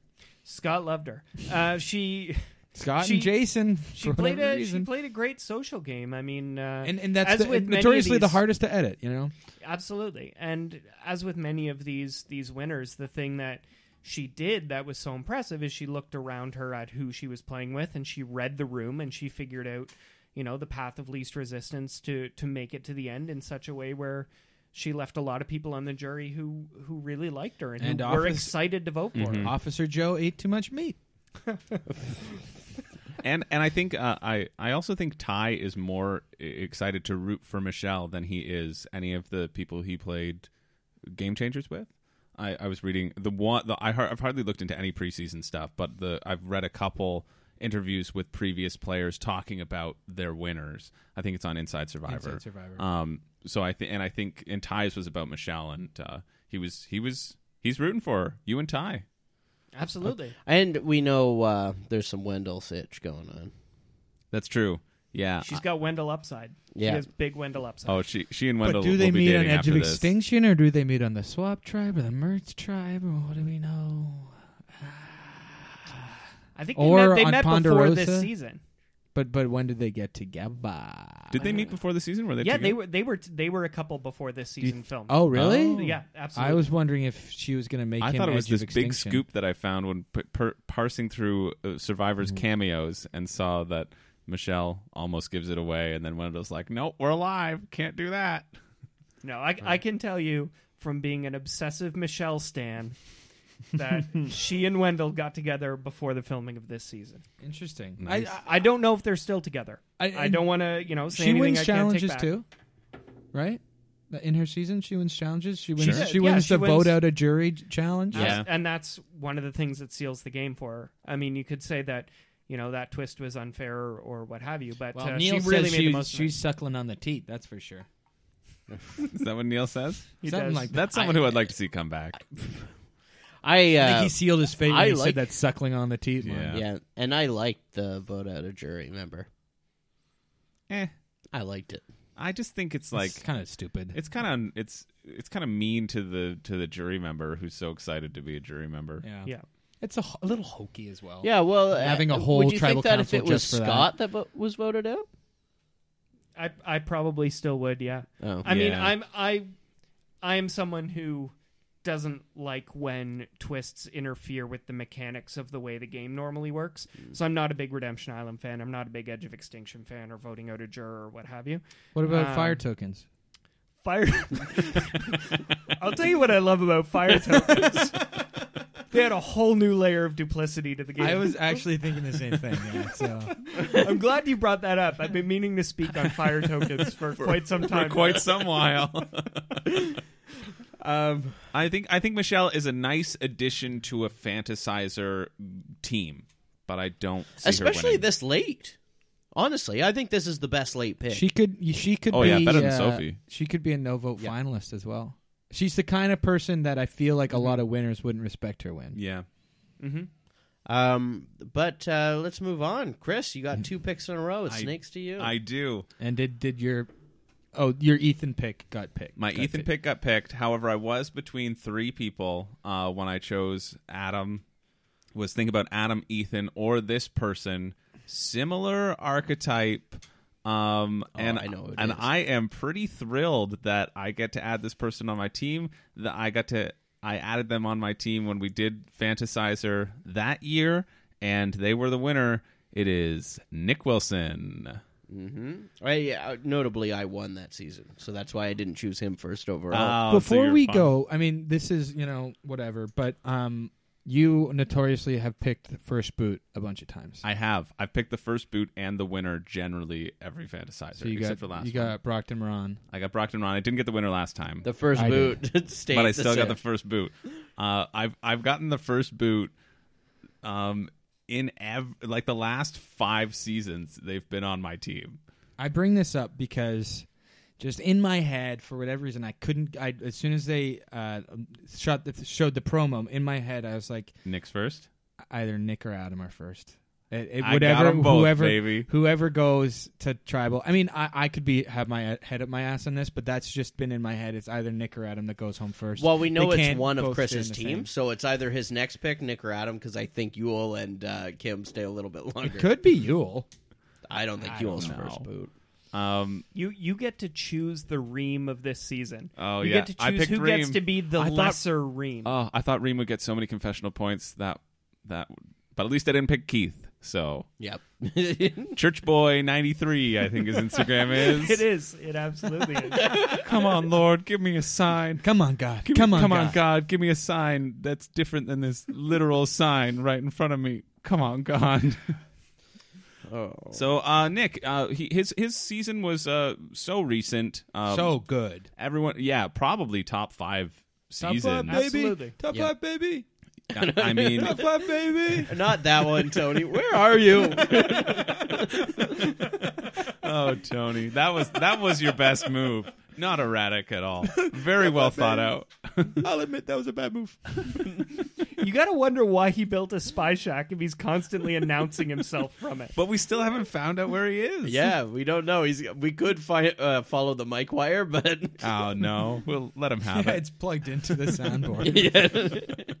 [SPEAKER 4] Scott loved her. Uh, she
[SPEAKER 2] Scott
[SPEAKER 4] She-
[SPEAKER 2] and Jason
[SPEAKER 4] she
[SPEAKER 2] for
[SPEAKER 4] played
[SPEAKER 2] whatever
[SPEAKER 4] a
[SPEAKER 2] reason,
[SPEAKER 4] she played a great social game. I mean, uh,
[SPEAKER 2] and and that's
[SPEAKER 4] as
[SPEAKER 2] the,
[SPEAKER 4] with
[SPEAKER 2] and
[SPEAKER 4] many of
[SPEAKER 2] notoriously the
[SPEAKER 4] these-
[SPEAKER 2] hardest to edit, you know.
[SPEAKER 4] Absolutely. And as with many of these these winners, the thing that she did that was so impressive is she looked around her at who she was playing with and she read the room and she figured out, you know, the path of least resistance to to make it to the end in such a way where she left a lot of people on the jury who who really liked her and,
[SPEAKER 2] And
[SPEAKER 4] who were
[SPEAKER 2] office-
[SPEAKER 4] excited to vote for
[SPEAKER 3] Mm-hmm.
[SPEAKER 4] her.
[SPEAKER 2] Officer Joe ate too much meat.
[SPEAKER 3] and and I think uh, I I also think Ty is more e- excited to root for Michelle than he is any of the people he played game changers with. I, I was reading the one the, I har- I've hardly looked into any preseason stuff, but the I've read a couple interviews with previous players talking about their winners. I think it's on Inside Survivor.
[SPEAKER 2] Inside Survivor.
[SPEAKER 3] Um. So I think and I think and Ty's was about Michelle and uh, he was he was he's rooting for her. You and Ty.
[SPEAKER 2] Mm-hmm.
[SPEAKER 4] Absolutely.
[SPEAKER 1] and we know uh, there's some Wendell sitch going on.
[SPEAKER 3] That's true. Yeah.
[SPEAKER 4] She's got Wendell upside.
[SPEAKER 1] Yeah.
[SPEAKER 4] She has big Wendell upside.
[SPEAKER 3] Uh-uh. Oh, she she and Wendell.
[SPEAKER 2] but do they
[SPEAKER 3] will be
[SPEAKER 2] meet on
[SPEAKER 3] dating
[SPEAKER 2] Edge of
[SPEAKER 3] after this.
[SPEAKER 2] Extinction, or do they meet on the Swap Tribe or the Mertz Tribe, or what do we know?
[SPEAKER 4] I think they
[SPEAKER 2] Or
[SPEAKER 4] met, they
[SPEAKER 2] on
[SPEAKER 4] met before
[SPEAKER 2] Ponderosa?
[SPEAKER 4] this season.
[SPEAKER 2] But but when did they get together?
[SPEAKER 3] Did they meet before the season? Were they?
[SPEAKER 4] Yeah, they
[SPEAKER 3] together?
[SPEAKER 4] were they were they were a couple before this season film.
[SPEAKER 2] Oh, really?
[SPEAKER 3] Oh.
[SPEAKER 4] Yeah, absolutely.
[SPEAKER 2] I was wondering if she was going to make
[SPEAKER 3] I
[SPEAKER 2] him
[SPEAKER 3] thought it was
[SPEAKER 2] Edge of
[SPEAKER 3] this big
[SPEAKER 2] Extinction.
[SPEAKER 3] scoop that I found when p- per- parsing through uh, Survivor's
[SPEAKER 2] Mm-hmm.
[SPEAKER 3] cameos and saw that Michelle almost gives it away, and then Wendell's like, "Nope, we're alive. Can't do that."
[SPEAKER 4] No, I, I can tell you from being an obsessive Michelle stan that she and Wendell got together before the filming of this season.
[SPEAKER 2] Interesting.
[SPEAKER 3] Nice.
[SPEAKER 2] I,
[SPEAKER 4] I don't know if they're still together.
[SPEAKER 2] I-
[SPEAKER 4] I, don't want to, you know, say
[SPEAKER 2] she
[SPEAKER 4] anything
[SPEAKER 2] wins
[SPEAKER 4] I can't take
[SPEAKER 2] challenges
[SPEAKER 4] back.
[SPEAKER 2] too, right? In her season, she wins challenges. She wins. She,
[SPEAKER 4] does, yeah,
[SPEAKER 2] wins
[SPEAKER 4] she
[SPEAKER 2] the
[SPEAKER 4] wins-
[SPEAKER 2] vote out a jury j- challenge.
[SPEAKER 3] Yeah.
[SPEAKER 4] That's- and that's one of the things that seals the game for her. I mean, you could say that, you know, that twist was unfair or, or what have you, but uh, she really made the most of it.
[SPEAKER 2] suckling on the teat. That's for sure.
[SPEAKER 3] Is that what Neil says?
[SPEAKER 4] He
[SPEAKER 2] Something
[SPEAKER 4] does.
[SPEAKER 2] like that.
[SPEAKER 3] That's someone who I'd like to see come back.
[SPEAKER 1] I, uh,
[SPEAKER 2] I think he sealed his fate when
[SPEAKER 1] I
[SPEAKER 2] he
[SPEAKER 1] like-
[SPEAKER 2] said that suckling on the teat. line.
[SPEAKER 3] Yeah.
[SPEAKER 1] yeah, and I liked the vote out of jury member.
[SPEAKER 3] eh,
[SPEAKER 1] I liked it.
[SPEAKER 3] I just think it's like
[SPEAKER 2] it's kind of stupid.
[SPEAKER 3] it's kind of it's it's kind of mean to the to the jury member who's so excited to be a jury member.
[SPEAKER 2] Yeah.
[SPEAKER 4] Yeah.
[SPEAKER 2] It's a, ho- a little hokey as well.
[SPEAKER 1] Yeah, well,
[SPEAKER 2] Having a
[SPEAKER 1] uh,
[SPEAKER 2] whole
[SPEAKER 1] would you
[SPEAKER 2] tribal
[SPEAKER 1] think that if
[SPEAKER 2] council
[SPEAKER 1] it was
[SPEAKER 2] just for that.
[SPEAKER 1] Scott that vo- was voted out?
[SPEAKER 4] I I probably still would, yeah.
[SPEAKER 1] Oh.
[SPEAKER 4] I mean,
[SPEAKER 3] Yeah.
[SPEAKER 4] I'm I I am someone who doesn't like when twists interfere with the mechanics of the way the game normally works. So I'm not a big Redemption Island fan. I'm not a big Edge of Extinction fan or voting out a juror or what have you.
[SPEAKER 2] What about
[SPEAKER 4] Um,
[SPEAKER 2] fire tokens?
[SPEAKER 4] Fire. I'll tell you what I love about Fire Tokens. they had a whole new layer of duplicity to the game.
[SPEAKER 2] I was actually thinking the same thing. Yeah, so
[SPEAKER 4] I'm glad you brought that up. I've been meaning to speak on Fire Tokens for, quite some
[SPEAKER 3] For
[SPEAKER 4] time.
[SPEAKER 3] quite some while.
[SPEAKER 4] um,
[SPEAKER 3] I think I think Michelle is a nice addition to a fantasizer team, but I don't see her
[SPEAKER 1] Especially
[SPEAKER 3] winning.
[SPEAKER 1] this late. Honestly, I think this is the best late pick.
[SPEAKER 2] she could she could
[SPEAKER 3] Oh,
[SPEAKER 2] be
[SPEAKER 3] yeah, better than
[SPEAKER 2] uh,
[SPEAKER 3] Sophie.
[SPEAKER 2] She could be a no vote finalist as well. She's the kind of person that I feel like a lot of winners wouldn't respect her win.
[SPEAKER 3] Yeah.
[SPEAKER 1] Um, but uh, let's move on. Chris, you
[SPEAKER 2] Mm.
[SPEAKER 1] got two picks in a row. It
[SPEAKER 3] I-
[SPEAKER 1] snakes to you.
[SPEAKER 3] I do.
[SPEAKER 2] And did did your oh your Ethan pick got picked?
[SPEAKER 3] My
[SPEAKER 2] Got
[SPEAKER 3] Ethan
[SPEAKER 2] picked.
[SPEAKER 3] pick got picked. However, I was between three people uh, when I chose Adam. Was thinking about Adam, Ethan, or this person, similar archetype. Um, and
[SPEAKER 1] Oh, I know who it
[SPEAKER 3] and
[SPEAKER 1] is.
[SPEAKER 3] I am pretty thrilled that I get to add this person on my team. That I got to I added them on my team when we did Fantasizer that year, and they were the winner. It is Nick Wilson.
[SPEAKER 1] I- uh, notably, I won that season, so that's why I didn't choose him first overall.
[SPEAKER 3] Oh, so
[SPEAKER 2] Before
[SPEAKER 3] you're
[SPEAKER 2] we
[SPEAKER 3] fine.
[SPEAKER 2] go, I mean, this is you know whatever, but um, you notoriously have picked the first boot a bunch of times.
[SPEAKER 3] I have. I've picked the first boot and the winner generally every fantasizer,
[SPEAKER 2] so you
[SPEAKER 3] except
[SPEAKER 2] got
[SPEAKER 3] for last
[SPEAKER 2] you
[SPEAKER 3] one.
[SPEAKER 2] got Brockton Moran.
[SPEAKER 3] I got Brockton Ron. I didn't get the winner last time,
[SPEAKER 1] the first
[SPEAKER 2] I
[SPEAKER 1] boot stayed.
[SPEAKER 3] but I
[SPEAKER 1] the
[SPEAKER 3] still got
[SPEAKER 1] same.
[SPEAKER 3] the first boot. Uh, I've I've gotten the first boot. Um, in ev- like the last five seasons, they've been on my team.
[SPEAKER 2] I bring this up because just in my head, for whatever reason, I couldn't. I as soon as they uh, shot the, showed the promo in my head, I was like,
[SPEAKER 3] Nick's first.
[SPEAKER 2] either Nick or Adam are first. It, it,
[SPEAKER 3] I
[SPEAKER 2] whatever,
[SPEAKER 3] got 'em both,
[SPEAKER 2] whoever,
[SPEAKER 3] baby.
[SPEAKER 2] whoever goes to tribal. I mean, I, I could be have my head up my ass on this, but that's just been in my head. It's either Nick or Adam that goes home first.
[SPEAKER 1] Well, we know it's
[SPEAKER 2] They can't
[SPEAKER 1] one of
[SPEAKER 2] both stay
[SPEAKER 1] Chris's
[SPEAKER 2] in the
[SPEAKER 1] team, so it's either his next pick, Nick or Adam, because I think Yule and uh, Kim stay a little bit
[SPEAKER 2] same.
[SPEAKER 1] longer.
[SPEAKER 2] It could be Yule.
[SPEAKER 1] I don't think
[SPEAKER 3] I don't
[SPEAKER 1] Yule's
[SPEAKER 3] know.
[SPEAKER 1] first boot.
[SPEAKER 3] Um,
[SPEAKER 4] You you get to choose the ream of this season.
[SPEAKER 3] Oh,
[SPEAKER 4] you
[SPEAKER 3] yeah.
[SPEAKER 4] get to
[SPEAKER 3] I
[SPEAKER 4] choose
[SPEAKER 3] picked
[SPEAKER 4] who gets
[SPEAKER 3] ream.
[SPEAKER 4] to be the
[SPEAKER 3] I thought-
[SPEAKER 4] lesser ream.
[SPEAKER 3] oh, I thought Reem would get so many confessional points that that, but at least I didn't pick Keith. So
[SPEAKER 1] Yep.
[SPEAKER 3] Church Boy ninety three, I think his Instagram is.
[SPEAKER 4] it is. It absolutely is.
[SPEAKER 3] Come on, Lord, give me a sign.
[SPEAKER 2] Come on, God.
[SPEAKER 3] Give me-
[SPEAKER 2] come on,
[SPEAKER 3] come
[SPEAKER 2] God.
[SPEAKER 3] on, God, give me a sign that's different than this literal sign right in front of me. Come on, God.
[SPEAKER 1] oh.
[SPEAKER 3] So, uh, Nick, uh, he, his his season was uh, so recent. Um,
[SPEAKER 2] so good,
[SPEAKER 3] everyone, yeah, probably top five season.
[SPEAKER 4] baby. Absolutely.
[SPEAKER 2] Top
[SPEAKER 1] Yeah.
[SPEAKER 2] five, baby.
[SPEAKER 3] I, I mean,
[SPEAKER 2] Top five, baby.
[SPEAKER 1] Not that one, Tony. Where are you?
[SPEAKER 3] oh, Tony, that was that was your best move. Not erratic at all. Very well thought out.
[SPEAKER 2] I'll admit that was a bad move.
[SPEAKER 4] you got to wonder why he built a spy shack if he's constantly announcing himself from it.
[SPEAKER 3] But we still haven't found out where he is.
[SPEAKER 1] yeah, we don't know. He's we could fi- uh, follow the mic wire, but
[SPEAKER 3] Oh no, we'll let him have
[SPEAKER 2] Yeah,
[SPEAKER 3] it.
[SPEAKER 2] it's plugged into the soundboard.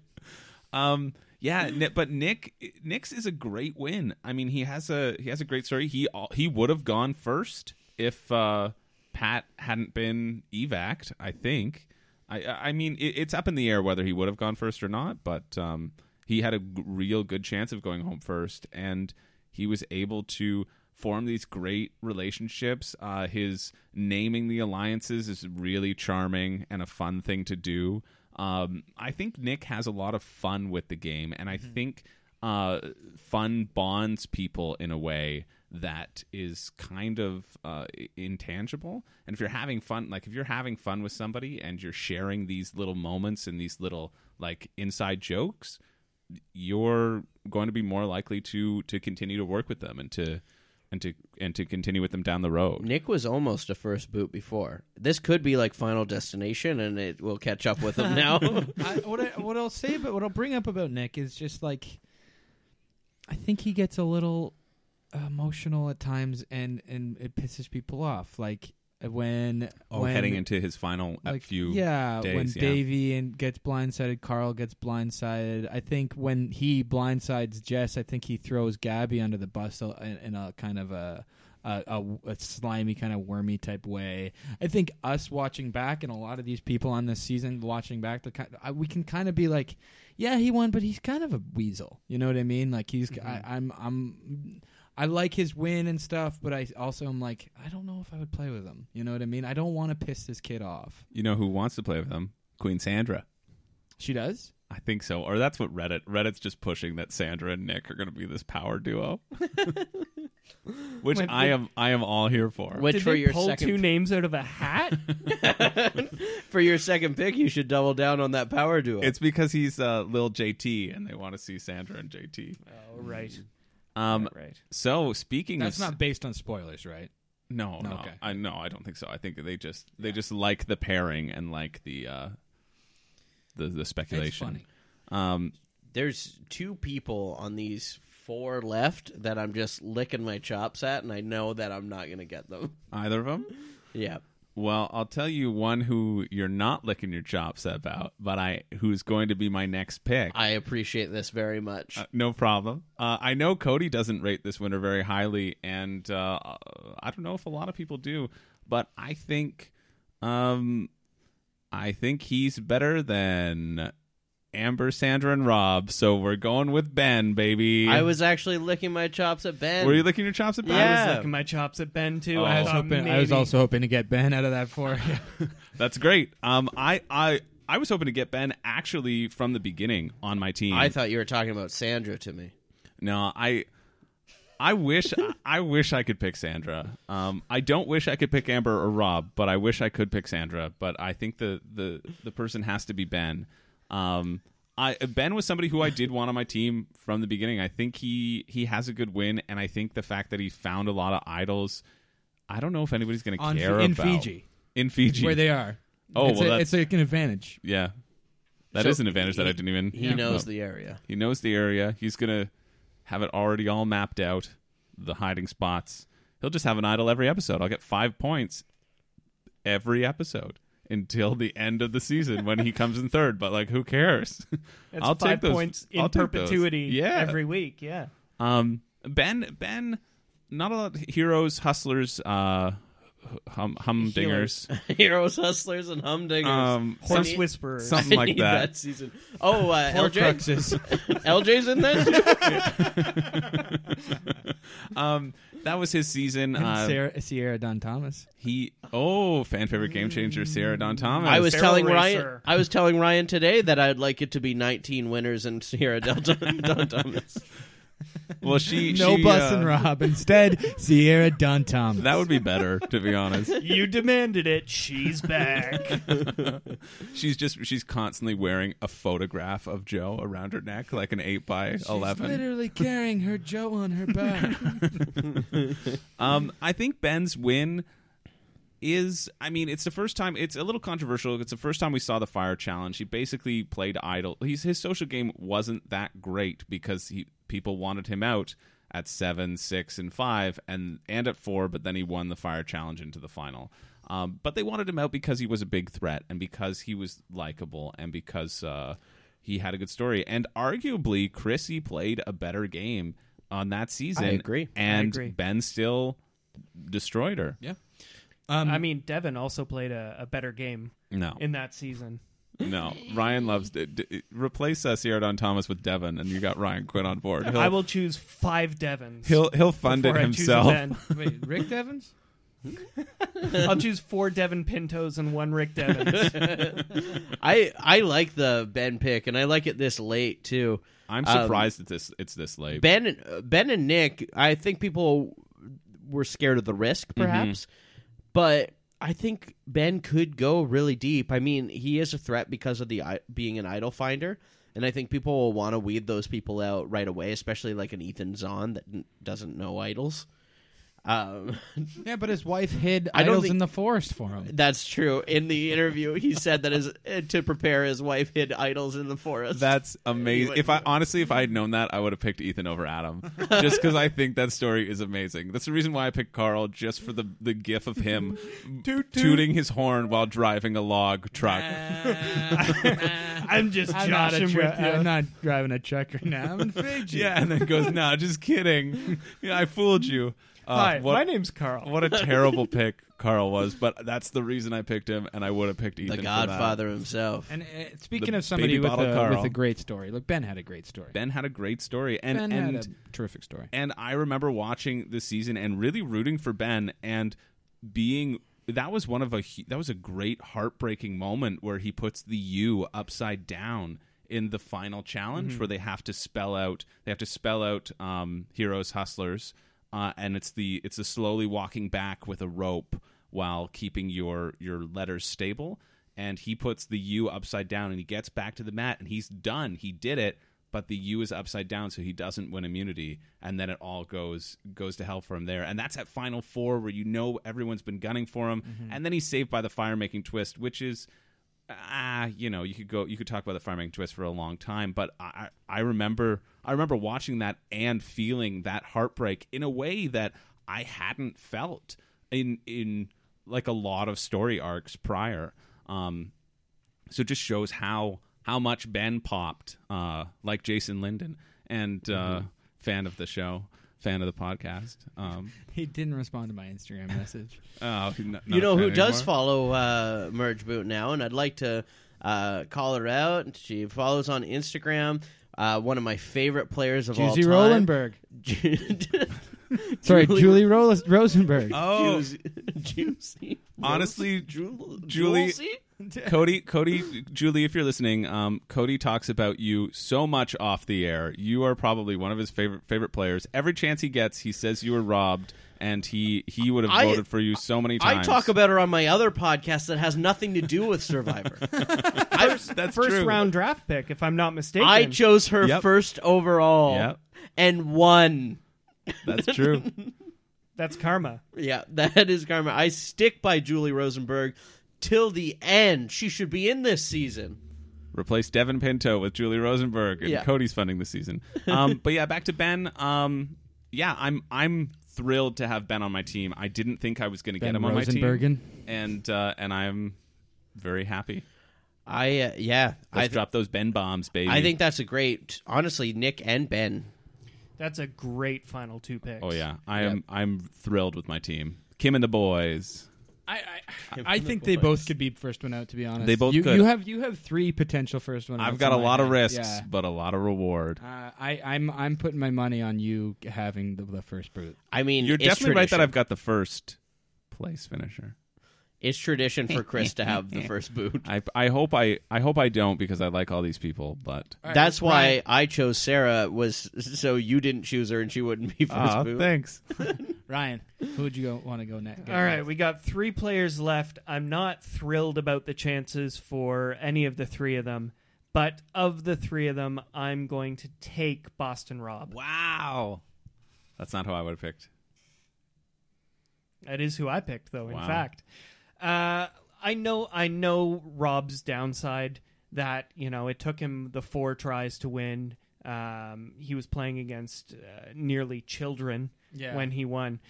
[SPEAKER 3] Um, yeah, Ni- but Nick Nick's is a great win. I mean, he has a he has a great story. He al- he would have gone first if uh, Pat hadn't been evac'd. I think. I I I mean, it, it's up in the air whether he would have gone first or not. But um, he had a g- real good chance of going home first, and he was able to form these great relationships. Uh, his naming the alliances is really charming and a fun thing to do. Um, I think Nick has a lot of fun with the game, and I think uh, fun bonds people in a way that is kind of uh, i- intangible. And if you're having fun, like if you're having fun with somebody and you're sharing these little moments and these little like inside jokes, you're going to be more likely to to continue to work with them and to and to and to continue with them down the road.
[SPEAKER 1] Nick was almost a first boot before. This could be like Final Destination, and it will catch up with him now.
[SPEAKER 2] I, what I, what I'll say about what I'll bring up about Nick is just like I think he gets a little emotional at times and and it pisses people off. Like when
[SPEAKER 3] Oh,
[SPEAKER 2] when,
[SPEAKER 3] heading into his final uh,
[SPEAKER 2] like
[SPEAKER 3] few.
[SPEAKER 2] yeah when
[SPEAKER 3] days, yeah.
[SPEAKER 2] Davy and gets blindsided, Carl gets blindsided. I think when he blindsides Jess, I think he throws Gabby under the bus a- in, in a kind of a. A, a, a slimy kind of wormy type way. I think us watching back and a lot of these people on this season watching back, the kind I, we can kind of be like, yeah, he won, but he's kind of a weasel. You know what I mean? Like he's I,
[SPEAKER 3] Mm-hmm.
[SPEAKER 2] I'm I'm I like his win and stuff, but I also am like I don't know if I would play with him. You know what I mean? I don't want to piss this kid off.
[SPEAKER 3] You know who wants to play with him? Queen Sandra.
[SPEAKER 2] She does.
[SPEAKER 3] I think so. Or that's what Reddit. Reddit's just pushing that Sandra and Nick are going to be this power duo. Which
[SPEAKER 4] When-
[SPEAKER 3] I am I am all here for.
[SPEAKER 1] Which
[SPEAKER 4] Did
[SPEAKER 1] for
[SPEAKER 4] they
[SPEAKER 1] your
[SPEAKER 4] pull
[SPEAKER 1] second
[SPEAKER 4] two names out of a hat?
[SPEAKER 1] for your second pick, you should double down on that power duo.
[SPEAKER 3] It's because he's uh, Lil JT and they want to see Sandra and JT.
[SPEAKER 4] oh, right,
[SPEAKER 3] Um
[SPEAKER 4] right.
[SPEAKER 3] so speaking
[SPEAKER 2] That's
[SPEAKER 3] of s-
[SPEAKER 2] not based on spoilers, right?
[SPEAKER 3] no,
[SPEAKER 2] No,
[SPEAKER 3] no.
[SPEAKER 2] okay.
[SPEAKER 3] I no, I don't think so. I think they just they just like the pairing and like the uh the the speculation.
[SPEAKER 2] funny.
[SPEAKER 3] Um
[SPEAKER 1] There's two people on these four left that I'm just licking my chops at, and I know that I'm not going to get them.
[SPEAKER 3] either of them?
[SPEAKER 1] Yeah.
[SPEAKER 3] Well, I'll tell you one who you're not licking your chops about, but I who's going to be my next pick.
[SPEAKER 1] I appreciate this very much.
[SPEAKER 3] Uh, no problem. Uh, I know Cody doesn't rate this winner very highly, and uh, I don't know if a lot of people do, but I think, um, I think he's better than Amber, Sandra, and Rob. So we're going with Ben, baby.
[SPEAKER 1] I was actually licking my chops at Ben.
[SPEAKER 3] Were you licking your chops at Ben?
[SPEAKER 1] Yeah.
[SPEAKER 4] I was licking my chops at Ben too.
[SPEAKER 3] Oh.
[SPEAKER 4] I,
[SPEAKER 3] I
[SPEAKER 4] was
[SPEAKER 3] was
[SPEAKER 4] maybe.
[SPEAKER 2] I was also hoping to get Ben out of that for you.
[SPEAKER 3] That's great. Um, I, I, I was hoping to get Ben actually from the beginning on my team.
[SPEAKER 1] I thought you were talking about Sandra to me.
[SPEAKER 3] No, I I wish I wish I could pick Sandra. Um, I don't wish I could pick Amber or Rob, but I wish I could pick Sandra. But I think the the the person has to be Ben. Um, I Ben was somebody who I did want on my team from the beginning. I think he he has a good win, and I think the fact that he found a lot of idols. I don't know if anybody's going to
[SPEAKER 2] On
[SPEAKER 3] care
[SPEAKER 2] Fi- in
[SPEAKER 3] about
[SPEAKER 2] Fiji.
[SPEAKER 3] In Fiji,
[SPEAKER 2] Where they are.
[SPEAKER 3] Oh,
[SPEAKER 2] it's,
[SPEAKER 3] well,
[SPEAKER 2] a,
[SPEAKER 3] that's-
[SPEAKER 2] it's like an advantage.
[SPEAKER 3] yeah, that is
[SPEAKER 1] So
[SPEAKER 3] an advantage that I didn't even.
[SPEAKER 1] He knows the area.
[SPEAKER 3] He knows the area. He's gonna have it already all mapped out, the hiding spots. He'll just have an idol every episode. I'll get five points every episode until the end of the season when he comes in third. But like, who cares?
[SPEAKER 4] That's
[SPEAKER 3] I'll
[SPEAKER 4] five
[SPEAKER 3] take those.
[SPEAKER 4] points in
[SPEAKER 3] I'll take those.
[SPEAKER 4] perpetuity.
[SPEAKER 3] Yeah.
[SPEAKER 4] every week. Yeah.
[SPEAKER 3] Um, Ben, Ben, not a lot of heroes, hustlers, uh, hum, humdingers,
[SPEAKER 1] Heroes, hustlers, and humdingers.
[SPEAKER 3] um, some-
[SPEAKER 4] Horse whisperer.
[SPEAKER 1] I
[SPEAKER 3] something like
[SPEAKER 1] need
[SPEAKER 3] that.
[SPEAKER 1] season. Oh, uh, LJ,
[SPEAKER 2] Horcruxes.
[SPEAKER 1] LJ's in there. too?
[SPEAKER 3] Um, that was his season. Uh,
[SPEAKER 2] Sarah, Sierra Don Thomas.
[SPEAKER 3] he oh, fan favorite game changer, Sarah
[SPEAKER 2] Mm.
[SPEAKER 3] Don Thomas.
[SPEAKER 1] I was
[SPEAKER 4] Feral
[SPEAKER 1] telling Ryan.
[SPEAKER 4] Racer.
[SPEAKER 1] I was telling Ryan today that I'd like it to be 19 winners and Sierra Del Don Thomas.
[SPEAKER 3] well, she
[SPEAKER 2] No
[SPEAKER 3] she,
[SPEAKER 2] Bus
[SPEAKER 3] uh,
[SPEAKER 2] and Rob. Instead, Sierra Don Thomas.
[SPEAKER 3] That would be better, to be honest.
[SPEAKER 4] you demanded it. She's back.
[SPEAKER 3] She's just she's constantly wearing a photograph of Joe around her neck, like an eight by eleven.
[SPEAKER 2] literally carrying her Joe on her back.
[SPEAKER 3] Um, I think Ben's win is I mean, it's the first time it's a little controversial. It's the first time we saw the fire challenge. He basically played idle. He's his social game wasn't that great because he people wanted him out at seven, six, and five and and at four, but then he won the fire challenge into the final. Um, but they wanted him out because he was a big threat and because he was likable and because uh, he had a good story. And arguably, Chrissy played a better game on that season.
[SPEAKER 1] agree. I
[SPEAKER 3] And
[SPEAKER 4] agree.
[SPEAKER 3] Ben still destroyed her.
[SPEAKER 2] yeah. Um,
[SPEAKER 4] I mean, Devin also played a, a better game
[SPEAKER 3] No,
[SPEAKER 4] in that season.
[SPEAKER 3] no. Ryan loves d- d- replace uh, Sierra Don Thomas with Devin, and you got Ryan Quinn on board. He'll
[SPEAKER 4] I will choose five Devins.
[SPEAKER 3] he'll he'll fund it
[SPEAKER 4] before I choose a
[SPEAKER 3] himself.
[SPEAKER 4] Ben.
[SPEAKER 2] wait, Rick Devins?
[SPEAKER 4] I'll choose four Devin Pintos and one Rick Devins.
[SPEAKER 1] I I like the Ben pick, and I like it this late too.
[SPEAKER 3] I'm
[SPEAKER 1] Um,
[SPEAKER 3] surprised that this it's this late.
[SPEAKER 1] Ben uh, Ben and Nick, I think people were scared of the risk, perhaps, but I think Ben could go really deep. I mean, he is a threat because of the i- being an idol finder, and I think people will want to weed those people out right away, especially like an Ethan Zahn that n- doesn't know idols. Um,
[SPEAKER 2] Yeah, but his wife hid
[SPEAKER 1] I don't
[SPEAKER 2] idols
[SPEAKER 1] think-
[SPEAKER 2] in the forest for him.
[SPEAKER 1] that's true. In the interview, he said that his uh, to prepare his wife hid idols in the forest.
[SPEAKER 3] That's amazing. If I honestly, if I had known that, I would have picked Ethan over Adam, just because I think that story is amazing. That's the reason why I picked Carl, just for the the gif of him tooting his horn while driving a log truck.
[SPEAKER 4] I'm just
[SPEAKER 2] I'm not,
[SPEAKER 4] joshing
[SPEAKER 2] a
[SPEAKER 4] with
[SPEAKER 2] tra-
[SPEAKER 4] you.
[SPEAKER 2] I'm not driving a truck right now. I'm in Fiji.
[SPEAKER 3] yeah, and then goes, "No, just kidding. Yeah, I fooled you." Uh,
[SPEAKER 4] Hi,
[SPEAKER 3] what,
[SPEAKER 4] my name's Carl.
[SPEAKER 3] what a terrible pick Carl was, but that's the reason I picked him, and I would have picked Ethan.
[SPEAKER 1] the
[SPEAKER 3] for that.
[SPEAKER 1] Godfather himself.
[SPEAKER 2] And uh, speaking
[SPEAKER 3] The
[SPEAKER 2] of somebody
[SPEAKER 3] baby
[SPEAKER 2] with
[SPEAKER 3] bottle
[SPEAKER 2] a,
[SPEAKER 3] Carl.
[SPEAKER 2] with a great story, look, Ben had a great story.
[SPEAKER 3] Ben had a great story, and
[SPEAKER 2] Ben
[SPEAKER 3] and
[SPEAKER 2] had a terrific story.
[SPEAKER 3] And I remember watching this season and really rooting for Ben and being that was one of a hu- that was a great heartbreaking moment where he puts the U upside down in the final challenge where they have to spell out they have to spell out um, heroes hustlers uh, and it's the it's the slowly walking back with a rope while keeping your your letters stable and he puts the U upside down and he gets back to the mat and he's done he did it but the U is upside down, so he doesn't win immunity, and then it all goes goes to hell for him there. And that's at Final Four, where you know everyone's been gunning for him, and then he's saved by the fire making twist, which is ah, you know, you could go, you could talk about the fire making twist for a long time, but I I remember I remember watching that and feeling that heartbreak in a way that I hadn't felt in in like a lot of story arcs prior. Um, so it just shows how how much Ben popped, uh, like Jason Linden, and uh,
[SPEAKER 1] Mm-hmm.
[SPEAKER 3] fan of the show, fan of the podcast. Um,
[SPEAKER 2] He didn't respond to my Instagram message.
[SPEAKER 3] oh, n- not
[SPEAKER 1] you
[SPEAKER 3] a
[SPEAKER 1] know
[SPEAKER 3] fan
[SPEAKER 1] who does
[SPEAKER 3] anymore?
[SPEAKER 1] follow uh, Merge Boot now, and I'd like to uh, call her out. She follows on Instagram. Uh, one of my favorite players of all
[SPEAKER 2] Juicy
[SPEAKER 1] time,
[SPEAKER 2] Rolenberg. Sorry,
[SPEAKER 1] Julie-
[SPEAKER 2] Julie Rolis- Rosenberg.
[SPEAKER 3] Oh,
[SPEAKER 1] Juicy- Juicy.
[SPEAKER 3] Honestly,
[SPEAKER 1] Jewel-
[SPEAKER 3] Julie-
[SPEAKER 1] Juicy?
[SPEAKER 3] Cody, Cody, Julie, if you're listening, um, Cody talks about you so much off the air. You are probably one of his favorite favorite players. Every chance he gets, he says you were robbed, and he he would have
[SPEAKER 1] I-
[SPEAKER 3] voted for you so many
[SPEAKER 1] I
[SPEAKER 3] times.
[SPEAKER 1] talk about her on my other podcast that has nothing to do with Survivor.
[SPEAKER 3] that's
[SPEAKER 4] First
[SPEAKER 3] true.
[SPEAKER 4] round draft pick, if I'm not mistaken.
[SPEAKER 1] I chose her
[SPEAKER 3] Yep.
[SPEAKER 1] first overall
[SPEAKER 3] Yep.
[SPEAKER 1] and won.
[SPEAKER 3] That's true.
[SPEAKER 4] That's karma.
[SPEAKER 1] Yeah, that is karma. I stick by Julie Rosenberg till the end. She should be in this season.
[SPEAKER 3] Replace Devin Pinto with Julie Rosenberg, and
[SPEAKER 1] Yeah.
[SPEAKER 3] Cody's funding this season. Um, but yeah, back to Ben. Um, yeah, I'm I'm thrilled to have Ben on my team. I didn't think I was going to get
[SPEAKER 2] Ben
[SPEAKER 3] him on my
[SPEAKER 2] Rosenbergen.
[SPEAKER 3] team, and uh, and I'm very happy.
[SPEAKER 1] I uh, yeah, I
[SPEAKER 3] Let's drop those Ben bombs, baby.
[SPEAKER 1] I think that's a great. Honestly, Nick and Ben.
[SPEAKER 4] That's a great final two picks.
[SPEAKER 3] Oh yeah, I am. I'm thrilled with my team. Kim and the boys.
[SPEAKER 2] I, I, I think they both could be first one out. To be honest,
[SPEAKER 3] They both
[SPEAKER 2] You,
[SPEAKER 3] could.
[SPEAKER 2] you have you have three potential first one.
[SPEAKER 3] I've
[SPEAKER 2] outs
[SPEAKER 3] got a
[SPEAKER 2] in my
[SPEAKER 3] lot of
[SPEAKER 2] head.
[SPEAKER 3] risks,
[SPEAKER 2] Yeah.
[SPEAKER 3] but a lot of reward.
[SPEAKER 2] Uh, I, I'm I'm putting my money on you having the, the first boot.
[SPEAKER 1] I mean,
[SPEAKER 3] You're
[SPEAKER 1] it's
[SPEAKER 3] definitely right that
[SPEAKER 1] tradition.
[SPEAKER 3] I've got the first place finisher.
[SPEAKER 1] It's tradition for Chris to have the first boot.
[SPEAKER 3] I, I hope I I hope I don't because I like all these people, but
[SPEAKER 1] That's why I chose Sarah was so you didn't choose her and she wouldn't be first
[SPEAKER 3] Aw,
[SPEAKER 1] boot.
[SPEAKER 3] thanks.
[SPEAKER 2] Ryan, who would you go, want to go next?
[SPEAKER 4] All right, we got three players left. I'm not thrilled about the chances for any of the three of them, but of the three of them, I'm going to take Boston Rob.
[SPEAKER 3] Wow. That's not who I would have picked.
[SPEAKER 4] That is who I picked, though. In
[SPEAKER 3] Wow.
[SPEAKER 4] fact, uh, I know I know Rob's downside that you know it took him the four tries to win. Um, he was playing against uh, nearly children
[SPEAKER 2] Yeah.
[SPEAKER 4] when he won.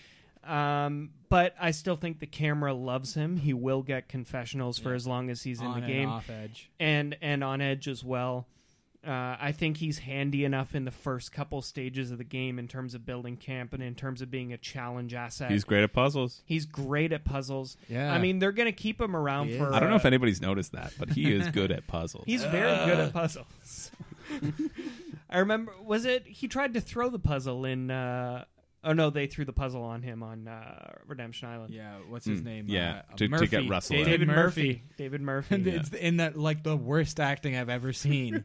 [SPEAKER 4] Um, but I still think the camera loves him. He will get confessionals for as long as he's in
[SPEAKER 2] on
[SPEAKER 4] the
[SPEAKER 2] and
[SPEAKER 4] game
[SPEAKER 2] off edge.
[SPEAKER 4] and and on edge as well. Uh, I think he's handy enough in the first couple stages of the game in terms of building camp and in terms of being a challenge asset.
[SPEAKER 3] He's great at puzzles.
[SPEAKER 4] He's great at puzzles.
[SPEAKER 2] Yeah.
[SPEAKER 4] I mean, they're going to keep him around
[SPEAKER 2] He
[SPEAKER 4] for.
[SPEAKER 3] I don't know
[SPEAKER 4] uh,
[SPEAKER 3] if anybody's noticed that, but he is good at puzzles.
[SPEAKER 4] He's very good at puzzles. I remember, was it he tried to throw the puzzle in? Uh, oh no, they threw the puzzle on him on uh, Redemption Island.
[SPEAKER 2] Yeah, what's his
[SPEAKER 3] Mm,
[SPEAKER 2] name?
[SPEAKER 3] yeah,
[SPEAKER 2] uh,
[SPEAKER 3] to- to
[SPEAKER 2] Murphy.
[SPEAKER 3] get Russell
[SPEAKER 2] David,
[SPEAKER 3] out.
[SPEAKER 4] David
[SPEAKER 2] Murphy.
[SPEAKER 4] Murphy. David Murphy.
[SPEAKER 2] And It's in that like the worst acting I've ever seen.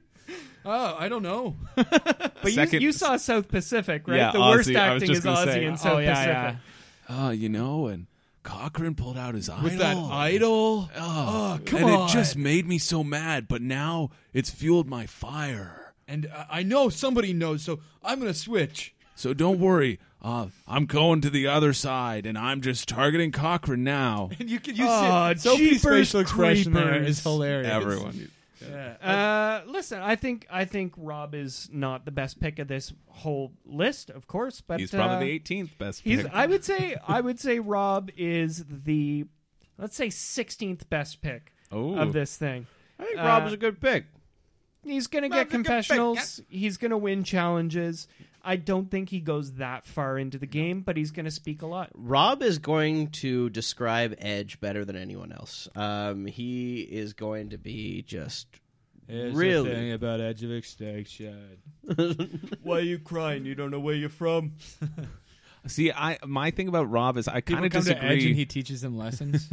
[SPEAKER 2] oh, I don't know.
[SPEAKER 4] But you,
[SPEAKER 3] Second-
[SPEAKER 4] you saw South Pacific, right?
[SPEAKER 3] Yeah,
[SPEAKER 4] the worst
[SPEAKER 3] Ozzy, I was
[SPEAKER 4] acting
[SPEAKER 3] just
[SPEAKER 4] is
[SPEAKER 3] gonna
[SPEAKER 4] Aussie
[SPEAKER 3] say.
[SPEAKER 4] in
[SPEAKER 3] Oh,
[SPEAKER 4] South
[SPEAKER 2] yeah,
[SPEAKER 4] Pacific.
[SPEAKER 2] yeah.
[SPEAKER 3] Oh, you know, and Cochran pulled out his idol.
[SPEAKER 2] With that idol.
[SPEAKER 3] Oh,
[SPEAKER 2] come and it on. just
[SPEAKER 3] made me so mad, but now it's fueled my fire.
[SPEAKER 2] And uh, I know somebody knows, so I'm going to switch.
[SPEAKER 3] So don't worry, uh, I'm going to the other side, and I'm just targeting Cochrane now.
[SPEAKER 5] And you can you
[SPEAKER 2] Oh,
[SPEAKER 5] see Sophie's
[SPEAKER 2] jeepers
[SPEAKER 5] facial expression there
[SPEAKER 2] creepers.
[SPEAKER 5] is hilarious.
[SPEAKER 3] Everyone.
[SPEAKER 4] Uh, listen, I think I think Rob is not the best pick of this whole list, of course, but
[SPEAKER 3] He's
[SPEAKER 4] uh,
[SPEAKER 3] probably the 18th best
[SPEAKER 4] He's.
[SPEAKER 3] pick.
[SPEAKER 4] I would say. I would say Rob is the, let's say, sixteenth best pick
[SPEAKER 3] Ooh.
[SPEAKER 4] of this thing.
[SPEAKER 3] I think
[SPEAKER 4] uh,
[SPEAKER 3] Rob was a good pick.
[SPEAKER 4] He's gonna
[SPEAKER 5] Rob's
[SPEAKER 4] get
[SPEAKER 5] a good pick,
[SPEAKER 4] confessionals. He's gonna win challenges. I don't think he goes that far into the game, but he's gonna speak a lot.
[SPEAKER 1] Rob is going to describe Edge better than anyone else. Um, he is going to be just
[SPEAKER 5] Here's
[SPEAKER 1] Really?
[SPEAKER 5] The thing about Edge of Extinction. Why are you crying? You don't know where you're from.
[SPEAKER 3] See, I my thing about Rob is I kind
[SPEAKER 5] People
[SPEAKER 3] of
[SPEAKER 5] come
[SPEAKER 3] disagree.
[SPEAKER 5] to Edge and he teaches them lessons.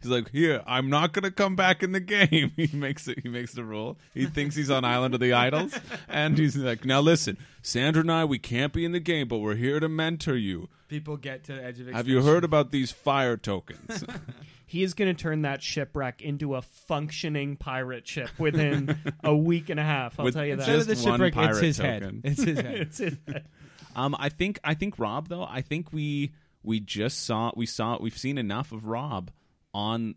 [SPEAKER 3] he's like, here, I'm not gonna come back in the game. he makes it. He makes the rule. He thinks he's on Island of the Idols, and he's like, now listen, Sandra and I, we can't be in the game, but we're here to mentor you.
[SPEAKER 5] People get to the Edge of Extinction.
[SPEAKER 3] Have you heard about these fire tokens?
[SPEAKER 4] He is gonna turn that shipwreck into a functioning pirate ship within a week and a half. I'll
[SPEAKER 3] With-
[SPEAKER 4] tell you
[SPEAKER 3] It's
[SPEAKER 4] that.
[SPEAKER 2] Instead of the
[SPEAKER 3] Just one
[SPEAKER 2] shipwreck, it's
[SPEAKER 3] pirate
[SPEAKER 2] his head.
[SPEAKER 3] token.
[SPEAKER 2] It's his head.
[SPEAKER 3] um, I think I think Rob though. I think we we just saw we saw we've seen enough of Rob on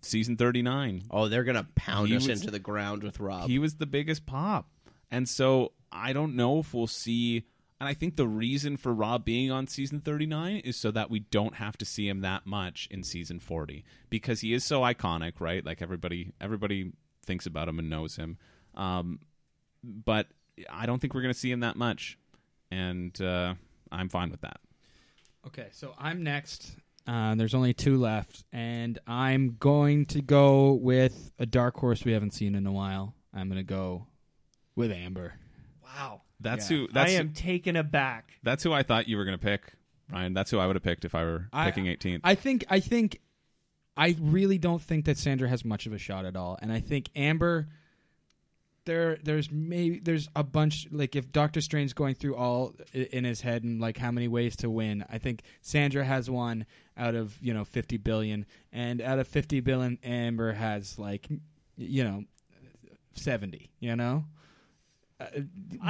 [SPEAKER 3] season 39.
[SPEAKER 1] oh, they're gonna pound
[SPEAKER 3] He
[SPEAKER 1] us
[SPEAKER 3] was-
[SPEAKER 1] into the ground with Rob.
[SPEAKER 3] he was the biggest pop. And so I don't know if we'll see. And I think the reason for Rob being on season 39 is so that we don't have to see him that much in season 40 because he is so iconic, right? Like everybody, everybody thinks about him and knows him. Um, but I don't think we're going to see him that much, and uh, I'm fine with that.
[SPEAKER 2] Okay, so I'm next. Uh, there's only two left, and I'm going to go with a dark horse we haven't seen in a while. I'm going to go with Amber.
[SPEAKER 4] wow,
[SPEAKER 3] That's
[SPEAKER 2] Yeah.
[SPEAKER 3] who. That's
[SPEAKER 4] I am taken aback.
[SPEAKER 3] that's who I thought you were going to pick, Ryan. That's who I would have picked if I were
[SPEAKER 2] I-
[SPEAKER 3] picking 18th.
[SPEAKER 2] I think. I think. I really don't think that Sandra has much of a shot at all, and I think Amber. There, there's maybe there's a bunch like if Doctor Strange's going through all i- in his head and like how many ways to win. I think Sandra has one out of you know 50 billion, and out of 50 billion, Amber has like you know 70. You know, uh,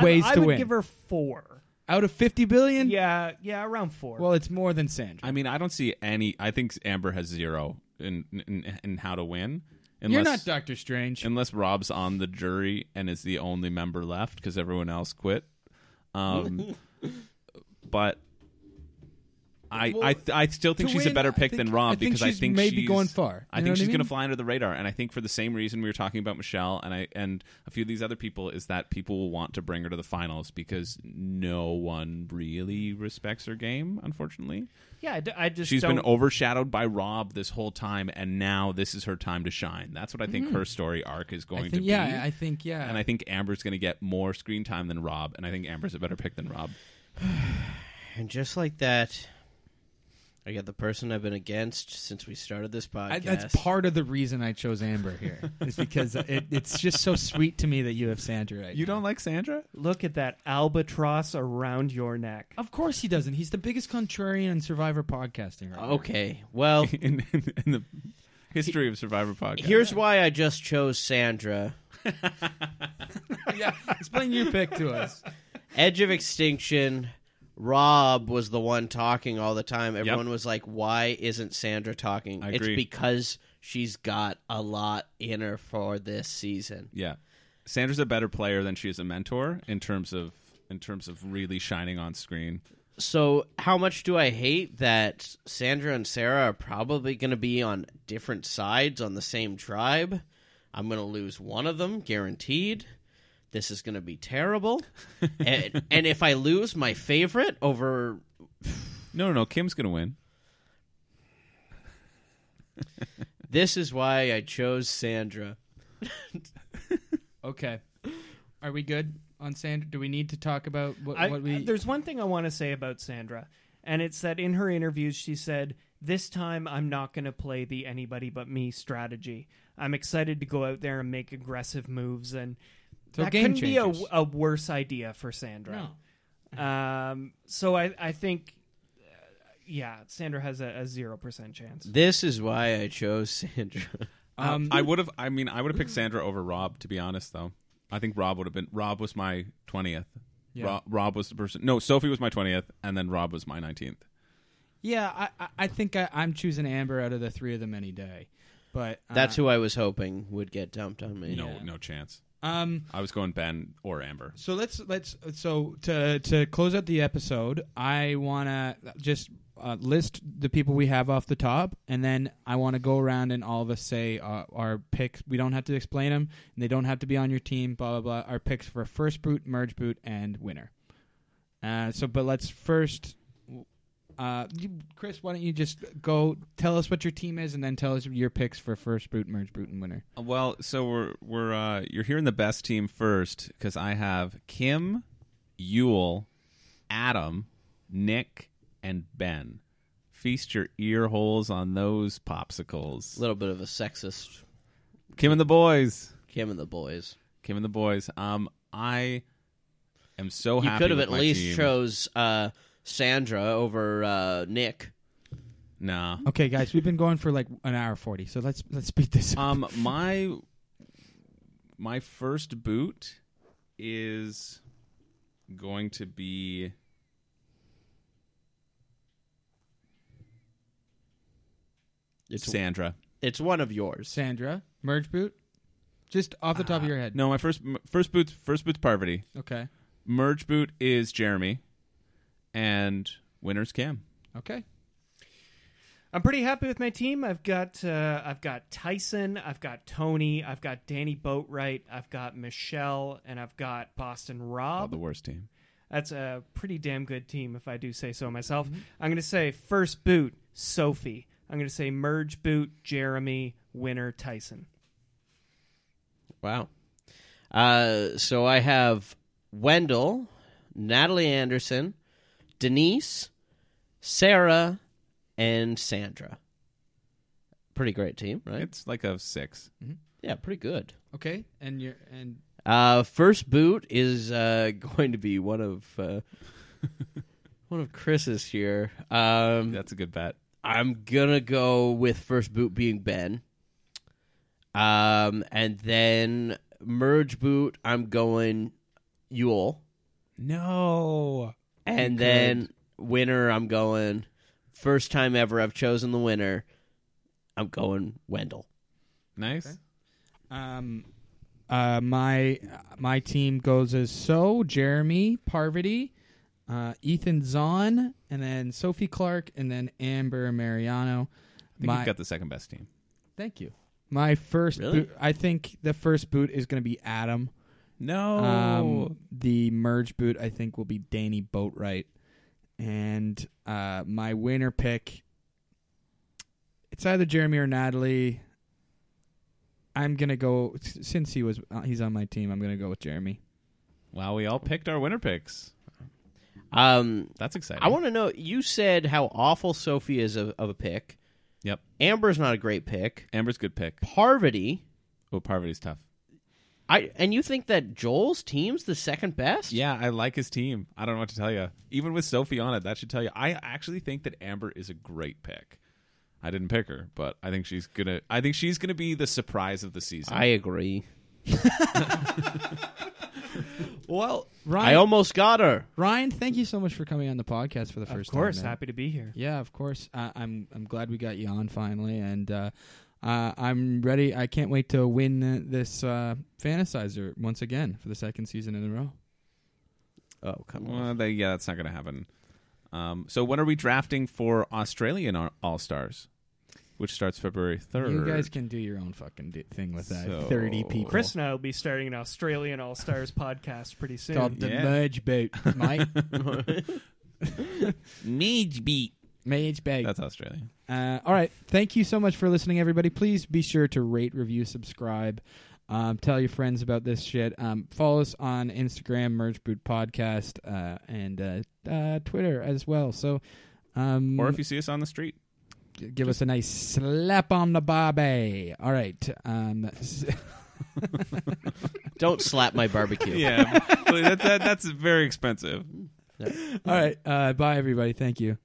[SPEAKER 2] ways
[SPEAKER 4] I, I
[SPEAKER 2] to
[SPEAKER 4] would
[SPEAKER 2] win
[SPEAKER 4] give her four.
[SPEAKER 2] out of 50 billion.
[SPEAKER 4] Yeah, yeah, around four.
[SPEAKER 2] Well, it's more than Sandra.
[SPEAKER 3] I mean, I don't see any. I think Amber has zero in in, in how to win. Unless,
[SPEAKER 2] You're not Doctor Strange.
[SPEAKER 3] unless Rob's on the jury and is the only member left because everyone else quit. Um, but I I th- I still think
[SPEAKER 2] to
[SPEAKER 3] she's
[SPEAKER 2] win,
[SPEAKER 3] a better
[SPEAKER 2] I
[SPEAKER 3] pick
[SPEAKER 2] think-
[SPEAKER 3] than
[SPEAKER 2] I
[SPEAKER 3] Rob
[SPEAKER 2] think
[SPEAKER 3] because I
[SPEAKER 2] she's
[SPEAKER 3] think
[SPEAKER 2] maybe
[SPEAKER 3] she's-
[SPEAKER 2] going far.
[SPEAKER 3] I
[SPEAKER 2] You know
[SPEAKER 3] think
[SPEAKER 2] what I
[SPEAKER 3] she's going to
[SPEAKER 2] mean?
[SPEAKER 3] fly under the radar, and I think for the same reason we were talking about Michelle and I and a few of these other people is that people will want to bring her to the finals because no one really respects her game, unfortunately.
[SPEAKER 4] yeah, I, d- I just
[SPEAKER 3] She's
[SPEAKER 4] don't,
[SPEAKER 3] been overshadowed by Rob this whole time, and now this is her time to shine. That's what I think her story arc is
[SPEAKER 2] Mm. I
[SPEAKER 3] going to
[SPEAKER 2] think
[SPEAKER 3] be.
[SPEAKER 2] yeah. I think yeah.
[SPEAKER 3] and I think Amber's going to get more screen time than Rob, and I think Amber's a better pick than Rob.
[SPEAKER 1] And just like that, I got the person I've been against since we started this podcast.
[SPEAKER 2] I, that's part of the reason I chose Amber here is because it, it's just so sweet to me that you have Sandra. Right now.
[SPEAKER 3] like Sandra?
[SPEAKER 4] Look at that albatross around your neck.
[SPEAKER 2] Of course he doesn't. He's the biggest contrarian in Survivor podcasting. Right now.
[SPEAKER 1] Okay, well,
[SPEAKER 3] in, in, in the history of Survivor podcast,
[SPEAKER 1] here's why I just chose Sandra.
[SPEAKER 2] yeah. Explain your pick to us.
[SPEAKER 1] Edge of Extinction. Rob was the one talking all the time. Everyone was like, "Why isn't Sandra talking?"
[SPEAKER 3] I
[SPEAKER 1] it's
[SPEAKER 3] agree.
[SPEAKER 1] because she's got a lot in her for this season.
[SPEAKER 3] yeah, Sandra's a better player than she is a mentor in terms of in terms of really shining on screen.
[SPEAKER 1] So, how much do I hate that Sandra and Sarah are probably going to be on different sides on the same tribe? I'm going to lose one of them, guaranteed. This is going to be terrible. and, and if I lose my favorite over.
[SPEAKER 3] No, no, no. Kim's going to win.
[SPEAKER 1] This is why I chose Sandra.
[SPEAKER 2] Okay. Are we good on Sandra? Do we need to talk about what,
[SPEAKER 4] I,
[SPEAKER 2] what we?
[SPEAKER 4] there's one thing I want to say about Sandra, and it's that in her interviews, she said, This time I'm not going to play the anybody but me strategy. I'm excited to go out there and make aggressive moves. And
[SPEAKER 2] So
[SPEAKER 4] that
[SPEAKER 2] game
[SPEAKER 4] couldn't be a,
[SPEAKER 2] changers.
[SPEAKER 4] a worse idea for Sandra.
[SPEAKER 2] no.
[SPEAKER 4] Um, so I, I think, uh, yeah, Sandra has a, a 0% chance.
[SPEAKER 1] This is why I chose Sandra.
[SPEAKER 2] Um,
[SPEAKER 3] Uh, I would have. I mean, I would have picked Sandra over Rob. To be honest, though, I think Rob would have been. Rob was my twentieth.
[SPEAKER 2] Yeah.
[SPEAKER 3] Rob, Rob was the person. No, Sophie was my twentieth, and then Rob was my nineteenth.
[SPEAKER 2] Yeah, I, I- I think I, I'm choosing Amber out of the three of them any day. But uh,
[SPEAKER 1] That's who I was hoping would get dumped on me.
[SPEAKER 3] No,
[SPEAKER 2] Yeah.
[SPEAKER 3] no chance.
[SPEAKER 2] Um,
[SPEAKER 3] I was going Ben or Amber.
[SPEAKER 2] so let's let's so to to close out the episode, I want to just uh, list the people we have off the top, and then I want to go around and all of us say uh, our picks. We don't have to explain them, and they don't have to be on your team. Blah blah blah. Our picks for first boot, merge boot, and winner. Uh, so, but let's first. Uh, you- Chris, why don't you just go tell us what your team is, and then tell us your picks for first boot, merge boot, and winner.
[SPEAKER 3] Well, so we're we're uh, you're hearing the best team first because I have Kim, Yule, Adam, Nick, and Ben. Feast your ear holes on those popsicles.
[SPEAKER 1] A little bit of a sexist.
[SPEAKER 3] Kim and the boys.
[SPEAKER 1] Kim and the boys.
[SPEAKER 3] Kim and the boys. Um, I am so
[SPEAKER 1] You
[SPEAKER 3] happy.
[SPEAKER 1] could have
[SPEAKER 3] with
[SPEAKER 1] at
[SPEAKER 3] my
[SPEAKER 1] least
[SPEAKER 3] team.
[SPEAKER 1] chose uh, Sandra over uh, Nick.
[SPEAKER 3] Nah.
[SPEAKER 2] Okay, guys, we've been going for like an hour forty, so let's let's beat this. up.
[SPEAKER 3] Um, my my first boot is going to be.
[SPEAKER 1] It's
[SPEAKER 3] Sandra.
[SPEAKER 1] it's one of yours.
[SPEAKER 2] Sandra, merge boot, just off the top
[SPEAKER 3] Uh,
[SPEAKER 2] of your head.
[SPEAKER 3] No, my first m- first boot's first boot's Parvati.
[SPEAKER 2] Okay.
[SPEAKER 3] Merge boot is Jeremy, and winner's Cam.
[SPEAKER 2] Okay.
[SPEAKER 4] I'm pretty happy with my team. I've got uh, I've got Tyson, I've got Tony, I've got Danny Boatwright, I've got Michelle, and I've got Boston
[SPEAKER 3] Oh,
[SPEAKER 4] Rob.
[SPEAKER 3] the worst team.
[SPEAKER 4] That's a pretty damn good team, if I do say so myself.
[SPEAKER 2] Mm-hmm.
[SPEAKER 4] I'm going to say first boot Sophie. I'm going to say merge boot Jeremy, winner Tyson.
[SPEAKER 1] Wow. Uh, so I have Wendell, Natalie Anderson, Denise, Sarah, and Sandra. Pretty great team, right?
[SPEAKER 3] It's like a six.
[SPEAKER 1] yeah, pretty good.
[SPEAKER 2] Okay. And your and
[SPEAKER 1] Uh, first boot is uh, going to be one of uh, one of Chris's here. Um,
[SPEAKER 3] That's a good bet.
[SPEAKER 1] I'm gonna go with first boot being Ben. Um, and then merge boot, I'm going Yule,
[SPEAKER 2] no.
[SPEAKER 1] and then winner, I'm going first time ever I've chosen the winner. I'm going Wendell.
[SPEAKER 3] Nice.
[SPEAKER 2] Um, uh, my my team goes as so Jeremy Parvati, uh, Ethan Zahn, and then Sophie Clark, and then Amber Mariano.
[SPEAKER 3] I think
[SPEAKER 2] My-
[SPEAKER 3] you've got the second best team.
[SPEAKER 2] Thank you. My first
[SPEAKER 1] Really?
[SPEAKER 2] boot, I think the first boot is going to be Adam.
[SPEAKER 3] No.
[SPEAKER 4] Oh.
[SPEAKER 2] Um, the merge boot, I think, will be Danny Boatwright. And uh, my winner pick, it's either Jeremy or Natalie. I'm gonna go s- since he was uh, he's on my team. I'm gonna go with Jeremy.
[SPEAKER 3] wow, we all picked our winner picks.
[SPEAKER 1] Um,
[SPEAKER 3] That's exciting.
[SPEAKER 1] I want to know. You said how awful Sophie is of, of a pick.
[SPEAKER 3] Yep.
[SPEAKER 1] Amber's not a great pick.
[SPEAKER 3] Amber's good pick.
[SPEAKER 1] Parvati.
[SPEAKER 3] Oh, Parvati's tough.
[SPEAKER 1] I and you think that Joel's team's the second best?
[SPEAKER 3] Yeah, I like his team. I don't know what to tell you. Even with Sophie on it, that should tell you. I actually think that Amber is a great pick. I didn't pick her, but I think she's gonna. I think she's gonna be the surprise of the season.
[SPEAKER 1] I agree.
[SPEAKER 2] Well,
[SPEAKER 1] I
[SPEAKER 2] Ryan,
[SPEAKER 1] almost got her.
[SPEAKER 2] Ryan, thank you so much for coming on the podcast for the first
[SPEAKER 4] of course,
[SPEAKER 2] time. man.
[SPEAKER 4] happy to be here.
[SPEAKER 2] Yeah, of course. Uh, I'm I'm glad we got you on finally, and uh, uh, I'm ready. I can't wait to win uh, this uh, fantasizer once again for the second season in a row.
[SPEAKER 1] Oh come on!
[SPEAKER 3] Well, they, yeah, that's not gonna happen. Um, so when are we drafting for Australian All Stars, which starts February third?
[SPEAKER 2] You guys can do your own fucking di- thing with that.
[SPEAKER 3] So-
[SPEAKER 2] Thirty people.
[SPEAKER 4] Chris and I will be starting an Australian All Stars podcast pretty soon.
[SPEAKER 2] called the
[SPEAKER 3] Yeah.
[SPEAKER 2] merge boot, mate.
[SPEAKER 3] Mage beat.
[SPEAKER 2] merge boot.
[SPEAKER 3] That's Australian.
[SPEAKER 2] Uh, all right. Thank you so much for listening, everybody. Please be sure to rate, review, subscribe. Um, tell your friends about this shit. Um, follow us on Instagram, Merge Boot Podcast, uh, and uh, uh, Twitter as well. So, um,
[SPEAKER 3] Or if you see us on the street,
[SPEAKER 2] g- give us a nice slap on the bobby. All right. Um, s-
[SPEAKER 1] Don't slap my barbecue.
[SPEAKER 3] yeah, that, that, that's very expensive.
[SPEAKER 2] all right. Uh, bye, everybody. Thank you.